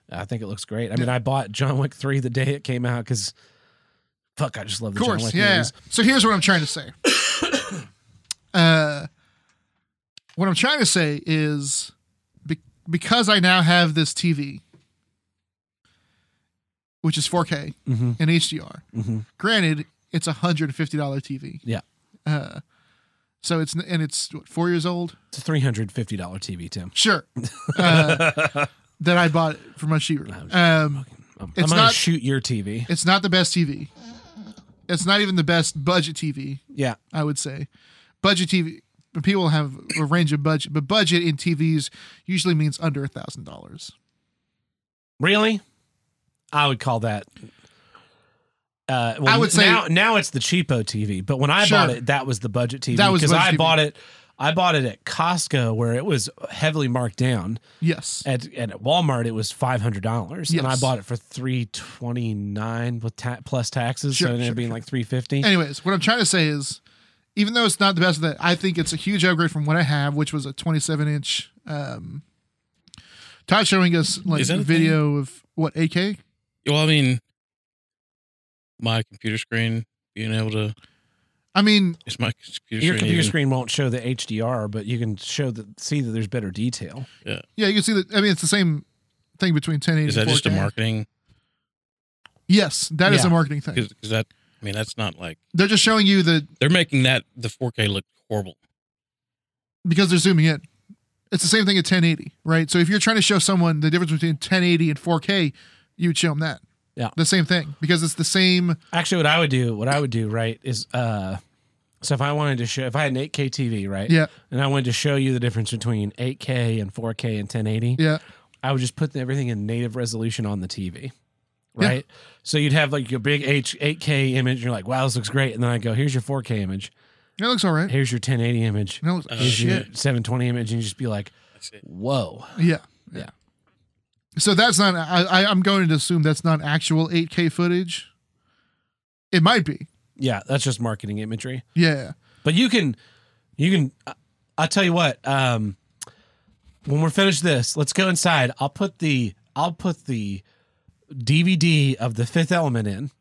I think it looks great. I mean, I bought John Wick 3 the day it came out because, fuck, I just love the
Of
John
course,
Wick
yeah.
movies.
So here's what I'm trying to say. uh, what I'm trying to say is be- because I now have this TV, which is 4K
Mhm.
and HDR.
Mhm.
Granted, it's a hundred and fifty dollar TV.
Yeah.
Uh, so it's n- and it's what, four years old.
It's a $350 TV, Tim.
Sure. Uh, that I bought for much cheaper. Um,
I'm
it's
gonna
not
shoot your TV.
it's not the best TV. It's not even the best budget TV.
Yeah.
I would say. Budget TV people have a range of budget, but budget in TVs usually means under a thousand dollars.
Really? I would call that. Uh, well,
I would say-
now, now it's the cheapo TV, but when I
Sure.
bought it, that was the budget TV.
That was
because
budget
I
TV.
bought it. I bought it at Costco where it was heavily marked down.
Yes.
At and at Walmart it was five hundred dollars, and I
Yes.
bought it for three twenty nine with ta- plus taxes,
Sure,
so it ended
sure,
up being
sure.
like three fifty.
Anyways, what I'm trying to say is, even though it's not the best of that, I think it's a huge upgrade from what I have, which was a 27 inch. Um, Todd showing us like
Is that a
video of what AK.
Well, I mean, my computer screen being able to
I mean,
It's my computer.
Your
screen
computer
even-
screen won't show the HDR, but you can show that see that there's better detail.
Yeah.
yeah, you can see that. I mean, it's the same thing between 1080
Is
and
that just a
4K.
marketing?
Yes, that is
Yeah.
a marketing thing.
Because that, I mean, that's not like
They're just showing you the
they're making that the 4K look horrible.
because they're zooming in. It's the same thing at 1080, right? So if you're trying to show someone the difference between 1080 and 4K, you would show them that.
Yeah.
The same thing because it's the same.
Actually, what I would do, what I would do, right, is uh, so if I wanted to show, if I had an 8K TV, right,
Yeah.
and I wanted to show you the difference between 8K and 4K and 1080,
Yeah.
I would just put everything in native resolution on the TV, right? So you'd have like your big H 8K image, and you're like, wow, this looks great, and then I go, here's your 4K image,
It looks all right.
here's your 1080 image,
That looks-
here's your
shit.
720 image, and you just be like, whoa,
Yeah.
yeah.
So that's not. I, I, I'm going to assume that's not actual 8K footage. It might be.
Yeah, that's just marketing imagery.
Yeah.
But you can, you can. I- I'll tell you what. Um, when we're finished this, let's go inside. I'll put the I'll put the DVD of The Fifth Element in,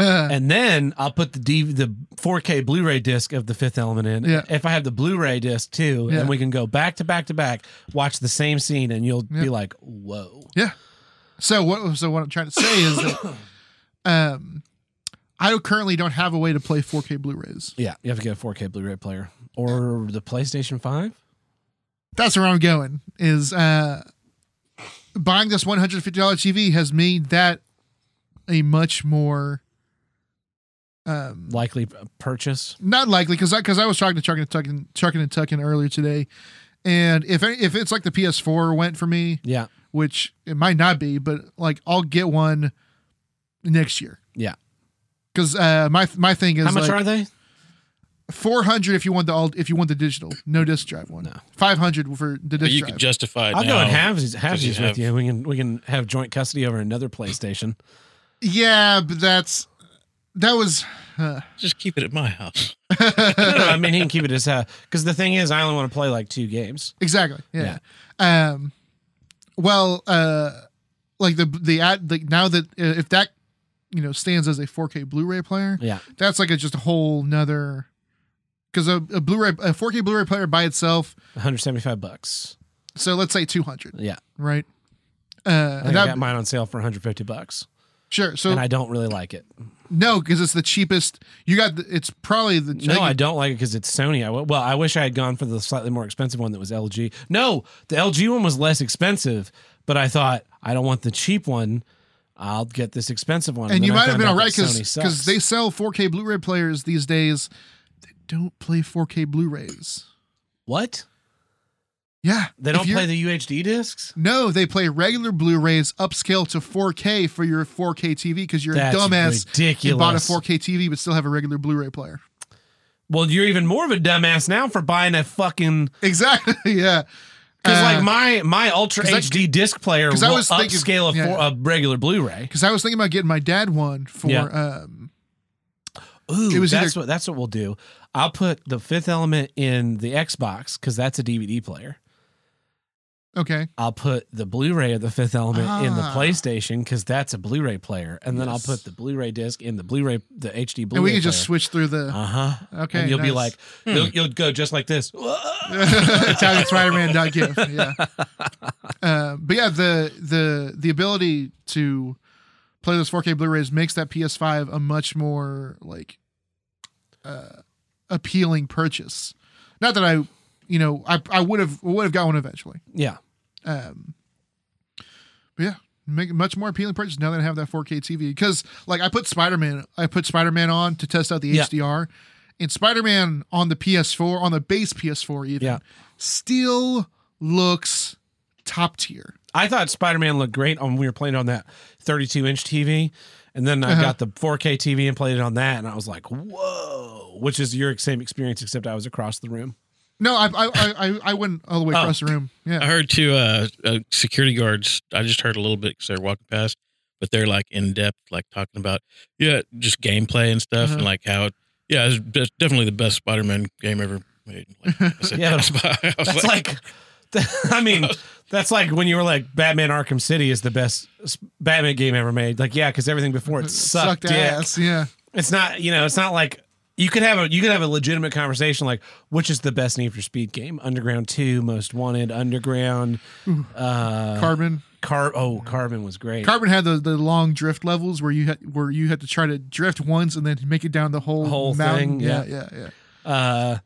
and then I'll put the DV, the 4K Blu-ray disc of The Fifth Element in.
Yeah.
If I have the Blu-ray disc too,
Yeah.
and we can go back to back to back, watch the same scene, and you'll
Yeah.
be like, "Whoa!"
Yeah. So what? So what I'm trying to say is that, um, I currently don't have a way to play 4K Blu-rays.
Yeah, you have to get a 4K Blu-ray player or the PlayStation Five.
That's where I'm going. Is uh, buying this $150 TV has made that a much more um
Likely p- purchase.
not likely because I because I was talking to Chuckin and Tuckin Chuckin and Tuckin earlier today, and if any, if it's like the PS4 went for me,
Yeah.
which it might not be, but like I'll get one next year
Yeah.
because uh, my my thing is
How much
like,
are they?
Four hundred if you want the all if you want the digital no disc drive one. Five hundred for the
But
disc
you
drive.
could justify. It
I'll go
now
and halvesies,
'cause
halvesies
have-
with you. We can we can have joint custody over another PlayStation.
yeah, but that's that was. Uh,
Just keep it at my house.
no, no, I mean he can keep it as because the thing is I only want to play like two games.
Exactly. Yeah. Um, well, uh, like the the ad like now that uh, if that you know stands as a 4K Blu-ray player,
Yeah.
that's like a just a whole nother because a, a Blu-ray a 4K Blu-ray player by itself.
175 bucks.
So let's say 200,
Yeah,
right?
I,
Uh, and
think I
that,
got mine on sale for 150 bucks,
sure. So
and I don't really like it.
no, because it's the cheapest. You got the, it's probably the
No, I don't like it because it's Sony. I w- well, I wish I had gone for the slightly more expensive one that was LG. No, the LG one was less expensive, but I thought I don't want the cheap one. I'll get this expensive one.
and
then
you
I
might have
found
been
out
all right
that
because
Sony sucks.
they sell 4K Blu-ray players these days. They don't play 4K Blu-rays.
what
Yeah,
they
if
don't
you're-
play the UHD discs.
No, they play regular Blu-rays upscale to 4K for your 4K TV because you're
That's
a dumbass. You bought a
ridiculous.
4K TV but still have a regular Blu-ray player.
Well, you're even more of a dumbass now for buying a fucking
Exactly. Yeah.
because
Uh,
like my my ultra
'cause I-
HD disc player
'cause
will
I was thinking-
upscale a,
yeah.
four, a regular Blu-ray.
Because I was thinking about getting my dad one for.
Yeah.
Um,
Ooh,
It was
that's
either-
what that's what we'll do. I'll put the Fifth Element in the Xbox because that's a DVD player.
okay.
I'll put the Blu-ray of the Fifth Element in the
Ah.
PlayStation because that's a Blu-ray player, and then I'll
Yes.
put the Blu-ray disc in the Blu-ray the HD Blu-ray.
and we can just switch through the.
Uh huh.
Okay,
And you'll be
nice.
like,
Hmm.
you'll, you'll go just like this.
Italian Spider-Man dot gif. Yeah. Uh, but yeah, the the the ability to play those 4K Blu-rays makes that PS5 a much more like uh, appealing purchase. Not that I, you know, I I would have would have got one eventually.
Yeah.
Um, but yeah, make much more appealing purchase now that I have that 4K TV. Because like I put Spider Man, I put Spider Man on to test out the
Yeah.
HDR, and Spider Man on the PS4, on the base PS4 even,
Yeah.
still looks top tier.
I thought Spider Man looked great on when we were playing on that 32 inch TV, and then I
Uh-huh.
got the 4K TV and played it on that, and I was like, whoa, which is your same experience except I was across the room.
No, I I I, I- I went all the way
Oh.
across the room. Yeah,
I heard two uh, uh security guards. I just heard a little bit because they're walking past, but they're like in depth, like talking about yeah, just gameplay and stuff, and
Uh-huh.
like how it, yeah, it's de- definitely the best Spider-Man game ever made. Like, I said,
Yeah,
I was- I was
That's like, I mean, that's like when you were like, Batman Arkham City is the best s- Batman game ever made. Like, yeah, because everything before it sucked,
sucked
dick.
ass. Yeah,
It's not, you know, it's not like you could have a you could have a legitimate conversation like which is the best Need for Speed game? Underground Two, Most Wanted, Underground,
Ooh.
uh,
Carbon.
Car. Oh, Carbon was great.
Carbon had the, the long drift levels where you had where you had to try to drift once and then make it down the whole
whole
mountain.
thing. Yeah,
yeah, yeah.
Uh,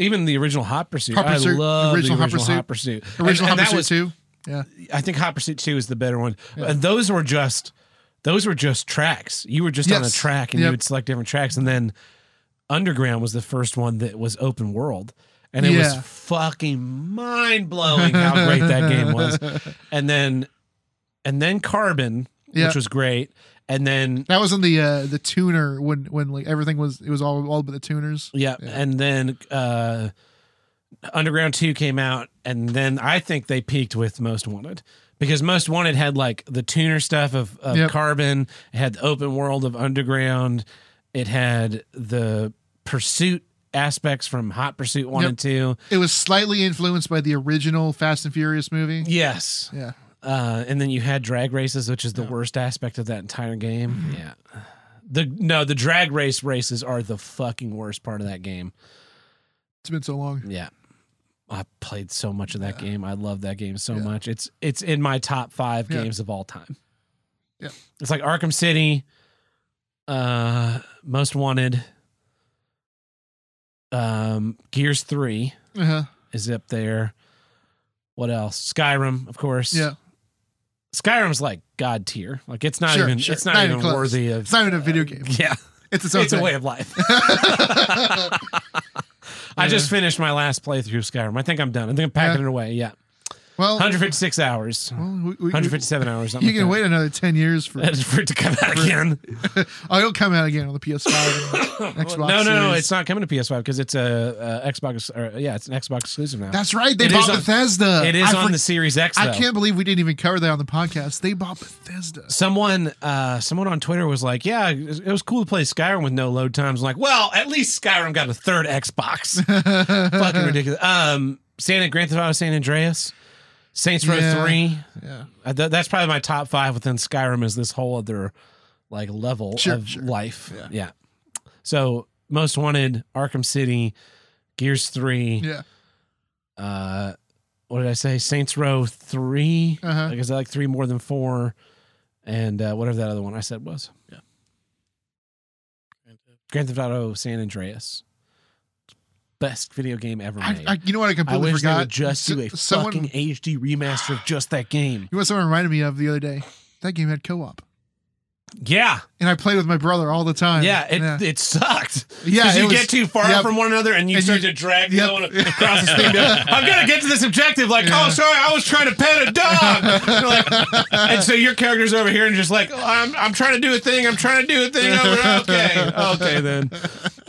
even the original Hot Pursuit.
Hot
I
Pursuit,
love
original
the
Hot
original
Pursuit.
Hot Pursuit.
Original Hot
that
Pursuit
was-
2, yeah.
I think Hot Pursuit Two is the better one. And those were just those were just tracks. You were just on a
Yes.
track, and you
Yep.
would select different tracks. And then Underground was the first one that was open world, and it was
Yeah.
fucking mind blowing how great that game was. And then and then Carbon,
Yeah.
which was great. And then
That was in the uh, the tuner when when like everything was it was all all but the tuners.
Yeah, and then uh Underground 2 came out and then I think they peaked with Most Wanted because Most Wanted had like the tuner stuff of, of
Yep.
Carbon, it had the open world of Underground, it had the pursuit aspects from Hot Pursuit 1 and 2.
It was slightly influenced by the original Fast and Furious movie.
Yes.
Yeah.
Uh, and then you had drag races, which is the worst aspect of that entire game. Yeah. The no, the drag race races are the fucking worst part of that game.
It's been so long.
Yeah. I played so much of that game. I love that game so much. It's it's in my top five
Yeah.
games of all time.
Yeah.
It's like Arkham City, uh, Most Wanted, um, Gears 3
Uh-huh.
is up there. What else? Skyrim, of course.
Yeah.
Skyrim's like god tier. Like it's not
Sure,
even
sure.
it's not,
Not even
even,
close.
worthy of
It's not even a video game.
Yeah.
It's its own
a
thing.
way of life. I just finished my last playthrough of Skyrim. I think I'm done. I think I'm packing it away. Yeah.
Well,
156 hours.
we- we-
157 hours.
You can wait another ten years for,
for it to come out again.
oh, it'll come out again on the PS5 and Xbox.
no, no, no,
Series.
it's not coming to PS5 because it's a, a Xbox. Or, yeah, it's an Xbox exclusive now.
That's right. They
It is
bought
on-
Bethesda.
It is
I
on
for-
the Series X.
I
though.
can't believe we didn't even cover that on the podcast. They bought Bethesda.
Someone, uh, someone on Twitter was like, "Yeah, it was cool to play Skyrim with no load times." I'm like, well, at least Skyrim got a third Xbox. Fucking ridiculous. Um, San Grand Theft Auto San Andreas, Saints Row
Yeah.
Three.
Yeah.
I th- that's probably my top five within Skyrim. Is this whole other like level
Sure,
of
sure.
life? Yeah. So Most Wanted, Arkham City, Gears Three.
Yeah.
Uh, what did I say? Saints Row 3
Uh-huh.
Like, is that like three more than four? And uh, whatever that other one I said was. Yeah. Grand Theft Auto San Andreas. Best video game ever
I-
made.
I- you know what I completely
wish They
forgot?
would just do a
S- someone-
fucking HD remaster of just that game.
You know what someone reminded me of the other day? That game had co-op,
Yeah,
and I played with my brother all the time.
yeah, it it sucked.
Yeah,
'Cause
it
you
was-
get too far
yep.
from one another, and you
And
start
you-
to drag the
yep.
other one across the thing. I've got to get to this objective. Like, oh, sorry, I was trying to pet a dog. And, like- and so your character's over here and just like, oh, I'm I'm trying to do a thing. I'm trying to do a thing. Over. Okay, okay then.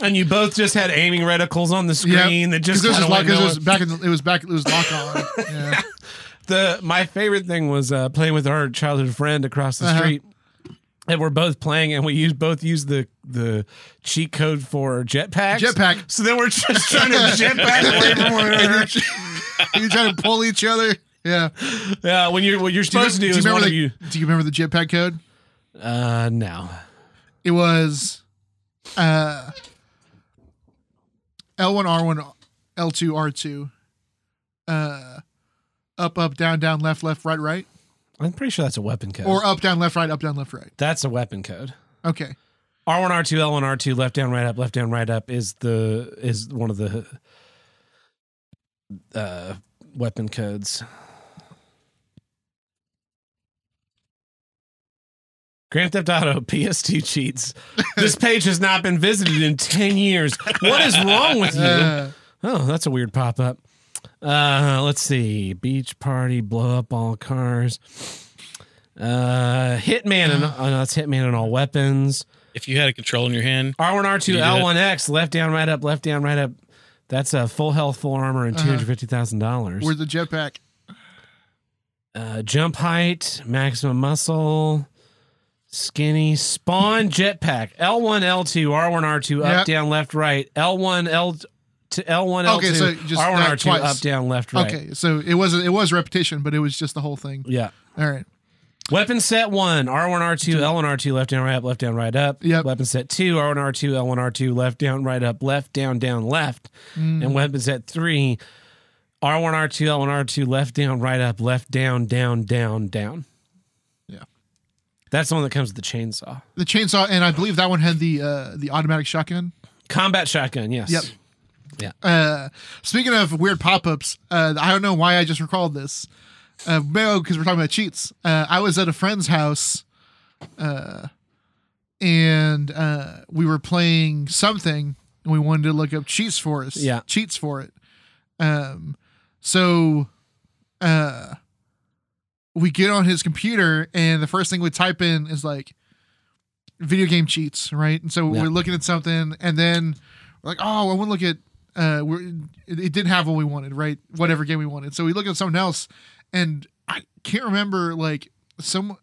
And you both just had aiming reticles on the
Yeah.
screen that just
'Cause this
kinda
was lock-
went
it was
nowhere.
back in the- it was back it was lock on. Yeah.
the my favorite thing was uh, playing with our childhood friend across the
Uh-huh.
street, and we're both playing, and we use both use the the cheat code for jetpacks.
Jetpack.
So then we're just trying to jetpack away from one another.
you trying to pull each other. Yeah.
Yeah, when you're what you're
Do you,
supposed
do you
to do,
remember
is one
the, Do you remember the jetpack code?
of you. Uh, no.
It was uh L1 R1 L2 R2 uh up up down down left left right right
I'm pretty sure that's a weapon code.
or uh, up down left right up down left right.
that's a weapon code.
Okay.
R one R two L one R two left down right up left down right up is the is one of the uh weapon codes. Grand Theft Auto PS2 cheats. This page has not been visited in 10 years. What is wrong with you?
Uh.
Oh, that's a weird pop up. Uh, let's see. Beach party, blow up all cars. Uh, Hitman and oh, no, that's Hitman and all weapons.
If you had a control in your hand,
R1,
you
R2,
do it.
L1X, left down, right up, left down, right up. That's a full health, full armor, and two
Uh-huh.
hundred fifty thousand dollars.
Where's the jetpack?
Uh, jump height, maximum muscle, skinny, spawn jetpack, L1, L2, R1, R2, up,
Yep.
down, left, right, L1, L to L1, L2,
Okay, so just
R1,
not
R2,
twice.
up, down, left, right.
Okay, so it was it was repetition, but it was just the whole thing.
Yeah.
All right.
Weapon set one, R1, R2, L1, R2, left, down, right, up, left, down, right, up. Yep. Weapon set two, R1, R2, L1, R2, left, down, right, up, left, down, down, left.
Mm.
And weapon set three, R1, R2, L1, R2, left, down, right, up, left, down, down, down, down.
Yeah.
That's the one that comes with the chainsaw.
The chainsaw, and I believe that one had the uh, the automatic shotgun.
Combat shotgun, yes.
Yep.
Yeah.
Uh, speaking of weird pop ups, uh, I don't know why I just recalled this. Uh, because we're talking about cheats. Uh, I was at a friend's house, uh, and uh, we were playing something, and we wanted to look up cheats for us.
Yeah.
cheats for it. Um, so, uh, we get on his computer, and the first thing we type in is like video game cheats, right? And so
Yeah.
we're looking at something, and then we're like, oh, I want to look at. Uh, we're, it, it didn't have what we wanted, right? Whatever game we wanted. So we look at something else, and I can't remember. Like some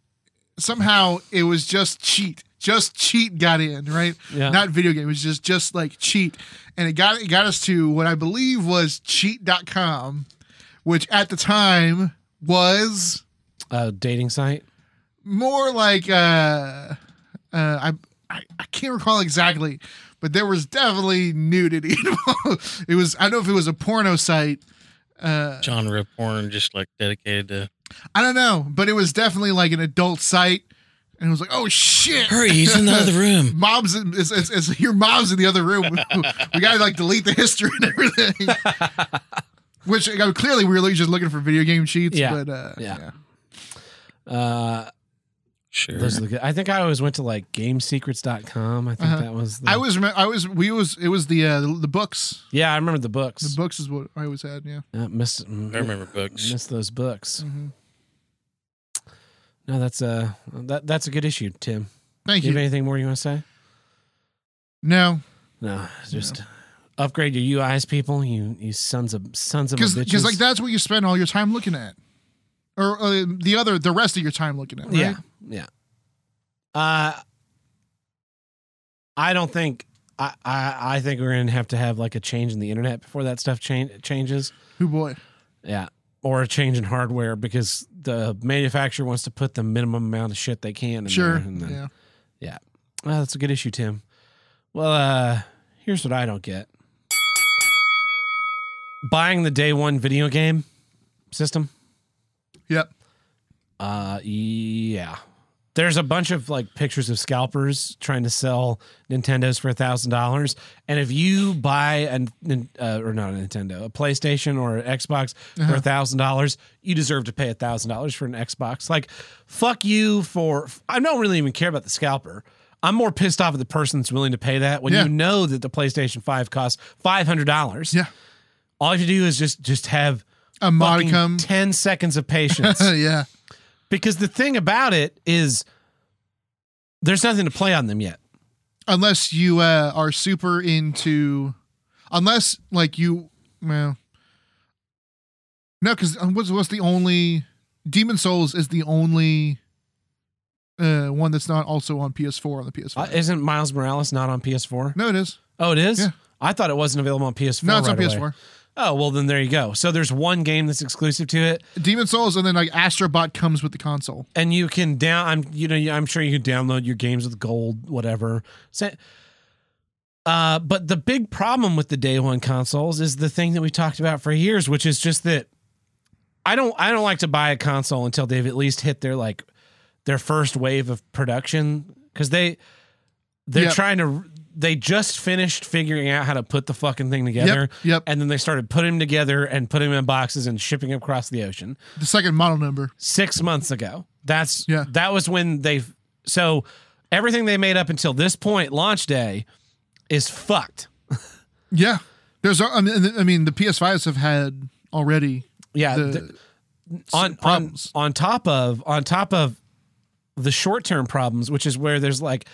somehow it was just cheat, just cheat got in, right?
Yeah.
Not video game. It was just just like cheat, and it got it got us to what I believe was cheat.com, which at the time was
A Uh, dating site.
more like uh, uh I, I I can't recall exactly, but there was definitely nudity. involved. it was I don't know if it was a porno site. Uh,
genre of porn just like dedicated to
I don't know, but it was definitely like an adult site. And it was like, oh shit!
Hurry, he's in the other room.
mom's, in, it's, it's, it's your mom's in the other room. we gotta like delete the history and everything. Which I mean, clearly we were like, just looking for video game sheets.
Yeah.
But uh,
Yeah. Uh,
sure.
Those are the good. I think I always went to like gamesecrets.com. I think
Uh-huh.
that was. The,
I was, remem- I was, we was, it was the uh, the, the books.
Yeah, I remember the books.
The books is what I always had. Yeah.
Uh, miss,
I remember books.
Miss those books.
Mm-hmm.
No, that's a that that's a good issue, Tim.
Thank
you.
you.
Have anything more you want to say?
No,
No, just upgrade your UIs, people. You you sons of sons of a
because
bitches.
because like that's what you spend all your time looking at, or uh, the other the rest of your time looking at. Right?
Yeah, yeah. Uh, I don't think I, I I think we're gonna have to have like a change in the internet before that stuff change changes.
Who boy?
Yeah. Or a change in hardware because the manufacturer wants to put the minimum amount of shit they can. In
Sure,
There and then,
yeah.
Yeah. Well, that's a good issue, Tim. Well, uh, here's what I don't get buying the day one video game system.
Yep.
Uh, yeah. There's a bunch of like pictures of scalpers trying to sell Nintendos for a thousand dollars, and if you buy an nin- uh, or not a Nintendo, a PlayStation or an Xbox for
Uh-huh.
a thousand dollars, you deserve to pay a thousand dollars for an Xbox. Like, fuck you for. I don't really even care about the scalper. I'm more pissed off at the person that's willing to pay that when
Yeah.
you know that the PlayStation Five costs five hundred dollars.
Yeah.
All you have to do is just just have
a modicum,
ten seconds of patience.
yeah.
Because the thing about it is there's nothing to play on them yet.
unless you uh, are super into, unless like you, well, no, because what's what's the only Demon Souls is the only uh one that's not also on PS4 on the PS5.
Uh, isn't Miles Morales not on PS4?
No, it is.
Oh, it is? I thought it wasn't available on PS4.
No, it's on
right away.
PS4.
Oh, well, then there you go. So there's one game that's exclusive to it,
Demon Souls, and then like Astrobot comes with the console.
and you can down. I'm you know I'm sure you can download your games with gold, whatever. So, uh, but the big problem with the day one consoles is the thing that we talked about for years, which is just that I don't I don't like to buy a console until they've at least hit their like their first wave of production because they they're
Yep.
trying to they just finished figuring out how to put the fucking thing together.
yep.
And then they started putting them together and putting them in boxes and shipping them across the ocean
The second model number.
six months ago. That's yeah. That was when they. So everything they made up until this point, launch day, is fucked.
Yeah, there's. I mean, I mean the PS5s have had already.
Yeah.
the-
th- on, on on top of on top of the short term problems, which is where there's like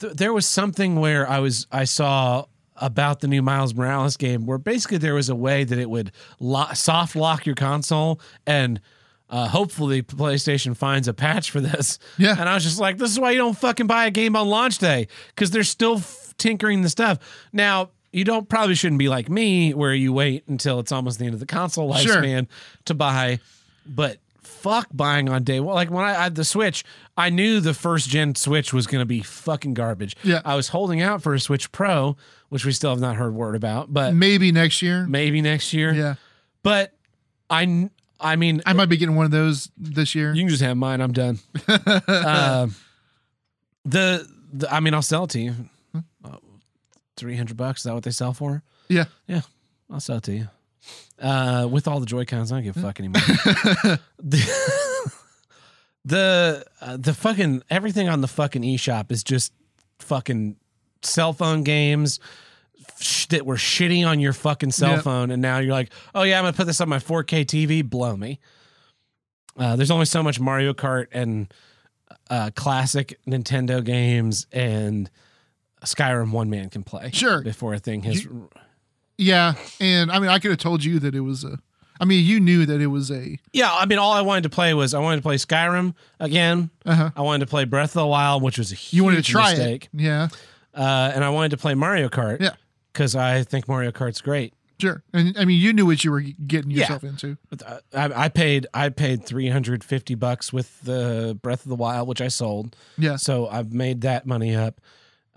th- there was something where I was I saw about the new Miles Morales game where basically there was a way that it would lo- soft lock your console and uh, hopefully PlayStation finds a patch for this. Yeah, and I was just like, this is why you don't fucking buy a game on launch day because they're still f- tinkering the stuff now. You don't probably shouldn't be like me, where you wait until it's almost the end of the console
Sure.
lifespan to buy, but fuck buying on day one. Like when I, I had the Switch, I knew the first gen Switch was going to be fucking garbage.
Yeah.
I was holding out for a Switch Pro, which we still have not heard word about, but
maybe next year.
Maybe next year.
Yeah.
But I, kn- I mean,
I might be getting one of those this year.
You can just have mine. I'm done. Um the, the, I mean, I'll sell it to you. Uh, Three hundred bucks. Is that what they sell for?
Yeah.
Yeah. I'll sell it to you. Uh, with all the Joy Cons, I don't give a fuck anymore. the the, uh, the fucking everything on the fucking eShop is just fucking cell phone games sh- that were shitty on your fucking cell
Yep.
phone, and now you're like, oh yeah, I'm gonna put this on my 4K TV. Blow me. Uh, there's only so much Mario Kart and uh, classic Nintendo games and Skyrim one man can play. Sure. Before a thing has
Yeah, and I mean, I could have told you that it was a. I mean, you knew that it was a.
Yeah, I mean, all I wanted to play was I wanted to play Skyrim again. I wanted to play Breath of the Wild, which was a huge
Uh-huh. You wanted to try
mistake.
it, yeah,
Uh, and I wanted to play Mario Kart. Yeah, because I think Mario Kart's great.
sure. And I mean, you knew what you were getting
Yeah.
yourself into.
But I, I paid I paid three hundred fifty bucks with the Breath of the Wild, which I sold.
Yeah.
So um, I've made that money up.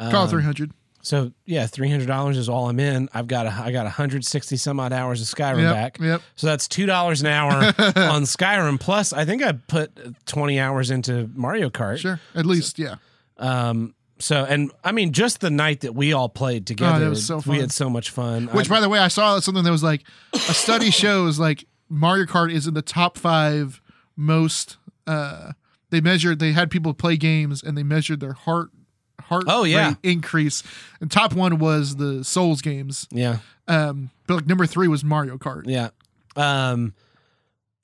Call it 300.
So yeah, three hundred dollars is all I'm in. I've got a, I got hundred sixty some odd hours of Skyrim
Yep,
back.
yep.
So that's two dollars an hour on Skyrim. Plus, I think I put twenty hours into Mario Kart. Sure,
at least yeah.
Um. So and I mean, just the night that we all played together,
Oh, was so
we
fun.
had so much fun. Um,
Which,
I-
by the way, I saw something that was like a study shows like Mario Kart is in the top five most. uh They measured. They had people play games and they measured their heart heart
Oh, yeah.
rate increase. And top one was the Souls games.
yeah.
Um, but like number three was Mario Kart.
Yeah. Um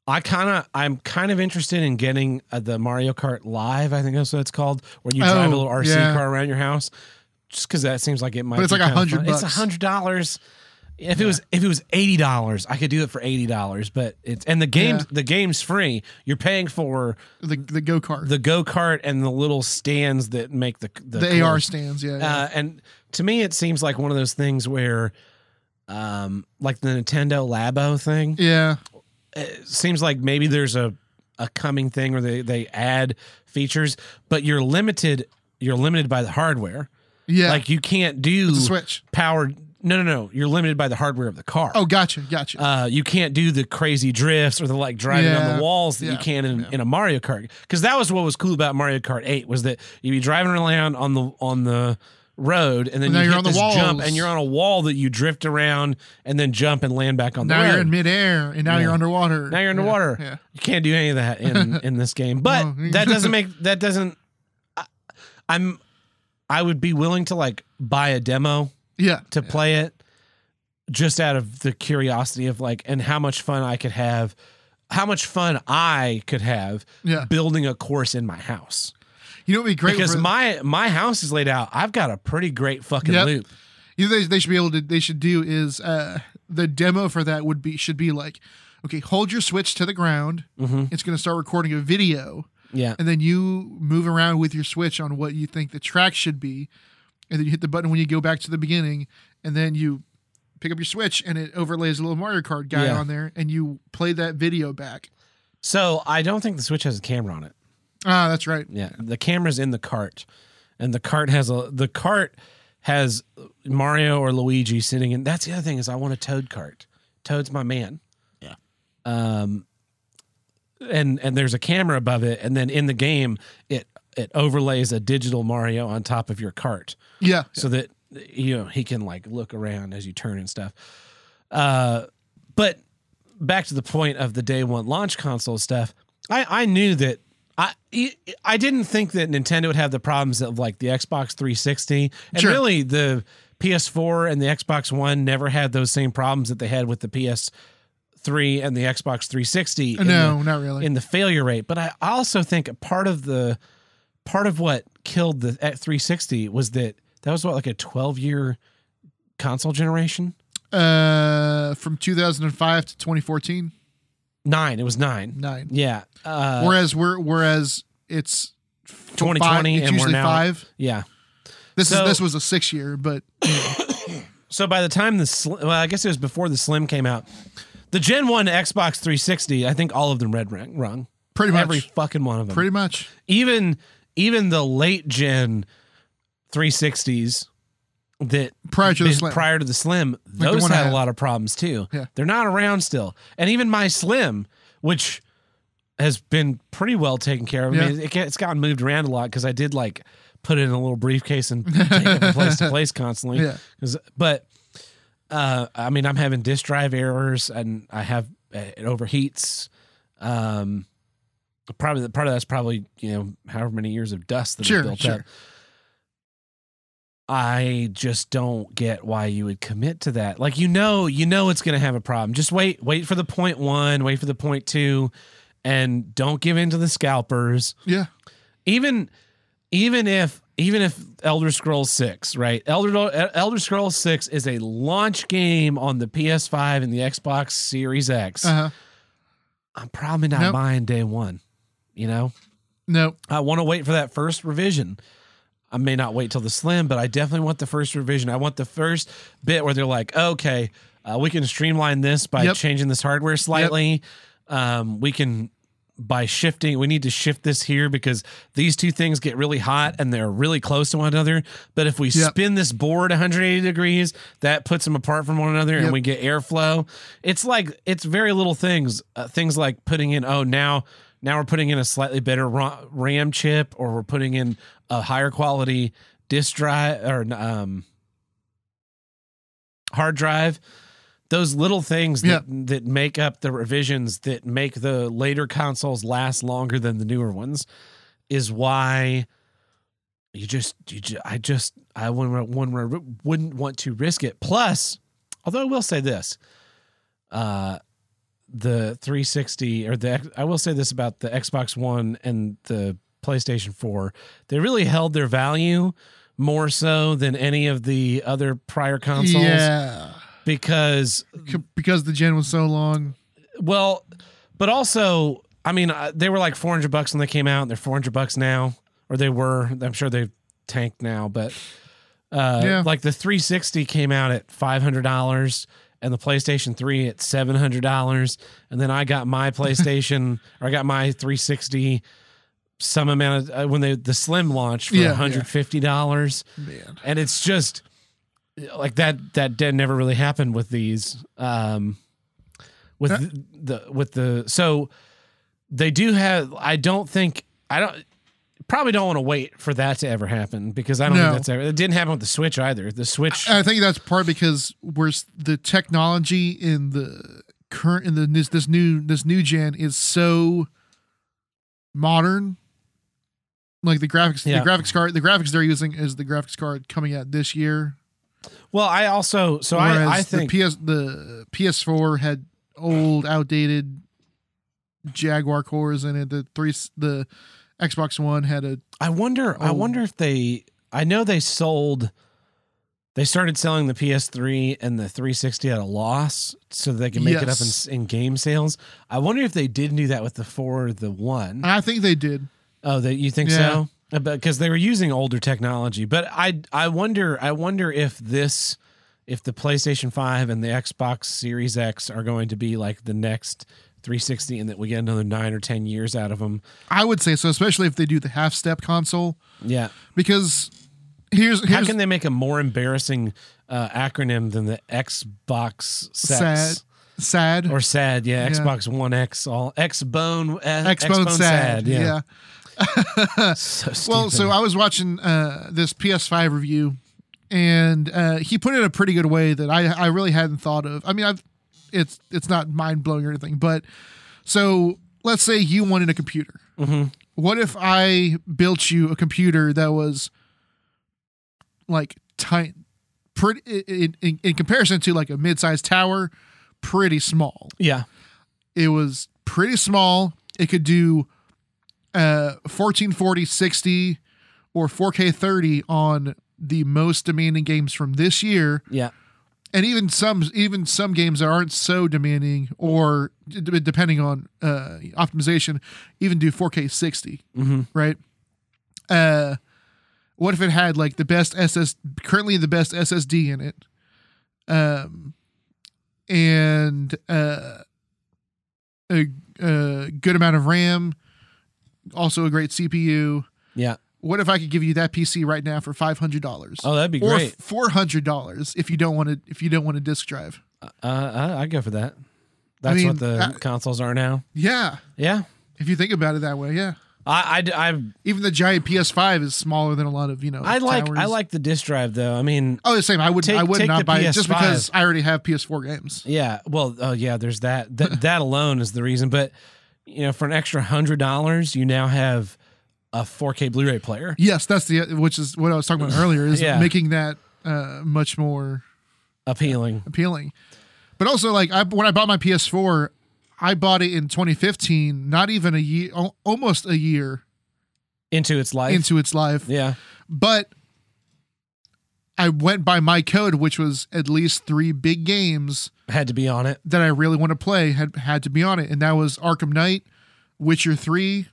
I kind of I'm kind of interested in getting uh, the Mario Kart Live, I think that's what it's called, where you drive a
Oh,
little RC
yeah.
car around your house. Just cuz that seems like it might
But it's
be
like a
kinda fun.
hundred bucks.
It's a hundred dollars. If it was if it was eighty dollars, I could do it for eighty dollars. But it's and the game
Yeah.
the game's free. You're paying for
the the go kart,
the go kart, and the little stands that make the the,
The AR
course.
stands, yeah,
Uh, and to me, it seems like one of those things where, um, like the Nintendo Labo thing.
Yeah,
it seems like maybe there's a a coming thing where they they add features, but you're limited. You're limited by the hardware.
Yeah.
like you can't do
With the Switch.
powered. No, no, no. You're limited by the hardware of the car.
Oh, gotcha, gotcha.
Uh, you can't do the crazy drifts or the like driving on
Yeah.
the walls that you
Yeah.
can in, in a Mario Kart. Because that was what was cool about Mario Kart Eight was that you'd be driving around on the on the road and then
Now
you
you're
hit
on the
this jump
walls.
and you're on a wall that you drift around and then jump and land back on
now
the road.
you're in midair, and now
Yeah.
you're underwater.
Now you're
Yeah,
underwater.
Yeah.
You can't do any of that in in this game. But
No.
that doesn't make that doesn't. I, I'm. I would be willing to like buy a demo.
Yeah.
To play it, just out of the curiosity of like, and how much fun I could have, how much fun I could have
Yeah.
building a course in my house.
You know what would be great
because
for-
my my house is laid out. I've got a pretty great fucking
Yep.
loop.
You know, they, they should be able to. They should do is uh, the demo for that would be should be like, okay, hold your switch to the ground.
Mm-hmm.
It's going to start recording a video,
Yeah.
and then you move around with your switch on what you think the track should be, and then you hit the button when you go back to the beginning, and then you pick up your switch and it overlays a little Mario Kart guy
Yeah.
on there, and you play that video back.
So I don't think the Switch has a camera on it.
Ah, that's right.
Yeah, the camera's in the cart, and the cart has a the cart has Mario or Luigi sitting in. That's the other thing is I want a Toad cart. Toad's my man.
Yeah.
Um. And and there's a camera above it, and then in the game it it overlays a digital Mario on top of your cart.
Yeah.
So that you know he can like look around as you turn and stuff. Uh, but back to the point of the day one launch console stuff. I I knew that I e, I didn't think that Nintendo would have the problems of like the Xbox 360 and
Sure.
really the PS4 and the Xbox One never had those same problems that they had with the PS3 and the Xbox 360. in
Uh, No,
the-
not really.
in the failure rate. But I also think a part of the part of what killed the at 360 was that that was what like a 12 year console generation.
Uh, from 2005 to 2014.
Nine. It was nine.
Nine.
Yeah. Uh,
whereas we're whereas it's f-
2020
five- it's
and
usually
we're now,
five.
Yeah.
This
So-
is this was a six year, but
So by the time the sl- well, I guess it was before the Slim came out, the Gen One Xbox 360. I think all of them red rung. rung.
Pretty much.
every fucking one of them.
Pretty much.
Even even the late gen 360s that
Prior to the
been-
Slim.
prior to the slim,
the
those
one I
had,
had.
a lot of problems too.
Yeah.
They're not around still. And even my slim, which has been pretty well taken care of. I
Yeah.
mean, it, get- it's gotten moved around a lot because I did like put it in a little briefcase and take it from place to place constantly.
Yeah.
'Cause- But uh, I mean, I'm having disk drive errors and I have uh, it overheats. Um, probably the part of that's probably you know however many years of dust that
Sure,
I've built
sure.
up. I just don't get why you would commit to that. Like you know, you know it's going to have a problem. Just wait, wait for the point one, wait for the point two, and don't give in to the scalpers.
Yeah.
Even, even if even if Elder Scrolls Six, right? Elder Elder Scrolls Six is a launch game on the PS5 and the Xbox Series X.
Uh-huh.
I'm probably not
Nope.
buying day one. You know,
No.
I want to wait for that first revision. I may not wait till the slim, but I definitely want the first revision. I want the first bit where they're like, okay, uh, we can streamline this by
Yep.
changing this hardware slightly. Um, we can by shifting. We need to shift this here because these two things get really hot and they're really close to one another. But if we
Yep.
spin this board 180 degrees, that puts them apart from one another,
Yep.
and we get airflow. It's like it's very little things. Uh, things like putting in oh now now we're putting in a slightly better Ra- RAM chip, or we're putting in a higher quality disk drive or um, hard drive. Those little things that, that make up the revisions that make the later consoles last longer than the newer ones is why you just, you just I just I wouldn't, wouldn't wouldn't want to risk it. Plus, although I will say this, uh, the 360 or the I will say this about the Xbox One and the PlayStation 4, they really held their value more so than any of the other prior consoles
Yeah.
because
C- Because the gen was so long.
well, but also, I mean, uh, they were like 400 bucks when they came out, and they're 400 bucks now, or they were. I'm sure they've tanked now, but uh,
Yeah.
like the 360 came out at $500 and the PlayStation 3 at $700. And then I got my PlayStation, or I got my 360 some amount of uh, when they the slim launch for
Yeah, yeah.
$150
Man.
and it's just like that that did never really happened with these um with
Uh,
the, the with the so they do have i don't think i don't probably don't want to wait for that to ever happen because i don't
No. Uh,
think that's ever it didn't happen with the switch either the switch
I think that's part because we're s- the technology in the current in the this, this new this new gen is so modern. Like the graphics,
Yeah.
the graphics card, the graphics they're using is the graphics card coming out this year.
well i also so i i
Whereas
think
the PS the PS4 had old, outdated Jaguar cores in it. The three the Xbox One had a
I wonder. I
Oh.
wonder if they. I know they sold. They started selling the PS3 and the 360 at a loss, so they can make it up in,
Yes.
in game sales. I wonder if they didn't do that with the four, or the one.
I think they did.
Oh, that you think
Yeah.
so? Because they were using older technology. But I, I wonder, I wonder if this, if the PlayStation Five and the Xbox Series X are going to be like the next 360, and that we get another nine or ten years out of them.
I would say so, especially if they do the half step console.
Yeah.
Because here's
How
here's
can they make a more embarrassing uh, acronym than the Xbox
sad
Sex
sad
or sad? Yeah,
Yeah.
Xbox One X, all Xbone, uh,
Xbone sad,
Yeah.
yeah.
So
well,
stupid.
so I was watching uh, this PS5 review, and uh, he put it in a pretty good way that I I really hadn't thought of. I mean, I've it's it's not mind blowing or anything, but so let's say you wanted a computer.
Mhm.
What if I built you a computer that was like tiny, pretty in, in, in comparison to like a mid-sized tower, pretty small.
yeah,
It was pretty small. It could do uh 1440 60 or 4K 30 on the most demanding games from this year
yeah,
and even some even some games that aren't so demanding or d- d- depending on uh optimization even do 4K 60
Mhm.
right uh what if it had like the best SS currently the best SSD in it um and uh a, a good amount of RAM also a great CPU.
Yeah.
What if I could give you that PC right now for five hundred dollars?
Oh, that'd be
or
great.
Four hundred dollars if you don't want to if you don't want a disk drive.
Uh, I, I go for that. That's
mean,
what the
I-
consoles are now.
Yeah.
Yeah.
If you think about it that way, yeah.
I, I, I
even the giant PS5 is smaller than a lot of you know.
I like
towers.
I like the disc drive though. I mean,
Oh, the same. I would
Take-
I would
take the
not buy it
PS5.
just because I already have PS4 games.
Yeah. Well, oh yeah, there's that. That that alone is the reason. But you know, for an extra hundred dollars, you now have a 4K Blu-ray player.
Yes, that's the which is what I was talking about earlier is
Yeah.
making that uh, much more
Appealing.
appealing. But also, like I, when I bought my PS4, I bought it in 2015, not even a year, al- almost a year
into its life.
Into its life.
Yeah.
But I went by my code, which was at least three big games
had to be on it
that I really want to play had had to be on it, and that was Arkham Knight, Witcher Three,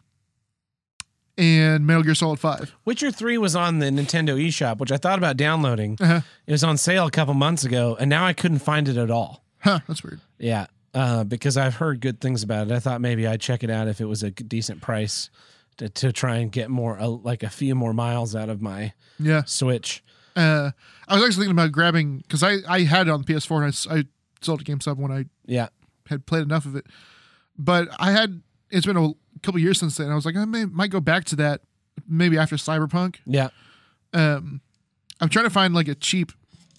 and Metal Gear Solid Five.
Witcher Three was on the Nintendo eShop, which I thought about downloading.
Uh-huh.
It was on sale a couple months ago, and now I couldn't find it at all.
Huh, that's weird.
Yeah, uh, because I've heard good things about it. I thought maybe I'd check it out if it was a g- decent price to, to try and get more, uh, like a few more miles out of my
Yeah.
Switch.
Uh, I was actually thinking about grabbing because I I had it on PS4 and I s- I, sold it to GameStop when I
yeah
had played enough of it, but I had it's been a couple years since then. I was like I may might go back to that maybe after Cyberpunk.
Yeah.
Um, I'm trying to find like a cheap,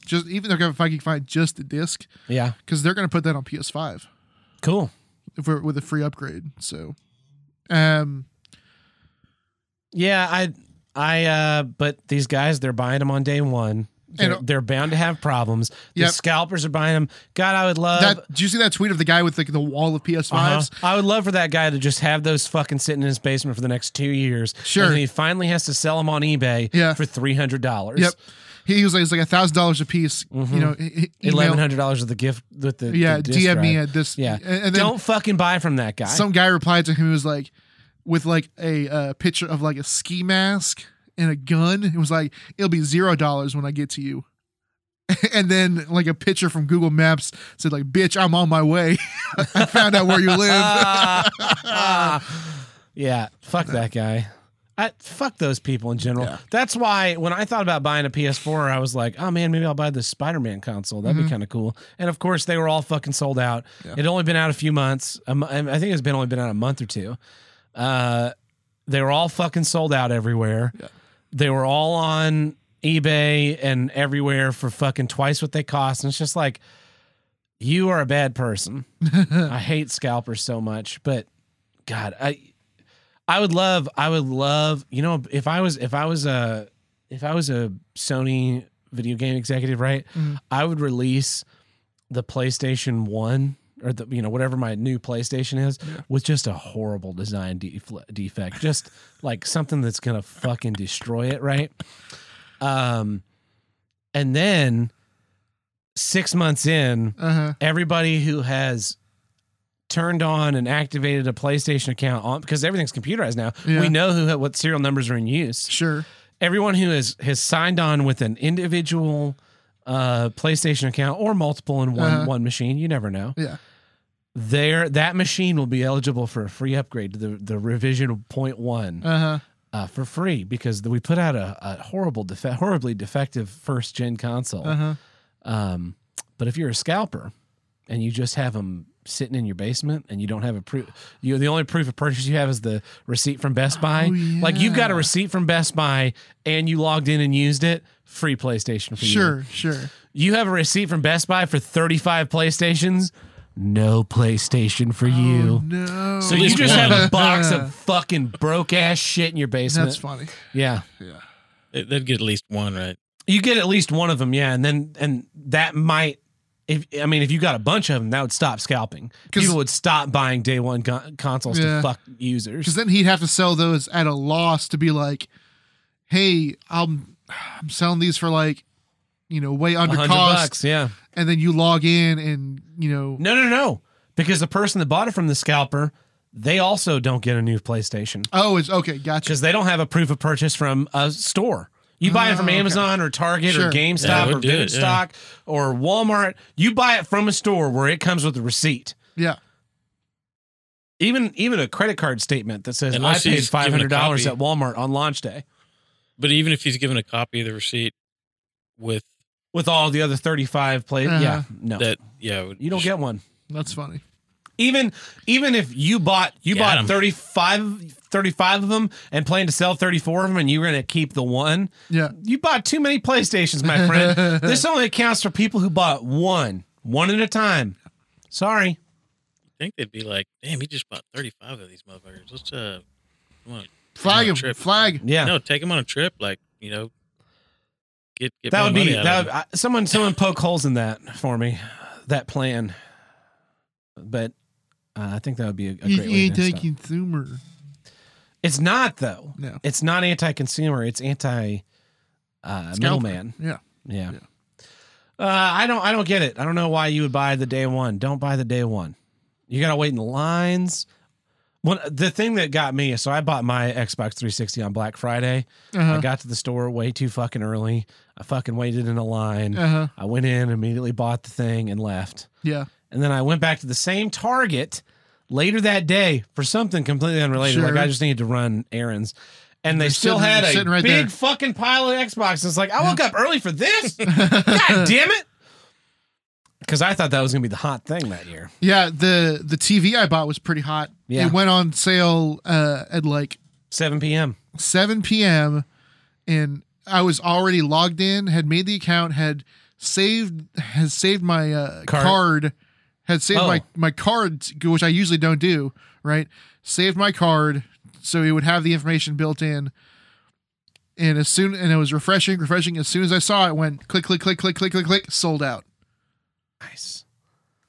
just even though if I can find just the disc.
Yeah.
because they're going to put that on PS5.
Cool.
If we're, with a free upgrade, so um,
Yeah, I, I, uh, but these guys, they're buying them on day one. They're, they're bound to have problems. The
uh, Yep.
scalpers are buying them. God, I would love.
that. Do you see that tweet of the guy with like the wall of PS5s?
Uh-huh. I would love for that guy to just have those fucking sitting in his basement for the next two years.
Sure.
And then he finally has to sell them on eBay
Yeah.
for $300.
Yep, he was like it's like a thousand dollars a piece. You know, e- e- email-
Mm-hmm. Eleven hundred dollars of the gift with the
Yeah,
the disc
DM me
drive.
at this-
Yeah,
and- and then-
don't fucking buy from that guy.
Some guy replied to him. He was like, with like a uh, picture of like a ski mask and a gun. It was like it'll be zero dollars when I get to you. And then, like a picture from Google Maps said, "Like, bitch, I'm on my way. I found out where you live."
Yeah, fuck that guy. I fuck those people in general. That's why when I thought about buying a PS4, I was like, oh man, maybe I'll buy this Spider-Man console. That'd
Mm-hmm.
Mhm.
be kind of cool. And of course, they were all fucking sold out. It'd only been out a few months. A mo- I think it's been only been out a month or two. Uh, they were all fucking sold out everywhere. They were all on eBay and everywhere for fucking twice what they cost. And it's just like, you are a bad person. I hate scalpers so much, but God, I I would love I would love you know if I was if I was a if I was a Sony video game executive, right?
Mhm.
I would release the PlayStation One or the you know whatever my new PlayStation is with just a horrible design defle- defect, just like something that's gonna fucking destroy it, right? Um, and then six months in,
Uh-huh.
everybody who has turned on and activated a PlayStation account on because everything's computerized now.
Yeah.
We know who what serial numbers are in use.
Sure.
Everyone who has has signed on with an individual uh, PlayStation account or multiple in one
Uh-huh.
one machine, you never know.
Yeah.
There that machine will be eligible for a free upgrade to the the revision point one
Uh-huh.
uh, for free because we put out a, a horrible, defe- horribly defective first gen console.
Uh-huh.
Um, but if you're a scalper and you just have them sitting in your basement and you don't have a proof, you the only proof of purchase you have is the receipt from
Oh,
Best Buy. Like you've got a receipt from Best Buy and you logged in and used it. Free PlayStation for you.
Sure, sure.
You have a receipt from Best Buy for 35 PlayStations. No PlayStation for you.
Oh, No.
So you just have a box of fucking broke ass shit in your basement.
That's funny.
Yeah.
Yeah.
They'd get at least one, right?
You get at least one of them, yeah, and then and that might. If I mean, if you got a bunch of them, that would stop scalping. People would stop buying day one con- consoles
Yeah.
to fuck users.
Because then he'd have to sell those at a loss to be like, "Hey, I'm I'm selling these for like, you know, way under
100
cost."
bucks, yeah.
And then you log in and you know,
No, no, no, because the person that bought it from the scalper, they also don't get a new PlayStation.
oh, it's okay, gotcha.
because they don't have a proof of purchase from a store. You buy it
Oh,
from
okay.
Amazon or Target
Sure.
or
Yeah,
GameStop
we
or
do it, yeah.
GameStock or Walmart. You buy it from a store where it comes with a receipt.
Yeah.
Even even a credit card statement that says I
Unless
paid
he's given
five
a
hundred dollars
copy.
at Walmart on launch day
But even if he's given a copy of the receipt with
with all the other thirty five plays.
Uh-huh.
Yeah, no,
that, yeah, it would
you don't
just-
get one.
That's funny.
Even even if you bought you
Got
bought
'em.
35, 35 of them and planned to sell 34 of them and you were going to keep the one.
Yeah.
You bought too many PlayStations, my friend. this only accounts for people who bought one, one at a time. Sorry.
I think they'd be like, damn, he just bought 35 of these motherfuckers. Let's uh, come on,
Flag
come on a
him.
trip.
Flag.
Yeah.
No, take him on a trip. Like, you know, get, get
that
more
would be
money out
that
of
would,
him.
I, someone someone poke holes in that for me. That plan. But uh, I think that would be a, a
You
great way
ain't
to
a
stop.
consumer.
It's not though.
No.
It's not anti-consumer, it's anti uh
Scalper.
middleman.
Yeah.
Yeah. Uh, I don't. I don't get it. I don't know why you would buy the day one. Don't buy the day one. You gotta wait in the lines. When, the thing that got me, so I bought my Xbox 360 on Black Friday.
Uh-huh.
I got to the store way too fucking early. I fucking waited in a line.
Uh-huh.
I went in, immediately bought the thing, and left.
Yeah.
And then I went back to the same Target later that day for something completely unrelated.
Sure.
Like I just needed to run errands. And they
They're
still
sitting-
had
they're
a
sitting right
big
there.
fucking pile of Xboxes. It's like, I woke up early for this? God damn it. Because I thought that was going to be the hot thing that year.
Yeah, the the TV I bought was pretty hot.
Yeah.
It went on sale uh, at like
7 p.m.
7 p.m. and I was already logged in, had made the account, had saved has saved my uh,
Card?
card. had saved my
Oh.
my card, which I usually don't do. Right, saved my card so it would have the information built in. And as soon and it was refreshing, refreshing. As soon as I saw it, went click, click, click, click, click, click, click, sold out.
Nice.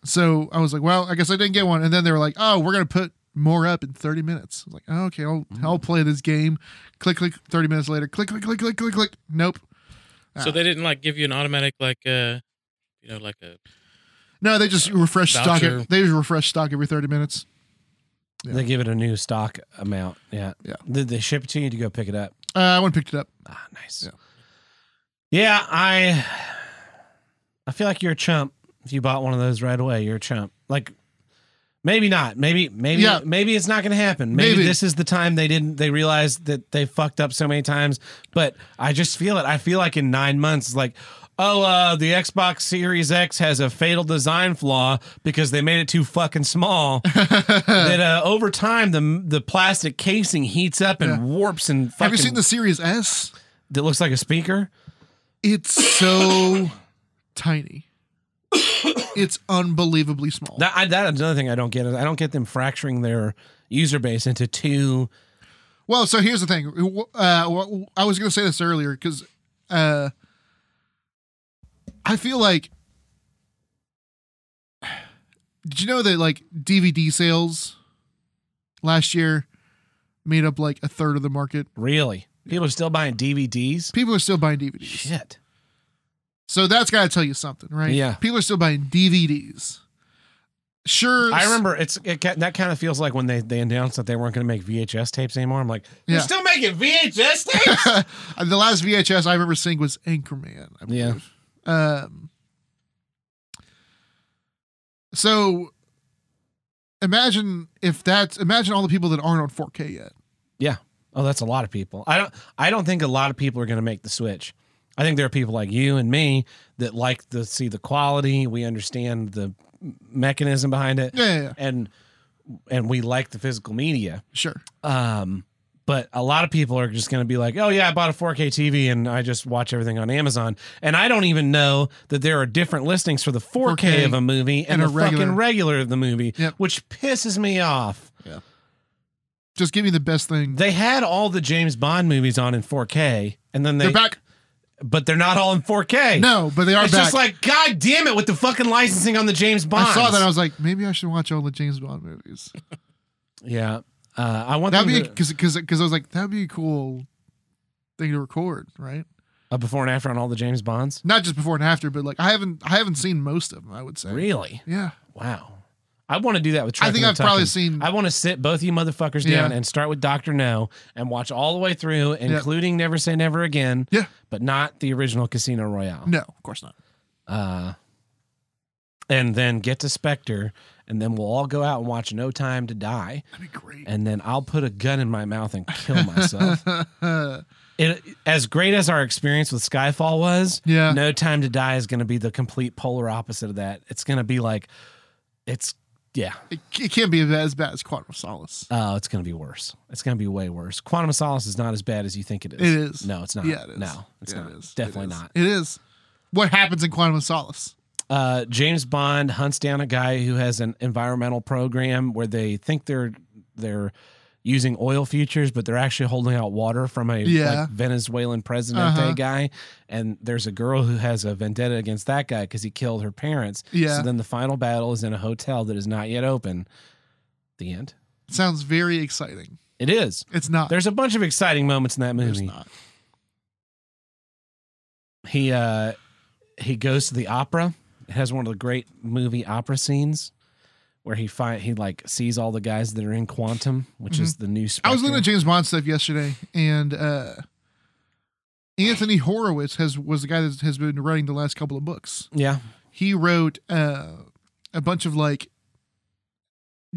So I was like, well, I guess I didn't get one. And then they were like, oh, we're gonna put more up in 30 minutes. I was like, oh, okay, I'll I'll play this game. Click, click. 30 minutes later, click, click, click, click, click, click. Nope.
ah.
So they didn't like give you an automatic, like, uh, you know, like a
No, they just refresh stock.
voucher.
They just refresh stock every 30 minutes.
They give it a new stock amount. Yeah.
Yeah.
Did they ship it to you to go pick it up?
Uh, I went and picked it up.
Ah, nice. Yeah. I I feel like you're a chump if you bought one of those right away. You're a chump. Like maybe not. Maybe maybe
Yeah.
maybe it's not going to happen. Maybe,
Maybe.
this is the time they didn't they realized that they fucked up so many times, but I just feel it. I feel like in 9 months it's like Oh, uh, the Xbox Series X has a fatal design flaw because they made it too fucking small. that uh, over time, the the plastic casing heats up and warps and. Fucking
Have you seen the Series S?
that looks like a speaker.
It's so tiny. It's unbelievably small.
That I, that's another thing I don't get. is I don't get them fracturing their user base into two.
Well, so here's the thing. Uh, well, I was going to say this earlier because uh, I feel like. Did you know that like DVD sales last year made up like a third of the market?
Really, people are still buying DVDs.
People are still buying DVDs.
Shit.
So that's got to tell you something, right?
Yeah.
People are still buying DVDs. Sure.
I remember it's it, ca- that kind of feels like when they they announced that they weren't going to make VHS tapes anymore. I'm like,
Yeah.
they're still making VHS tapes.
the last VHS I remember seeing was Anchorman. I
yeah,
Um, so imagine if that's imagine all the people that aren't on 4K yet.
yeah. Oh, that's a lot of people. I don't I don't think a lot of people are going to make the switch. I think there are people like you and me that like to see the quality. We understand the m- mechanism behind it,
Yeah, yeah, yeah.
and and we like the physical media.
sure.
Um, but a lot of people are just going to be like, "Oh yeah, I bought a 4K TV and I just watch everything on Amazon." And I don't even know that there are different listings for the 4K,
4K
of a movie and,
and
the
a regular.
fucking regular of the movie,
Yep.
which pisses me off.
Just give me the best thing.
They had all the James Bond movies on in 4K, and then
They,
they
are back.
but they're not all in 4K.
No, but they are
it's
back.
just like, God damn it, with the fucking licensing on the James Bond.
I saw that. I was like, maybe I should watch all the James Bond movies.
yeah, uh, I want
That'd
them
be
to-
because because because I was like, that'd be a cool thing to record, right?
a before and after on all the James Bonds.
Not just before and after, but like I haven't I haven't seen most of them. I would say.
Really?
Yeah.
Wow. I want to do that with.
I think
Trucking
I've probably
Tucking.
seen-
I want to sit both you motherfuckers
Yeah.
down and start with Doctor No and watch all the way through, including Never Say Never Again.
Yeah.
But not the original Casino Royale.
No, of course not.
Uh, and then get to Spectre and then we'll all go out and watch No Time to Die. That'd be great. And then I'll put a gun in my mouth and kill myself. it, as great as our experience with Skyfall was,
Yeah.
No Time to Die is going to be the complete polar opposite of that. It's going to be like, it's yeah.
It, it can't be as bad as Quantum of Solace.
Oh, it's going to be worse. It's going to be way worse. Quantum of Solace is not as bad as you think it is.
It is.
No, it's not.
Yeah, it is.
No, it's
Yeah,
not.
it is.
Definitely
It is.
not.
It is. What happens in Quantum of Solace?
Uh, James Bond hunts down a guy who has an environmental program where they think they're they're using oil futures, but they're actually holding out water from a
Yeah.
like, Venezuelan president
Uh-huh.
guy. And there's a girl who has a vendetta against that guy because he killed her parents.
Yeah.
So then the final battle is in a hotel that is not yet open. The end.
sounds very exciting.
It is.
It's not.
There's a bunch of exciting moments in that movie. He uh he goes to the opera. It has one of the great movie opera scenes where he find he like sees all the guys that are in Quantum, which is
Mhm.
the new.
I was
Spectrum.
looking at James Bond stuff yesterday, and uh, Anthony Horowitz has was the guy that has been writing the last couple of books.
Yeah.
he wrote uh, a bunch of like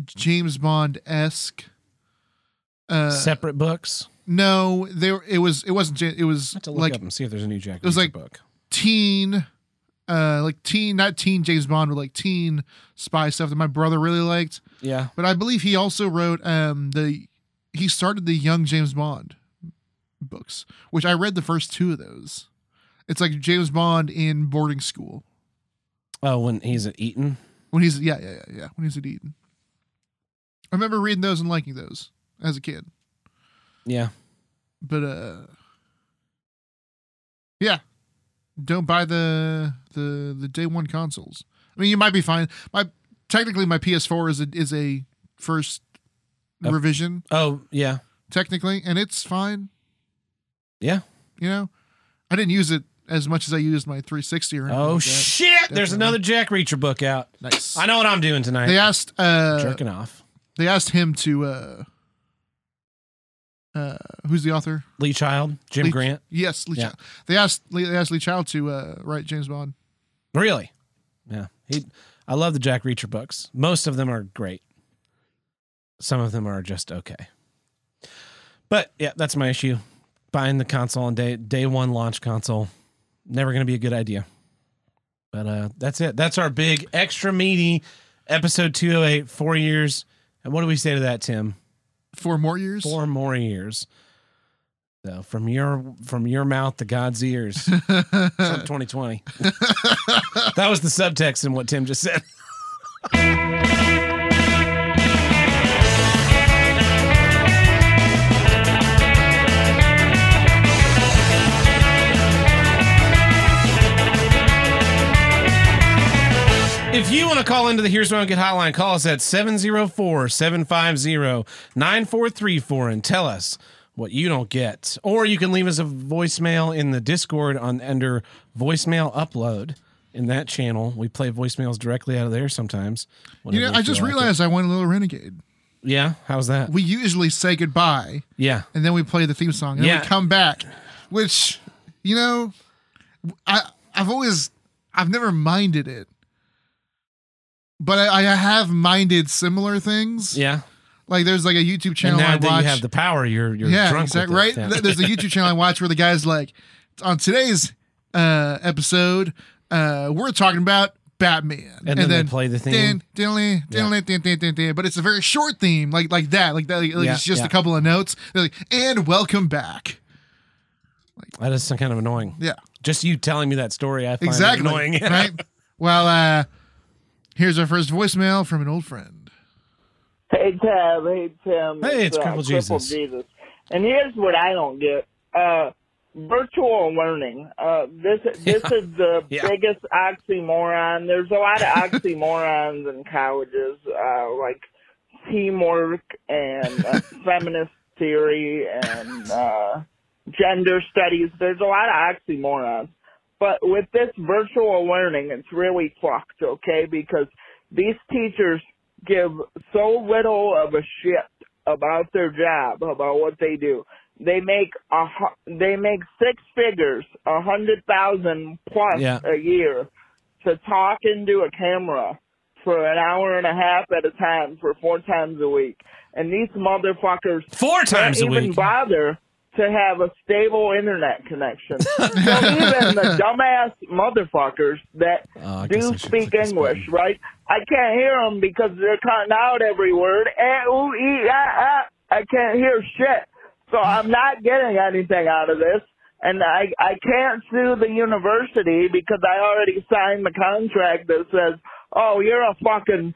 James Bond esque uh,
separate books.
No, there it was. It wasn't. Ja- It was
to look
like
up and see if there's a new Jack.
it was
Reacher
like
book.
teen uh like teen not teen james bond but like teen spy stuff that my brother really liked
Yeah.
but i believe he also wrote um the he started the young james bond books which i read the first two of those it's like james bond in boarding school
Oh, when he's at Eton.
when he's yeah yeah yeah, yeah when he's at eden i remember reading those and liking those as a kid
Yeah.
but uh yeah don't buy the the the day one consoles i mean you might be fine my technically my ps4 is a is a first
Uh,
revision
Oh yeah.
technically and it's fine
Yeah.
you know i didn't use it as much as i used my 360 or anything
Oh
like that.
shit! There's
Definitely.
another Jack Reacher book out.
Nice.
I know what I'm doing tonight.
they asked uh
Jerking off.
they asked him to uh uh who's the author
Lee Child, Jim
Lee-
Grant.
yes Lee
Yeah.
Child. they asked Lee, they asked Lee Child to uh write James Bond
Really? Yeah. He I love the Jack Reacher books. Most of them are great. Some of them are just okay. But yeah, that's my issue. Buying the console on day day one launch console. Never gonna be a good idea. But uh that's it. That's our big extra meaty episode 208, four years. And what do we say to that, Tim?
Four more years?
Four more years. So from your from your mouth to God's ears. Trump 2020. that was the subtext in what Tim just said. If you want to call into the Here's What I Don't Get hotline, call us at 704 750 9434 and tell us what you don't get. Or you can leave us a voicemail in the Discord on under voicemail upload in that channel. We play voicemails directly out of there sometimes.
You
whenever
know,
we
I just
feel like it.
realized I went a little renegade.
Yeah, how's that?
We usually say goodbye
yeah.
and then we play the theme song and then
Yeah.
we come back, which you know, I I've always I've never minded it, but I, I have minded similar things.
Yeah.
Like there's like a YouTube
And
channel
now
I
that
watch.
you have the power, you're you're
yeah,
drunk.
exact-
with it.
right.
Yeah.
Th- There's a YouTube channel I watch where the guy's like, on today's uh, episode, uh, we're talking about Batman,
And then they play the theme.
Din, diddly, diddly, din, din, din, din. But it's a very short theme, like like that, like that. Like, like
Yeah,
it's just
yeah.
a couple of notes. They're like, and welcome back.
That is kind of annoying.
Yeah,
Just you telling me that story, I find it
exactly.
annoying.
right. Well, uh, here's our first voicemail from an old friend.
Hey Tab, hey Tim. Uh,
Hey, it's Cripple Jesus.
And here's what I don't get: uh, virtual learning. Uh, this this is the biggest oxymoron. There's a lot of oxymorons in colleges, uh, like teamwork and uh, feminist theory and uh, gender studies. There's a lot of oxymorons. But with this virtual learning, it's really fucked, okay? Because these teachers give so little of a shit about their job, about what they do. They make a hu- they make six figures, a hundred thousand plus
Yeah.
a year, to talk into a camera
for an hour and a half at a time for four times a week. And these motherfuckers
four times a
even
week.
bother to have a stable internet connection. so even the dumbass motherfuckers that
Oh, I guess I
do
should
speak English, right? I can't hear them because they're cutting out every word. Eh, ooh, ee, ah, ah. I can't hear shit. So I'm not getting anything out of this. And I, I can't sue the university because I already signed the contract that says, oh, you're a fucking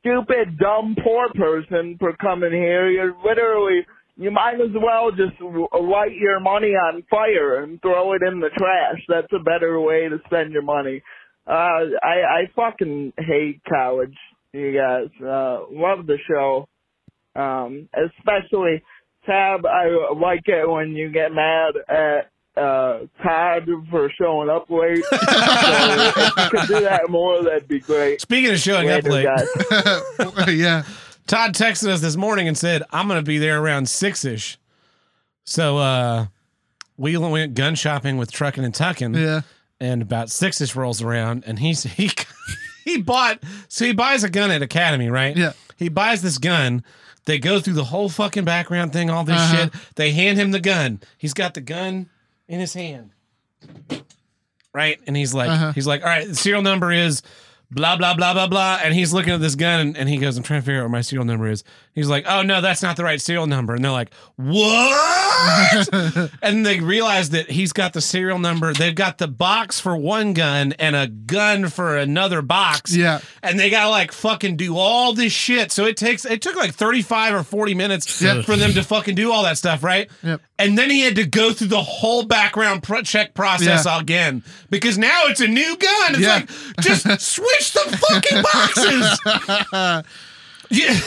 stupid, dumb, poor person for coming here. You're literally, you might as well just w- light your money on fire and throw it in the trash. That's a better way to spend your money. Uh, I, I fucking hate college, you guys. Uh, love the show. Um, especially Tab, I like it when you get mad at, uh, Todd for showing up late. so if you could do that more, that'd be great.
Speaking of showing up
Later,
late,
guys.
yeah. Todd texted us this morning and said, "I'm going to be there around six ish." So uh, we went gun shopping with Truckin' and Tuckin.
Yeah.
And about six ish rolls around, and he's he he bought so he buys a gun at Academy, right? Yeah. He buys this gun. They go through the whole fucking background thing, all this
Uh-huh.
shit. They hand him the gun. He's got the gun in his hand. Right? And he's like,
Uh-huh.
he's like, all right, the serial number is blah, blah, blah, blah, blah. And he's looking at this gun and, and he goes, I'm trying to figure out what my serial number is. He's like, oh no, that's not the right serial number. And they're like, what? and they realize that he's got the serial number. They've got the box for one gun and a gun for another box.
Yeah.
And they gotta like fucking do all this shit. So it takes it took like 35 or 40 minutes
Yep.
for them to fucking do all that stuff, right?
Yep.
And then he had to go through the whole background pro- check process
Yeah.
again because now it's a new gun. It's
Yeah.
like just switch the fucking boxes. you,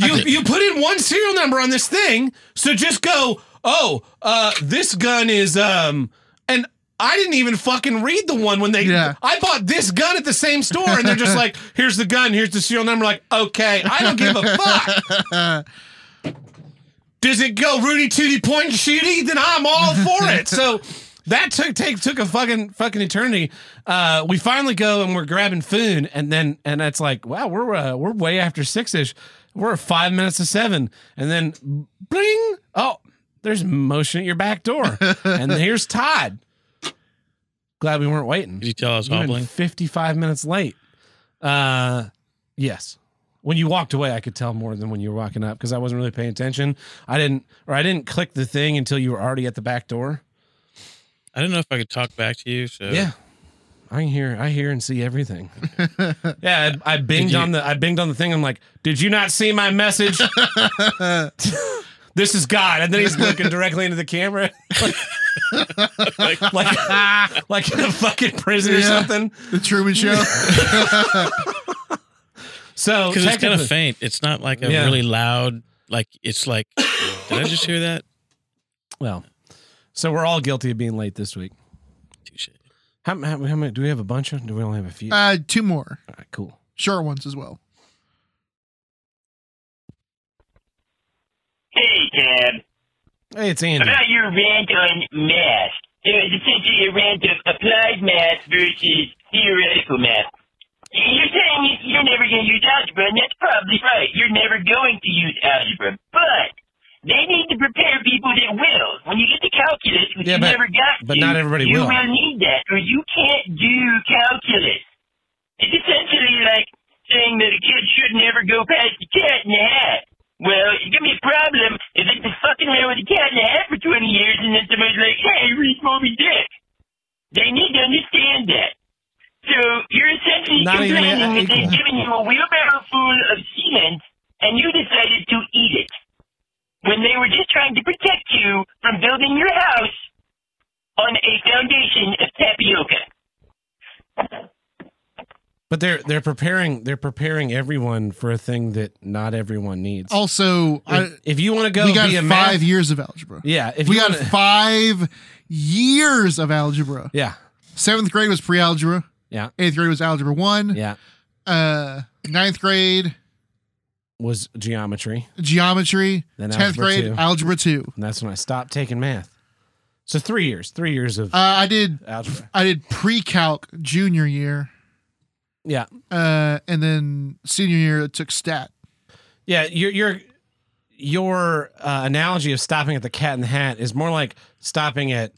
you, you put in one serial number on this thing, so just go, oh, uh, this gun is um and I didn't even fucking read the one when they I bought this gun at the same store and they're just like, here's the gun, here's the serial number, like, okay, I don't give a fuck. Does it go Rudy Tooty Point Shooty? Then I'm all for it. So that took take took a fucking fucking eternity. Uh, we finally go and we're grabbing food, and then and that's like, wow, we're uh, we're way after six ish. We're five minutes to seven, and then bling, oh, there's motion at your back door, and here's Todd. Glad we weren't waiting. Did
you tell us
You've been
hobbling?
55 minutes late. Uh, yes. When you walked away, I could tell more than when you were walking up because I wasn't really paying attention. I didn't, or I didn't click the thing until you were already at the back door.
I don't know if I could talk back to you. So
Yeah. I can hear, I hear and see everything. yeah, I, I binged
you-
on the, I binged on the thing. I'm like, did you not see my message? this is God, and then he's looking directly into the camera, like, like, like in a fucking prison or
Yeah.
something.
The Truman Show.
So
because Oh, it's kind
technically-
of faint. It's not like a
Yeah.
really loud. Like it's like. did I just hear that?
Well, so we're all guilty of being late this week. How, how, how many do we have? A bunch of? Do we only have a few?
Uh, two more
All right, cool.
short ones as well.
Hey, Tab.
Hey, it's Andy.
About your rant on math. It was essentially a rant of applied math versus theoretical math. You're saying you- you're never going to use algebra, and that's probably right. You're never going to use algebra. But they need to prepare people that will. When you get to calculus, which
Yeah,
you
but-
never got to,
but not everybody
you
will.
need that, or you can't do calculus. It's essentially like saying that a kid should never go past the cat in the hat. Well, it's gonna be a problem if they've been fucking around with the cat in the hat for 20 years and then somebody's like, hey, read Moby Dick. They need to understand that. So you're essentially
Not even
complaining
a-
that they've given you a wheelbarrow full of cement and you decided to eat it when they were just trying to protect you from building your house on a foundation of tapioca.
But they're they're preparing they're preparing everyone for a thing that not everyone needs.
Also, Oh, I,
if, if you want to go
we got
be a
five
math,
years of algebra.
Yeah, if
we
you
got
wanna-
five years of algebra.
Yeah.
Seventh grade was pre-algebra.
Yeah.
Eighth grade was algebra one.
Yeah.
Uh, ninth grade
was geometry.
geometry.
Then
Tenth
algebra
grade
two.
algebra two.
And that's when I stopped taking math. So three
Uh,
years, three years of
Uh, I did
algebra.
I did pre-calc junior year.
Yeah.
Uh, and then senior year, I took stat.
Yeah, your your your uh, analogy of stopping at the Cat in the Hat is more like stopping at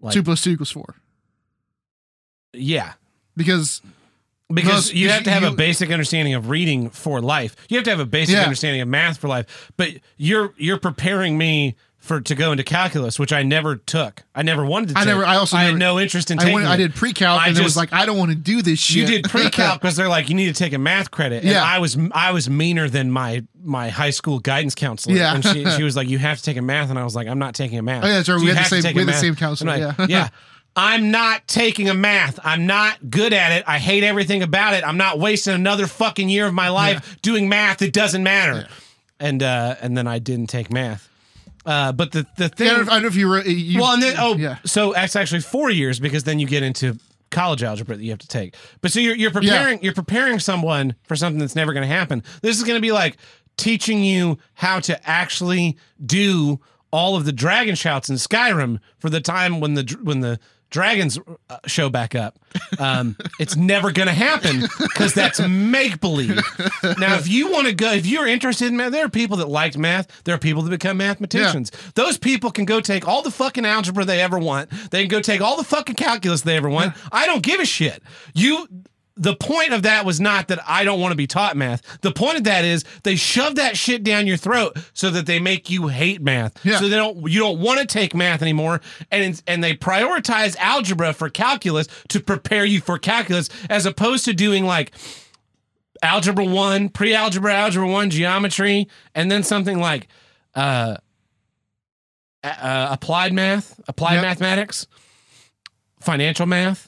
like
two plus two equals four.
yeah,
because
because
most-
you have to have
you-
a basic understanding of reading for life. You have to have a basic
Yeah.
understanding of math for life. But you're you're preparing me for to go into calculus, which I never took. I never wanted to.
I
take.
never. I also.
I had
never-
no interest in
I
taking.
went- I
it.
did pre-calc,
I
and it was
just-
like I don't want to do this shit.
You did pre-calc because they're like, you need to take a math credit. And
Yeah.
I was I was meaner than my my high school guidance counselor.
Yeah.
And she, she was like, you have to take a math, and I was like, I'm not taking a math.
Oh, yeah, that's right.
So
We
you
had the
have to
same-
take
we
a
had the
math.
same counselor,
I'm like,
yeah.
yeah. I'm not taking a math. I'm not good at it. I hate everything about it. I'm not wasting another fucking year of my life doing math that doesn't matter. And uh, and then I didn't take math. Uh, but the the thing
Yeah, I don't know if- I don't know if you. Re- you
well, and then oh,
yeah.
so that's actually four years because then you get into college algebra that you have to take. But so you're you're preparing you're preparing someone for something that's never going to happen. This is going to be like teaching you how to actually do all of the dragon shouts in Skyrim for the time when the dr- when the dragons uh, show back up. Um, it's never going to happen because that's make believe. Now, if you want to go, if you're interested in math, there are people that liked math. There are people that become mathematicians. Those people can go take all the fucking algebra they ever want. They can go take all the fucking calculus they ever want. I don't give a shit. You. The point of that was not that I don't want to be taught math. The point of that is they shove that shit down your throat so that they make you hate math. So they don't you don't want to take math anymore and and they prioritize algebra for calculus to prepare you for calculus as opposed to doing like algebra one, pre-algebra, algebra one, geometry, and then something like uh, a- uh applied math, applied mathematics, financial math.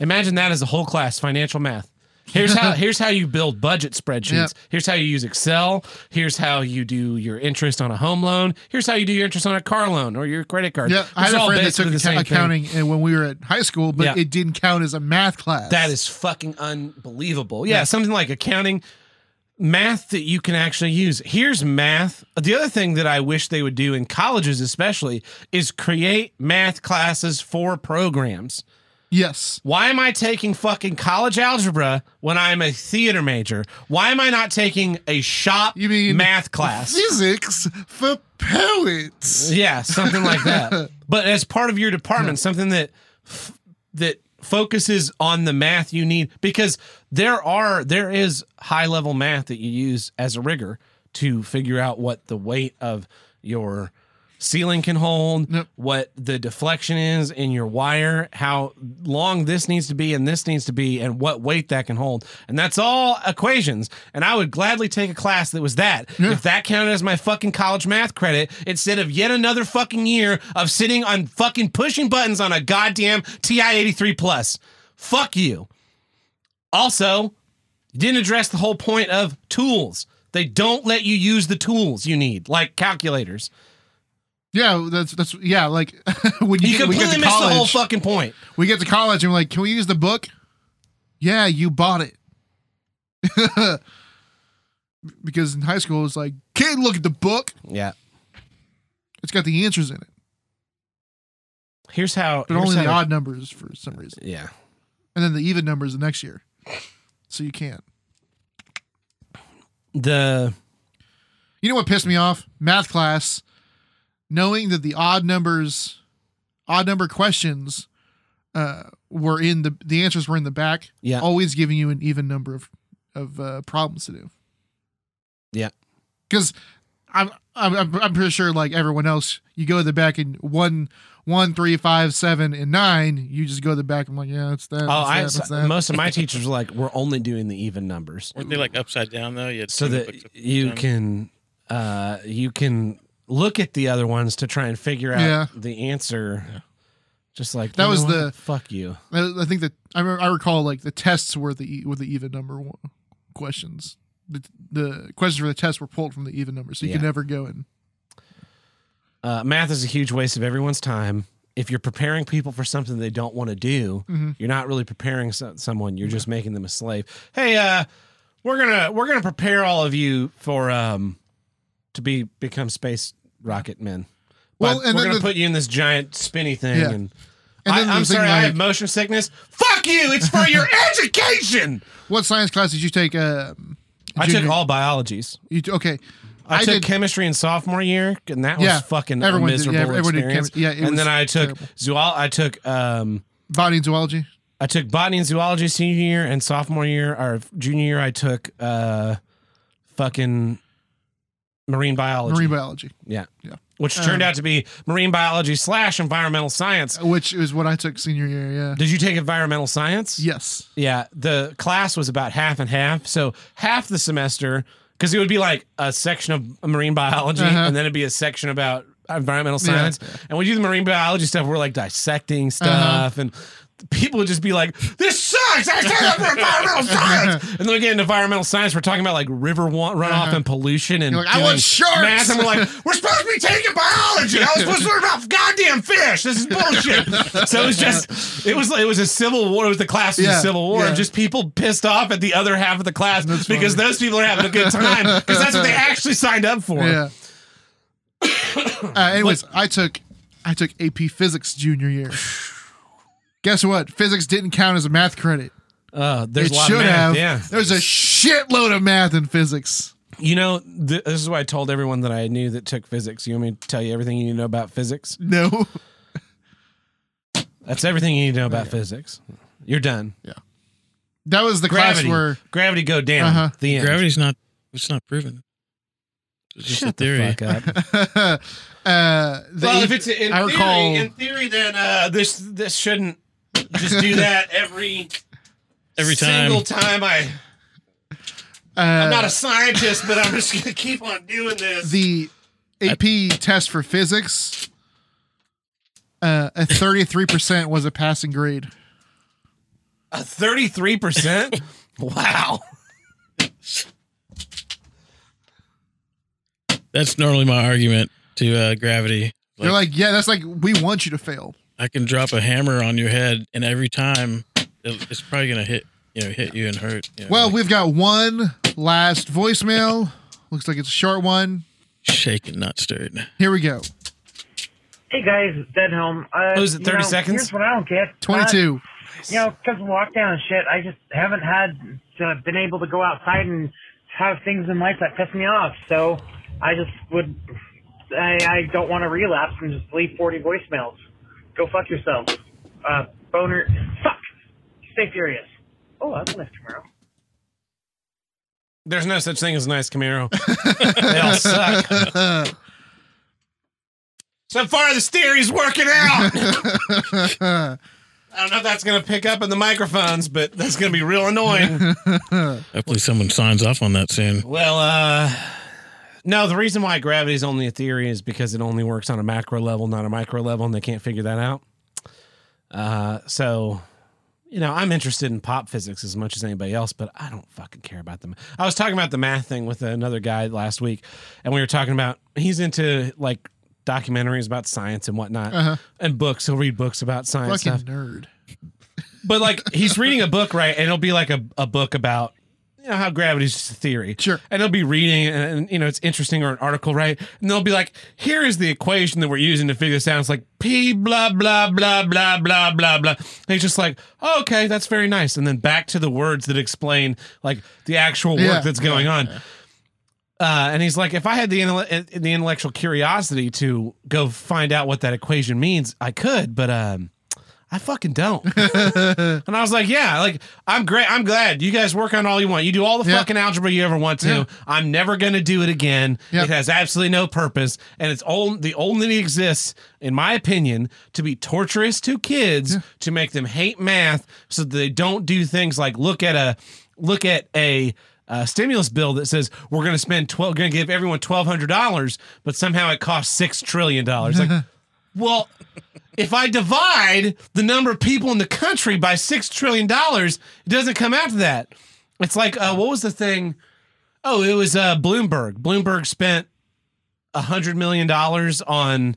Imagine that as a whole class, financial math. Here's how here's how you build budget spreadsheets.
Yep.
Here's how you use Excel. Here's how you do your interest on a home loan. Here's how you do your interest on a car loan or your credit card.
Yeah, I
It's
had a
all
friend that
basically
took
the same
acc-
thing.
accounting and when we were at high school, but
Yeah.
it didn't count as a math class.
That is fucking unbelievable. Yeah,
Yeah.
something like accounting, math that you can actually use. Here's math. The other thing that I wish they would do in colleges, especially, is create math classes for programs.
Yes.
Why am I taking fucking college algebra when I'm a theater major? Why am I not taking a shop you mean math class?
physics for poets.
Yeah, something like that. but as part of your department, something that f- that focuses on the math you need because there are there is high level math that you use as a rigger to figure out what the weight of your ceiling can hold, what the deflection is in your wire, how long this needs to be and this needs to be, and what weight that can hold. And that's all equations. And I would gladly take a class that was that. If that counted as my fucking college math credit instead of yet another fucking year of sitting on fucking pushing buttons on a goddamn TI 83 plus. Fuck you. Also, you didn't address the whole point of tools. They don't let you use the tools you need, like calculators.
Yeah, that's that's yeah. Like when you,
You
get, we get
completely
to
missed the
college,
whole fucking point.
We get to college and we're like, can we use the book? Yeah, you bought it. because in high school it's like, can't look at the book.
Yeah.
It's got the answers in it,
Here's how.
but
here's
only the
how-
odd numbers for some reason.
Yeah.
And then the even numbers the next year. So you can't.
The
You know what pissed me off? Math class, knowing that the odd numbers, odd number questions, uh, were in the the answers were in the back.
Yeah.
always giving you an even number of of uh, problems to do.
Yeah.
because I'm, I'm I'm I'm pretty sure like everyone else, you go to the back and one one three five seven and nine, you just go to the back. I'm like, yeah, it's that.
Oh,
it's
I
that, it's that.
most of my teachers were like, we're only doing the even numbers,
Weren't they like upside down though? You had
so
two
that
books upside
you
down.
can uh you can look at the other ones to try and figure out
Yeah.
the answer. Just like
That
you know
was
what?
the-
fuck you.
I I think that I, re- I recall like the tests were the e- were the even number one questions. The, the questions for the test were pulled from the even number, so you could
Yeah.
never go in.
Uh, math is a huge waste of everyone's time. If you're preparing people for something they don't want to do,
Mhm.
you're not really preparing so- someone.
Mm-hmm.
You're just making them a slave. Hey, uh, we're gonna we're gonna prepare all of you for um to be become space rocket men.
Well,
Well,
and
we're
then
gonna
the-
put you in this giant spinny thing,
Yeah.
and
And then
I, am
the thing,
sorry, I
like-
have motion sickness. Fuck you! It's for your education.
What science class did you take? Um,
I took
junior-
all biologies.
You, okay.
I,
I
took
did-
chemistry in sophomore year, and that
Yeah,
was fucking
everyone
a
did-
miserable
yeah, everyone did chem-
experience.
yeah, it
and
was
then I took
terrible.
zool. I took um,
botany and zoology.
I took botany and zoology senior year and sophomore year or junior year. I took uh, fucking marine biology.
Marine biology.
Yeah,
yeah.
Which turned
Um, oh.
out to be marine biology slash environmental science.
Which is what I took senior year. Yeah.
Did you take environmental science?
Yes.
Yeah, the class was about half and half. So half the semester, because it would be like a section of marine biology,
Uh-huh.
and then it'd be a section about environmental
Yeah.
science. And we do the marine biology stuff. We're like dissecting
Uh-huh.
stuff, and people would just be like, "This sucks! I signed up for environmental science." And then we get into environmental science. We're talking about like river wa- runoff and pollution, and
Uh-huh. You're like, "I
doing
want sharks!"
math, and we're like, "We're supposed to be taking biology. I was supposed to learn about goddamn fish. This is bullshit." so it was just, it was it was a civil war. It was the class was
Yeah,
a civil war.
yeah.
of Just people pissed off at the other half of the class because those people are having a good time because that's what they actually signed up for.
Yeah. uh, anyways, I took I took AP Physics junior year. Guess what? Physics didn't count as a math credit.
Uh, there's
it
a lot
should
of math,
have.
yeah.
There's a shitload of math in physics.
You know, th- this is why I told everyone that I knew that took physics. You want me to tell you everything you need to know about physics?
No.
That's everything you need to know about physics. You're done.
Yeah. That was the
gravity.
class where
gravity go down.
Uh-huh.
The end.
Gravity's not. It's not proven. It's just a
Shut the
theory.
fuck up.
uh, the
well,
AP
if it's in
I
theory,
recall-
in theory, then uh, this this shouldn't just do that every
Every time.
Single time I,
uh,
I'm not a scientist, but I'm just gonna keep on doing this.
the AP test for physics, uh, a 33% was a passing grade.
A thirty-three percent. Wow.
That's normally my argument to uh, gravity.
They're like, yeah, that's like, we want you to fail.
I can drop a hammer on your head, and every time it- it's probably gonna hit. You know, hit you and hurt. you know,
Well, we've got one last voicemail. Looks like it's a short one.
shaken, not stirred.
Here we go.
Hey guys, Deadhelm. Uh,
Oh, is it
you
30
know,
seconds?
Here's what I don't get.
22.
Uh, you know, because of lockdown and shit, I just haven't had uh, been able to go outside and have things in life that piss me off. So I just would, I, I don't want to relapse and just leave 40 voicemails. Go fuck yourself. Uh, boner. Fuck. Stay furious. Oh, that's nice tomorrow.
There's no such thing as a nice Camaro. they all suck. So far, this theory's working out. I don't know if that's going to pick up in the microphones, but that's going to be real annoying.
Hopefully, someone signs off on that soon.
well, uh, no, the reason why gravity is only a theory is because it only works on a macro level, not a micro level, and they can't figure that out. Uh, so, you know, I'm interested in pop physics as much as anybody else, but I don't fucking care about them. I was talking about the math thing with another guy last week, and we were talking about he's into like documentaries about science and whatnot,
Uh-huh.
and books. He'll read books about
Fucking
science stuff
nerd.
but like he's reading a book, right? And it'll be like a, a book about you know how gravity's just a theory. Sure. And he'll be reading it and, and, you know it's interesting or an article, right? And they'll be like, here is the equation that we're using to figure this out. It's like P blah blah blah blah blah blah blah. And he's just like, oh, okay, that's very nice. And then back to the words that explain like the actual work
Yeah.
that's going
Yeah.
on. Uh, and he's like, if I had the intelle- the intellectual curiosity to go find out what that equation means, I could, but um, I fucking don't. and I was like, yeah, like I'm great. I'm glad you guys work on all you want. You do all the
Yeah.
fucking algebra you ever want to.
Yeah.
I'm never gonna do it again. It has absolutely no purpose, and it's all the only exists, in my opinion, to be torturous to kids to make them hate math, so that they don't do things like look at a look at a. uh stimulus bill that says we're going to spend twelve, going to give everyone twelve hundred dollars, but somehow it costs six trillion dollars. Like, well, if I divide the number of people in the country by six trillion dollars, it doesn't come out to that. It's like uh, what was the thing? Oh, it was uh, Bloomberg. Bloomberg spent a hundred million dollars on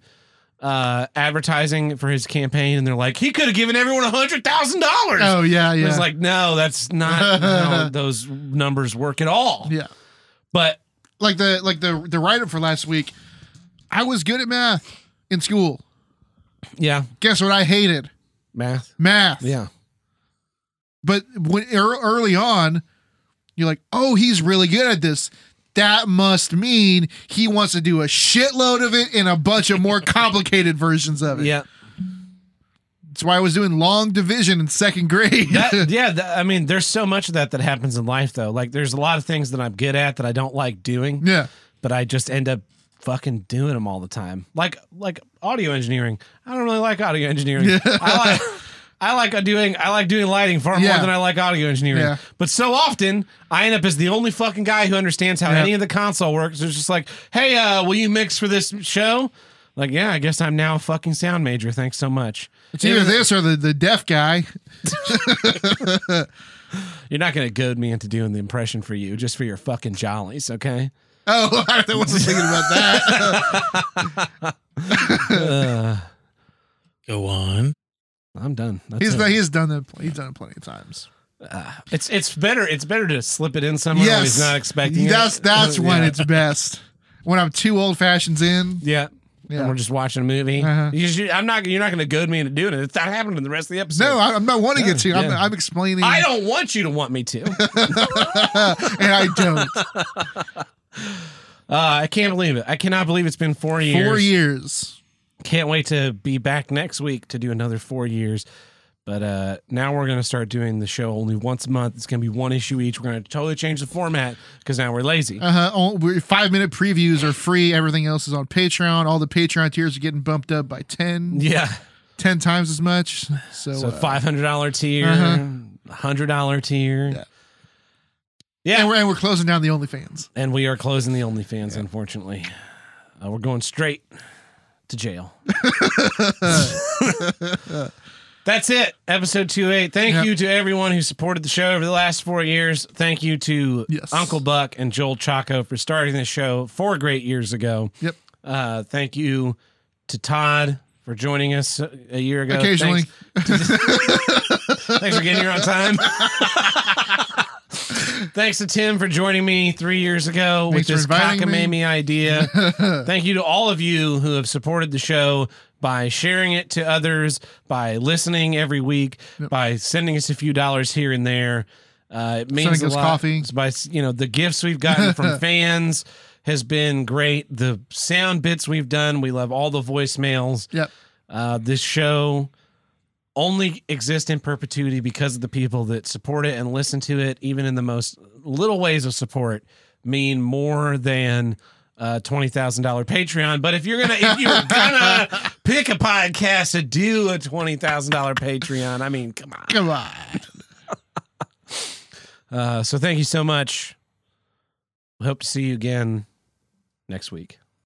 uh, advertising for his campaign, and they're like, he could have given everyone a hundred thousand dollars.
Oh, yeah, yeah.
It's like, no, that's not how those numbers work at all.
Yeah.
But
like the like the the write up for last week, I was good at math in school.
Yeah.
Guess what I hated?
Math.
math.
Yeah.
But when ear- early on, you're like, oh, he's really good at this. That must mean he wants to do a shitload of it and a bunch of more complicated versions of it.
Yeah.
That's why I was doing long division in second grade.
That- yeah, that, I mean, there's so much of that that happens in life, though. Like, there's a lot of things that I'm good at that I don't like doing.
Yeah,
but I just end up fucking doing them all the time. Like, like audio engineering. I don't really like audio engineering. I like. I like doing I like doing lighting far more
Yeah.
than I like audio engineering.
Yeah.
But so often I end up as the only fucking guy who understands how
Yeah.
any of the console works. It's just like, hey, uh, will you mix for this show? Like, yeah, I guess I'm now a fucking sound major. Thanks so much.
It's either this or the, the deaf guy.
You're not going to goad me into doing the impression for you, just for your fucking jollies, okay?
Oh, I wasn't thinking about that.
Uh,
Go on.
I'm done. That's
he's
it.
done, he's done that. He's done it plenty of times.
It's it's better it's better to slip it in somewhere when he's not expecting.
That's
it.
that's
Yeah.
when it's best. When I'm two old fashions in.
yeah. And we're just watching a movie.
Uh-huh.
You should- I'm not. You're not going to goad me into doing it. It's not happening in the rest of the episode.
No, I- I'm not wanting it to. I'm,
Yeah.
I'm explaining.
I don't want you to want me to.
and I don't.
Uh, I can't believe it. I cannot believe it's been four years.
Four years.
Can't wait to be back next week to do another four years. But uh, now we're going to start doing the show only once a month. It's going to be one issue each. We're going to totally change the format because now we're lazy.
Uh huh. Five minute previews are free. Everything else is on Patreon. All the Patreon tiers are getting bumped up by ten.
Yeah.
ten times as much. So,
So
uh,
five hundred dollar tier,
Uh-huh.
hundred dollar tier, yeah.
And we're, and we're closing down the OnlyFans.
and we are closing the OnlyFans. Unfortunately, uh, we're going straight to jail. That's it. Episode 28. Thank you to everyone who supported the show over the last four years. Thank you to Uncle Buck and Joel Chaco for starting this show four great years ago.
Yep.
Uh, thank you to Todd for joining us a year ago.
Occasionally.
Thanks, thanks for getting here on time. thanks to Tim for joining me three years ago
Thanks
with this
for inviting me.
cockamamie idea. Thank you to all of you who have supported the show by sharing it to others, by listening every week, by sending us a few dollars here and there. Uh, it means
Sending
a
us
lot.
coffee.
It's by you know the gifts we've gotten from fans has been great. The sound bits we've done, we love all the voicemails.
Yep.
Uh, this show only exists in perpetuity because of the people that support it and listen to it, even in the most little ways of support, mean more than uh, twenty thousand dollar Patreon. But if you're gonna if you're gonna pick a podcast to do a twenty thousand dollar Patreon, I mean, come on,
come on.
Uh, so thank you so much. We hope to see you again next week.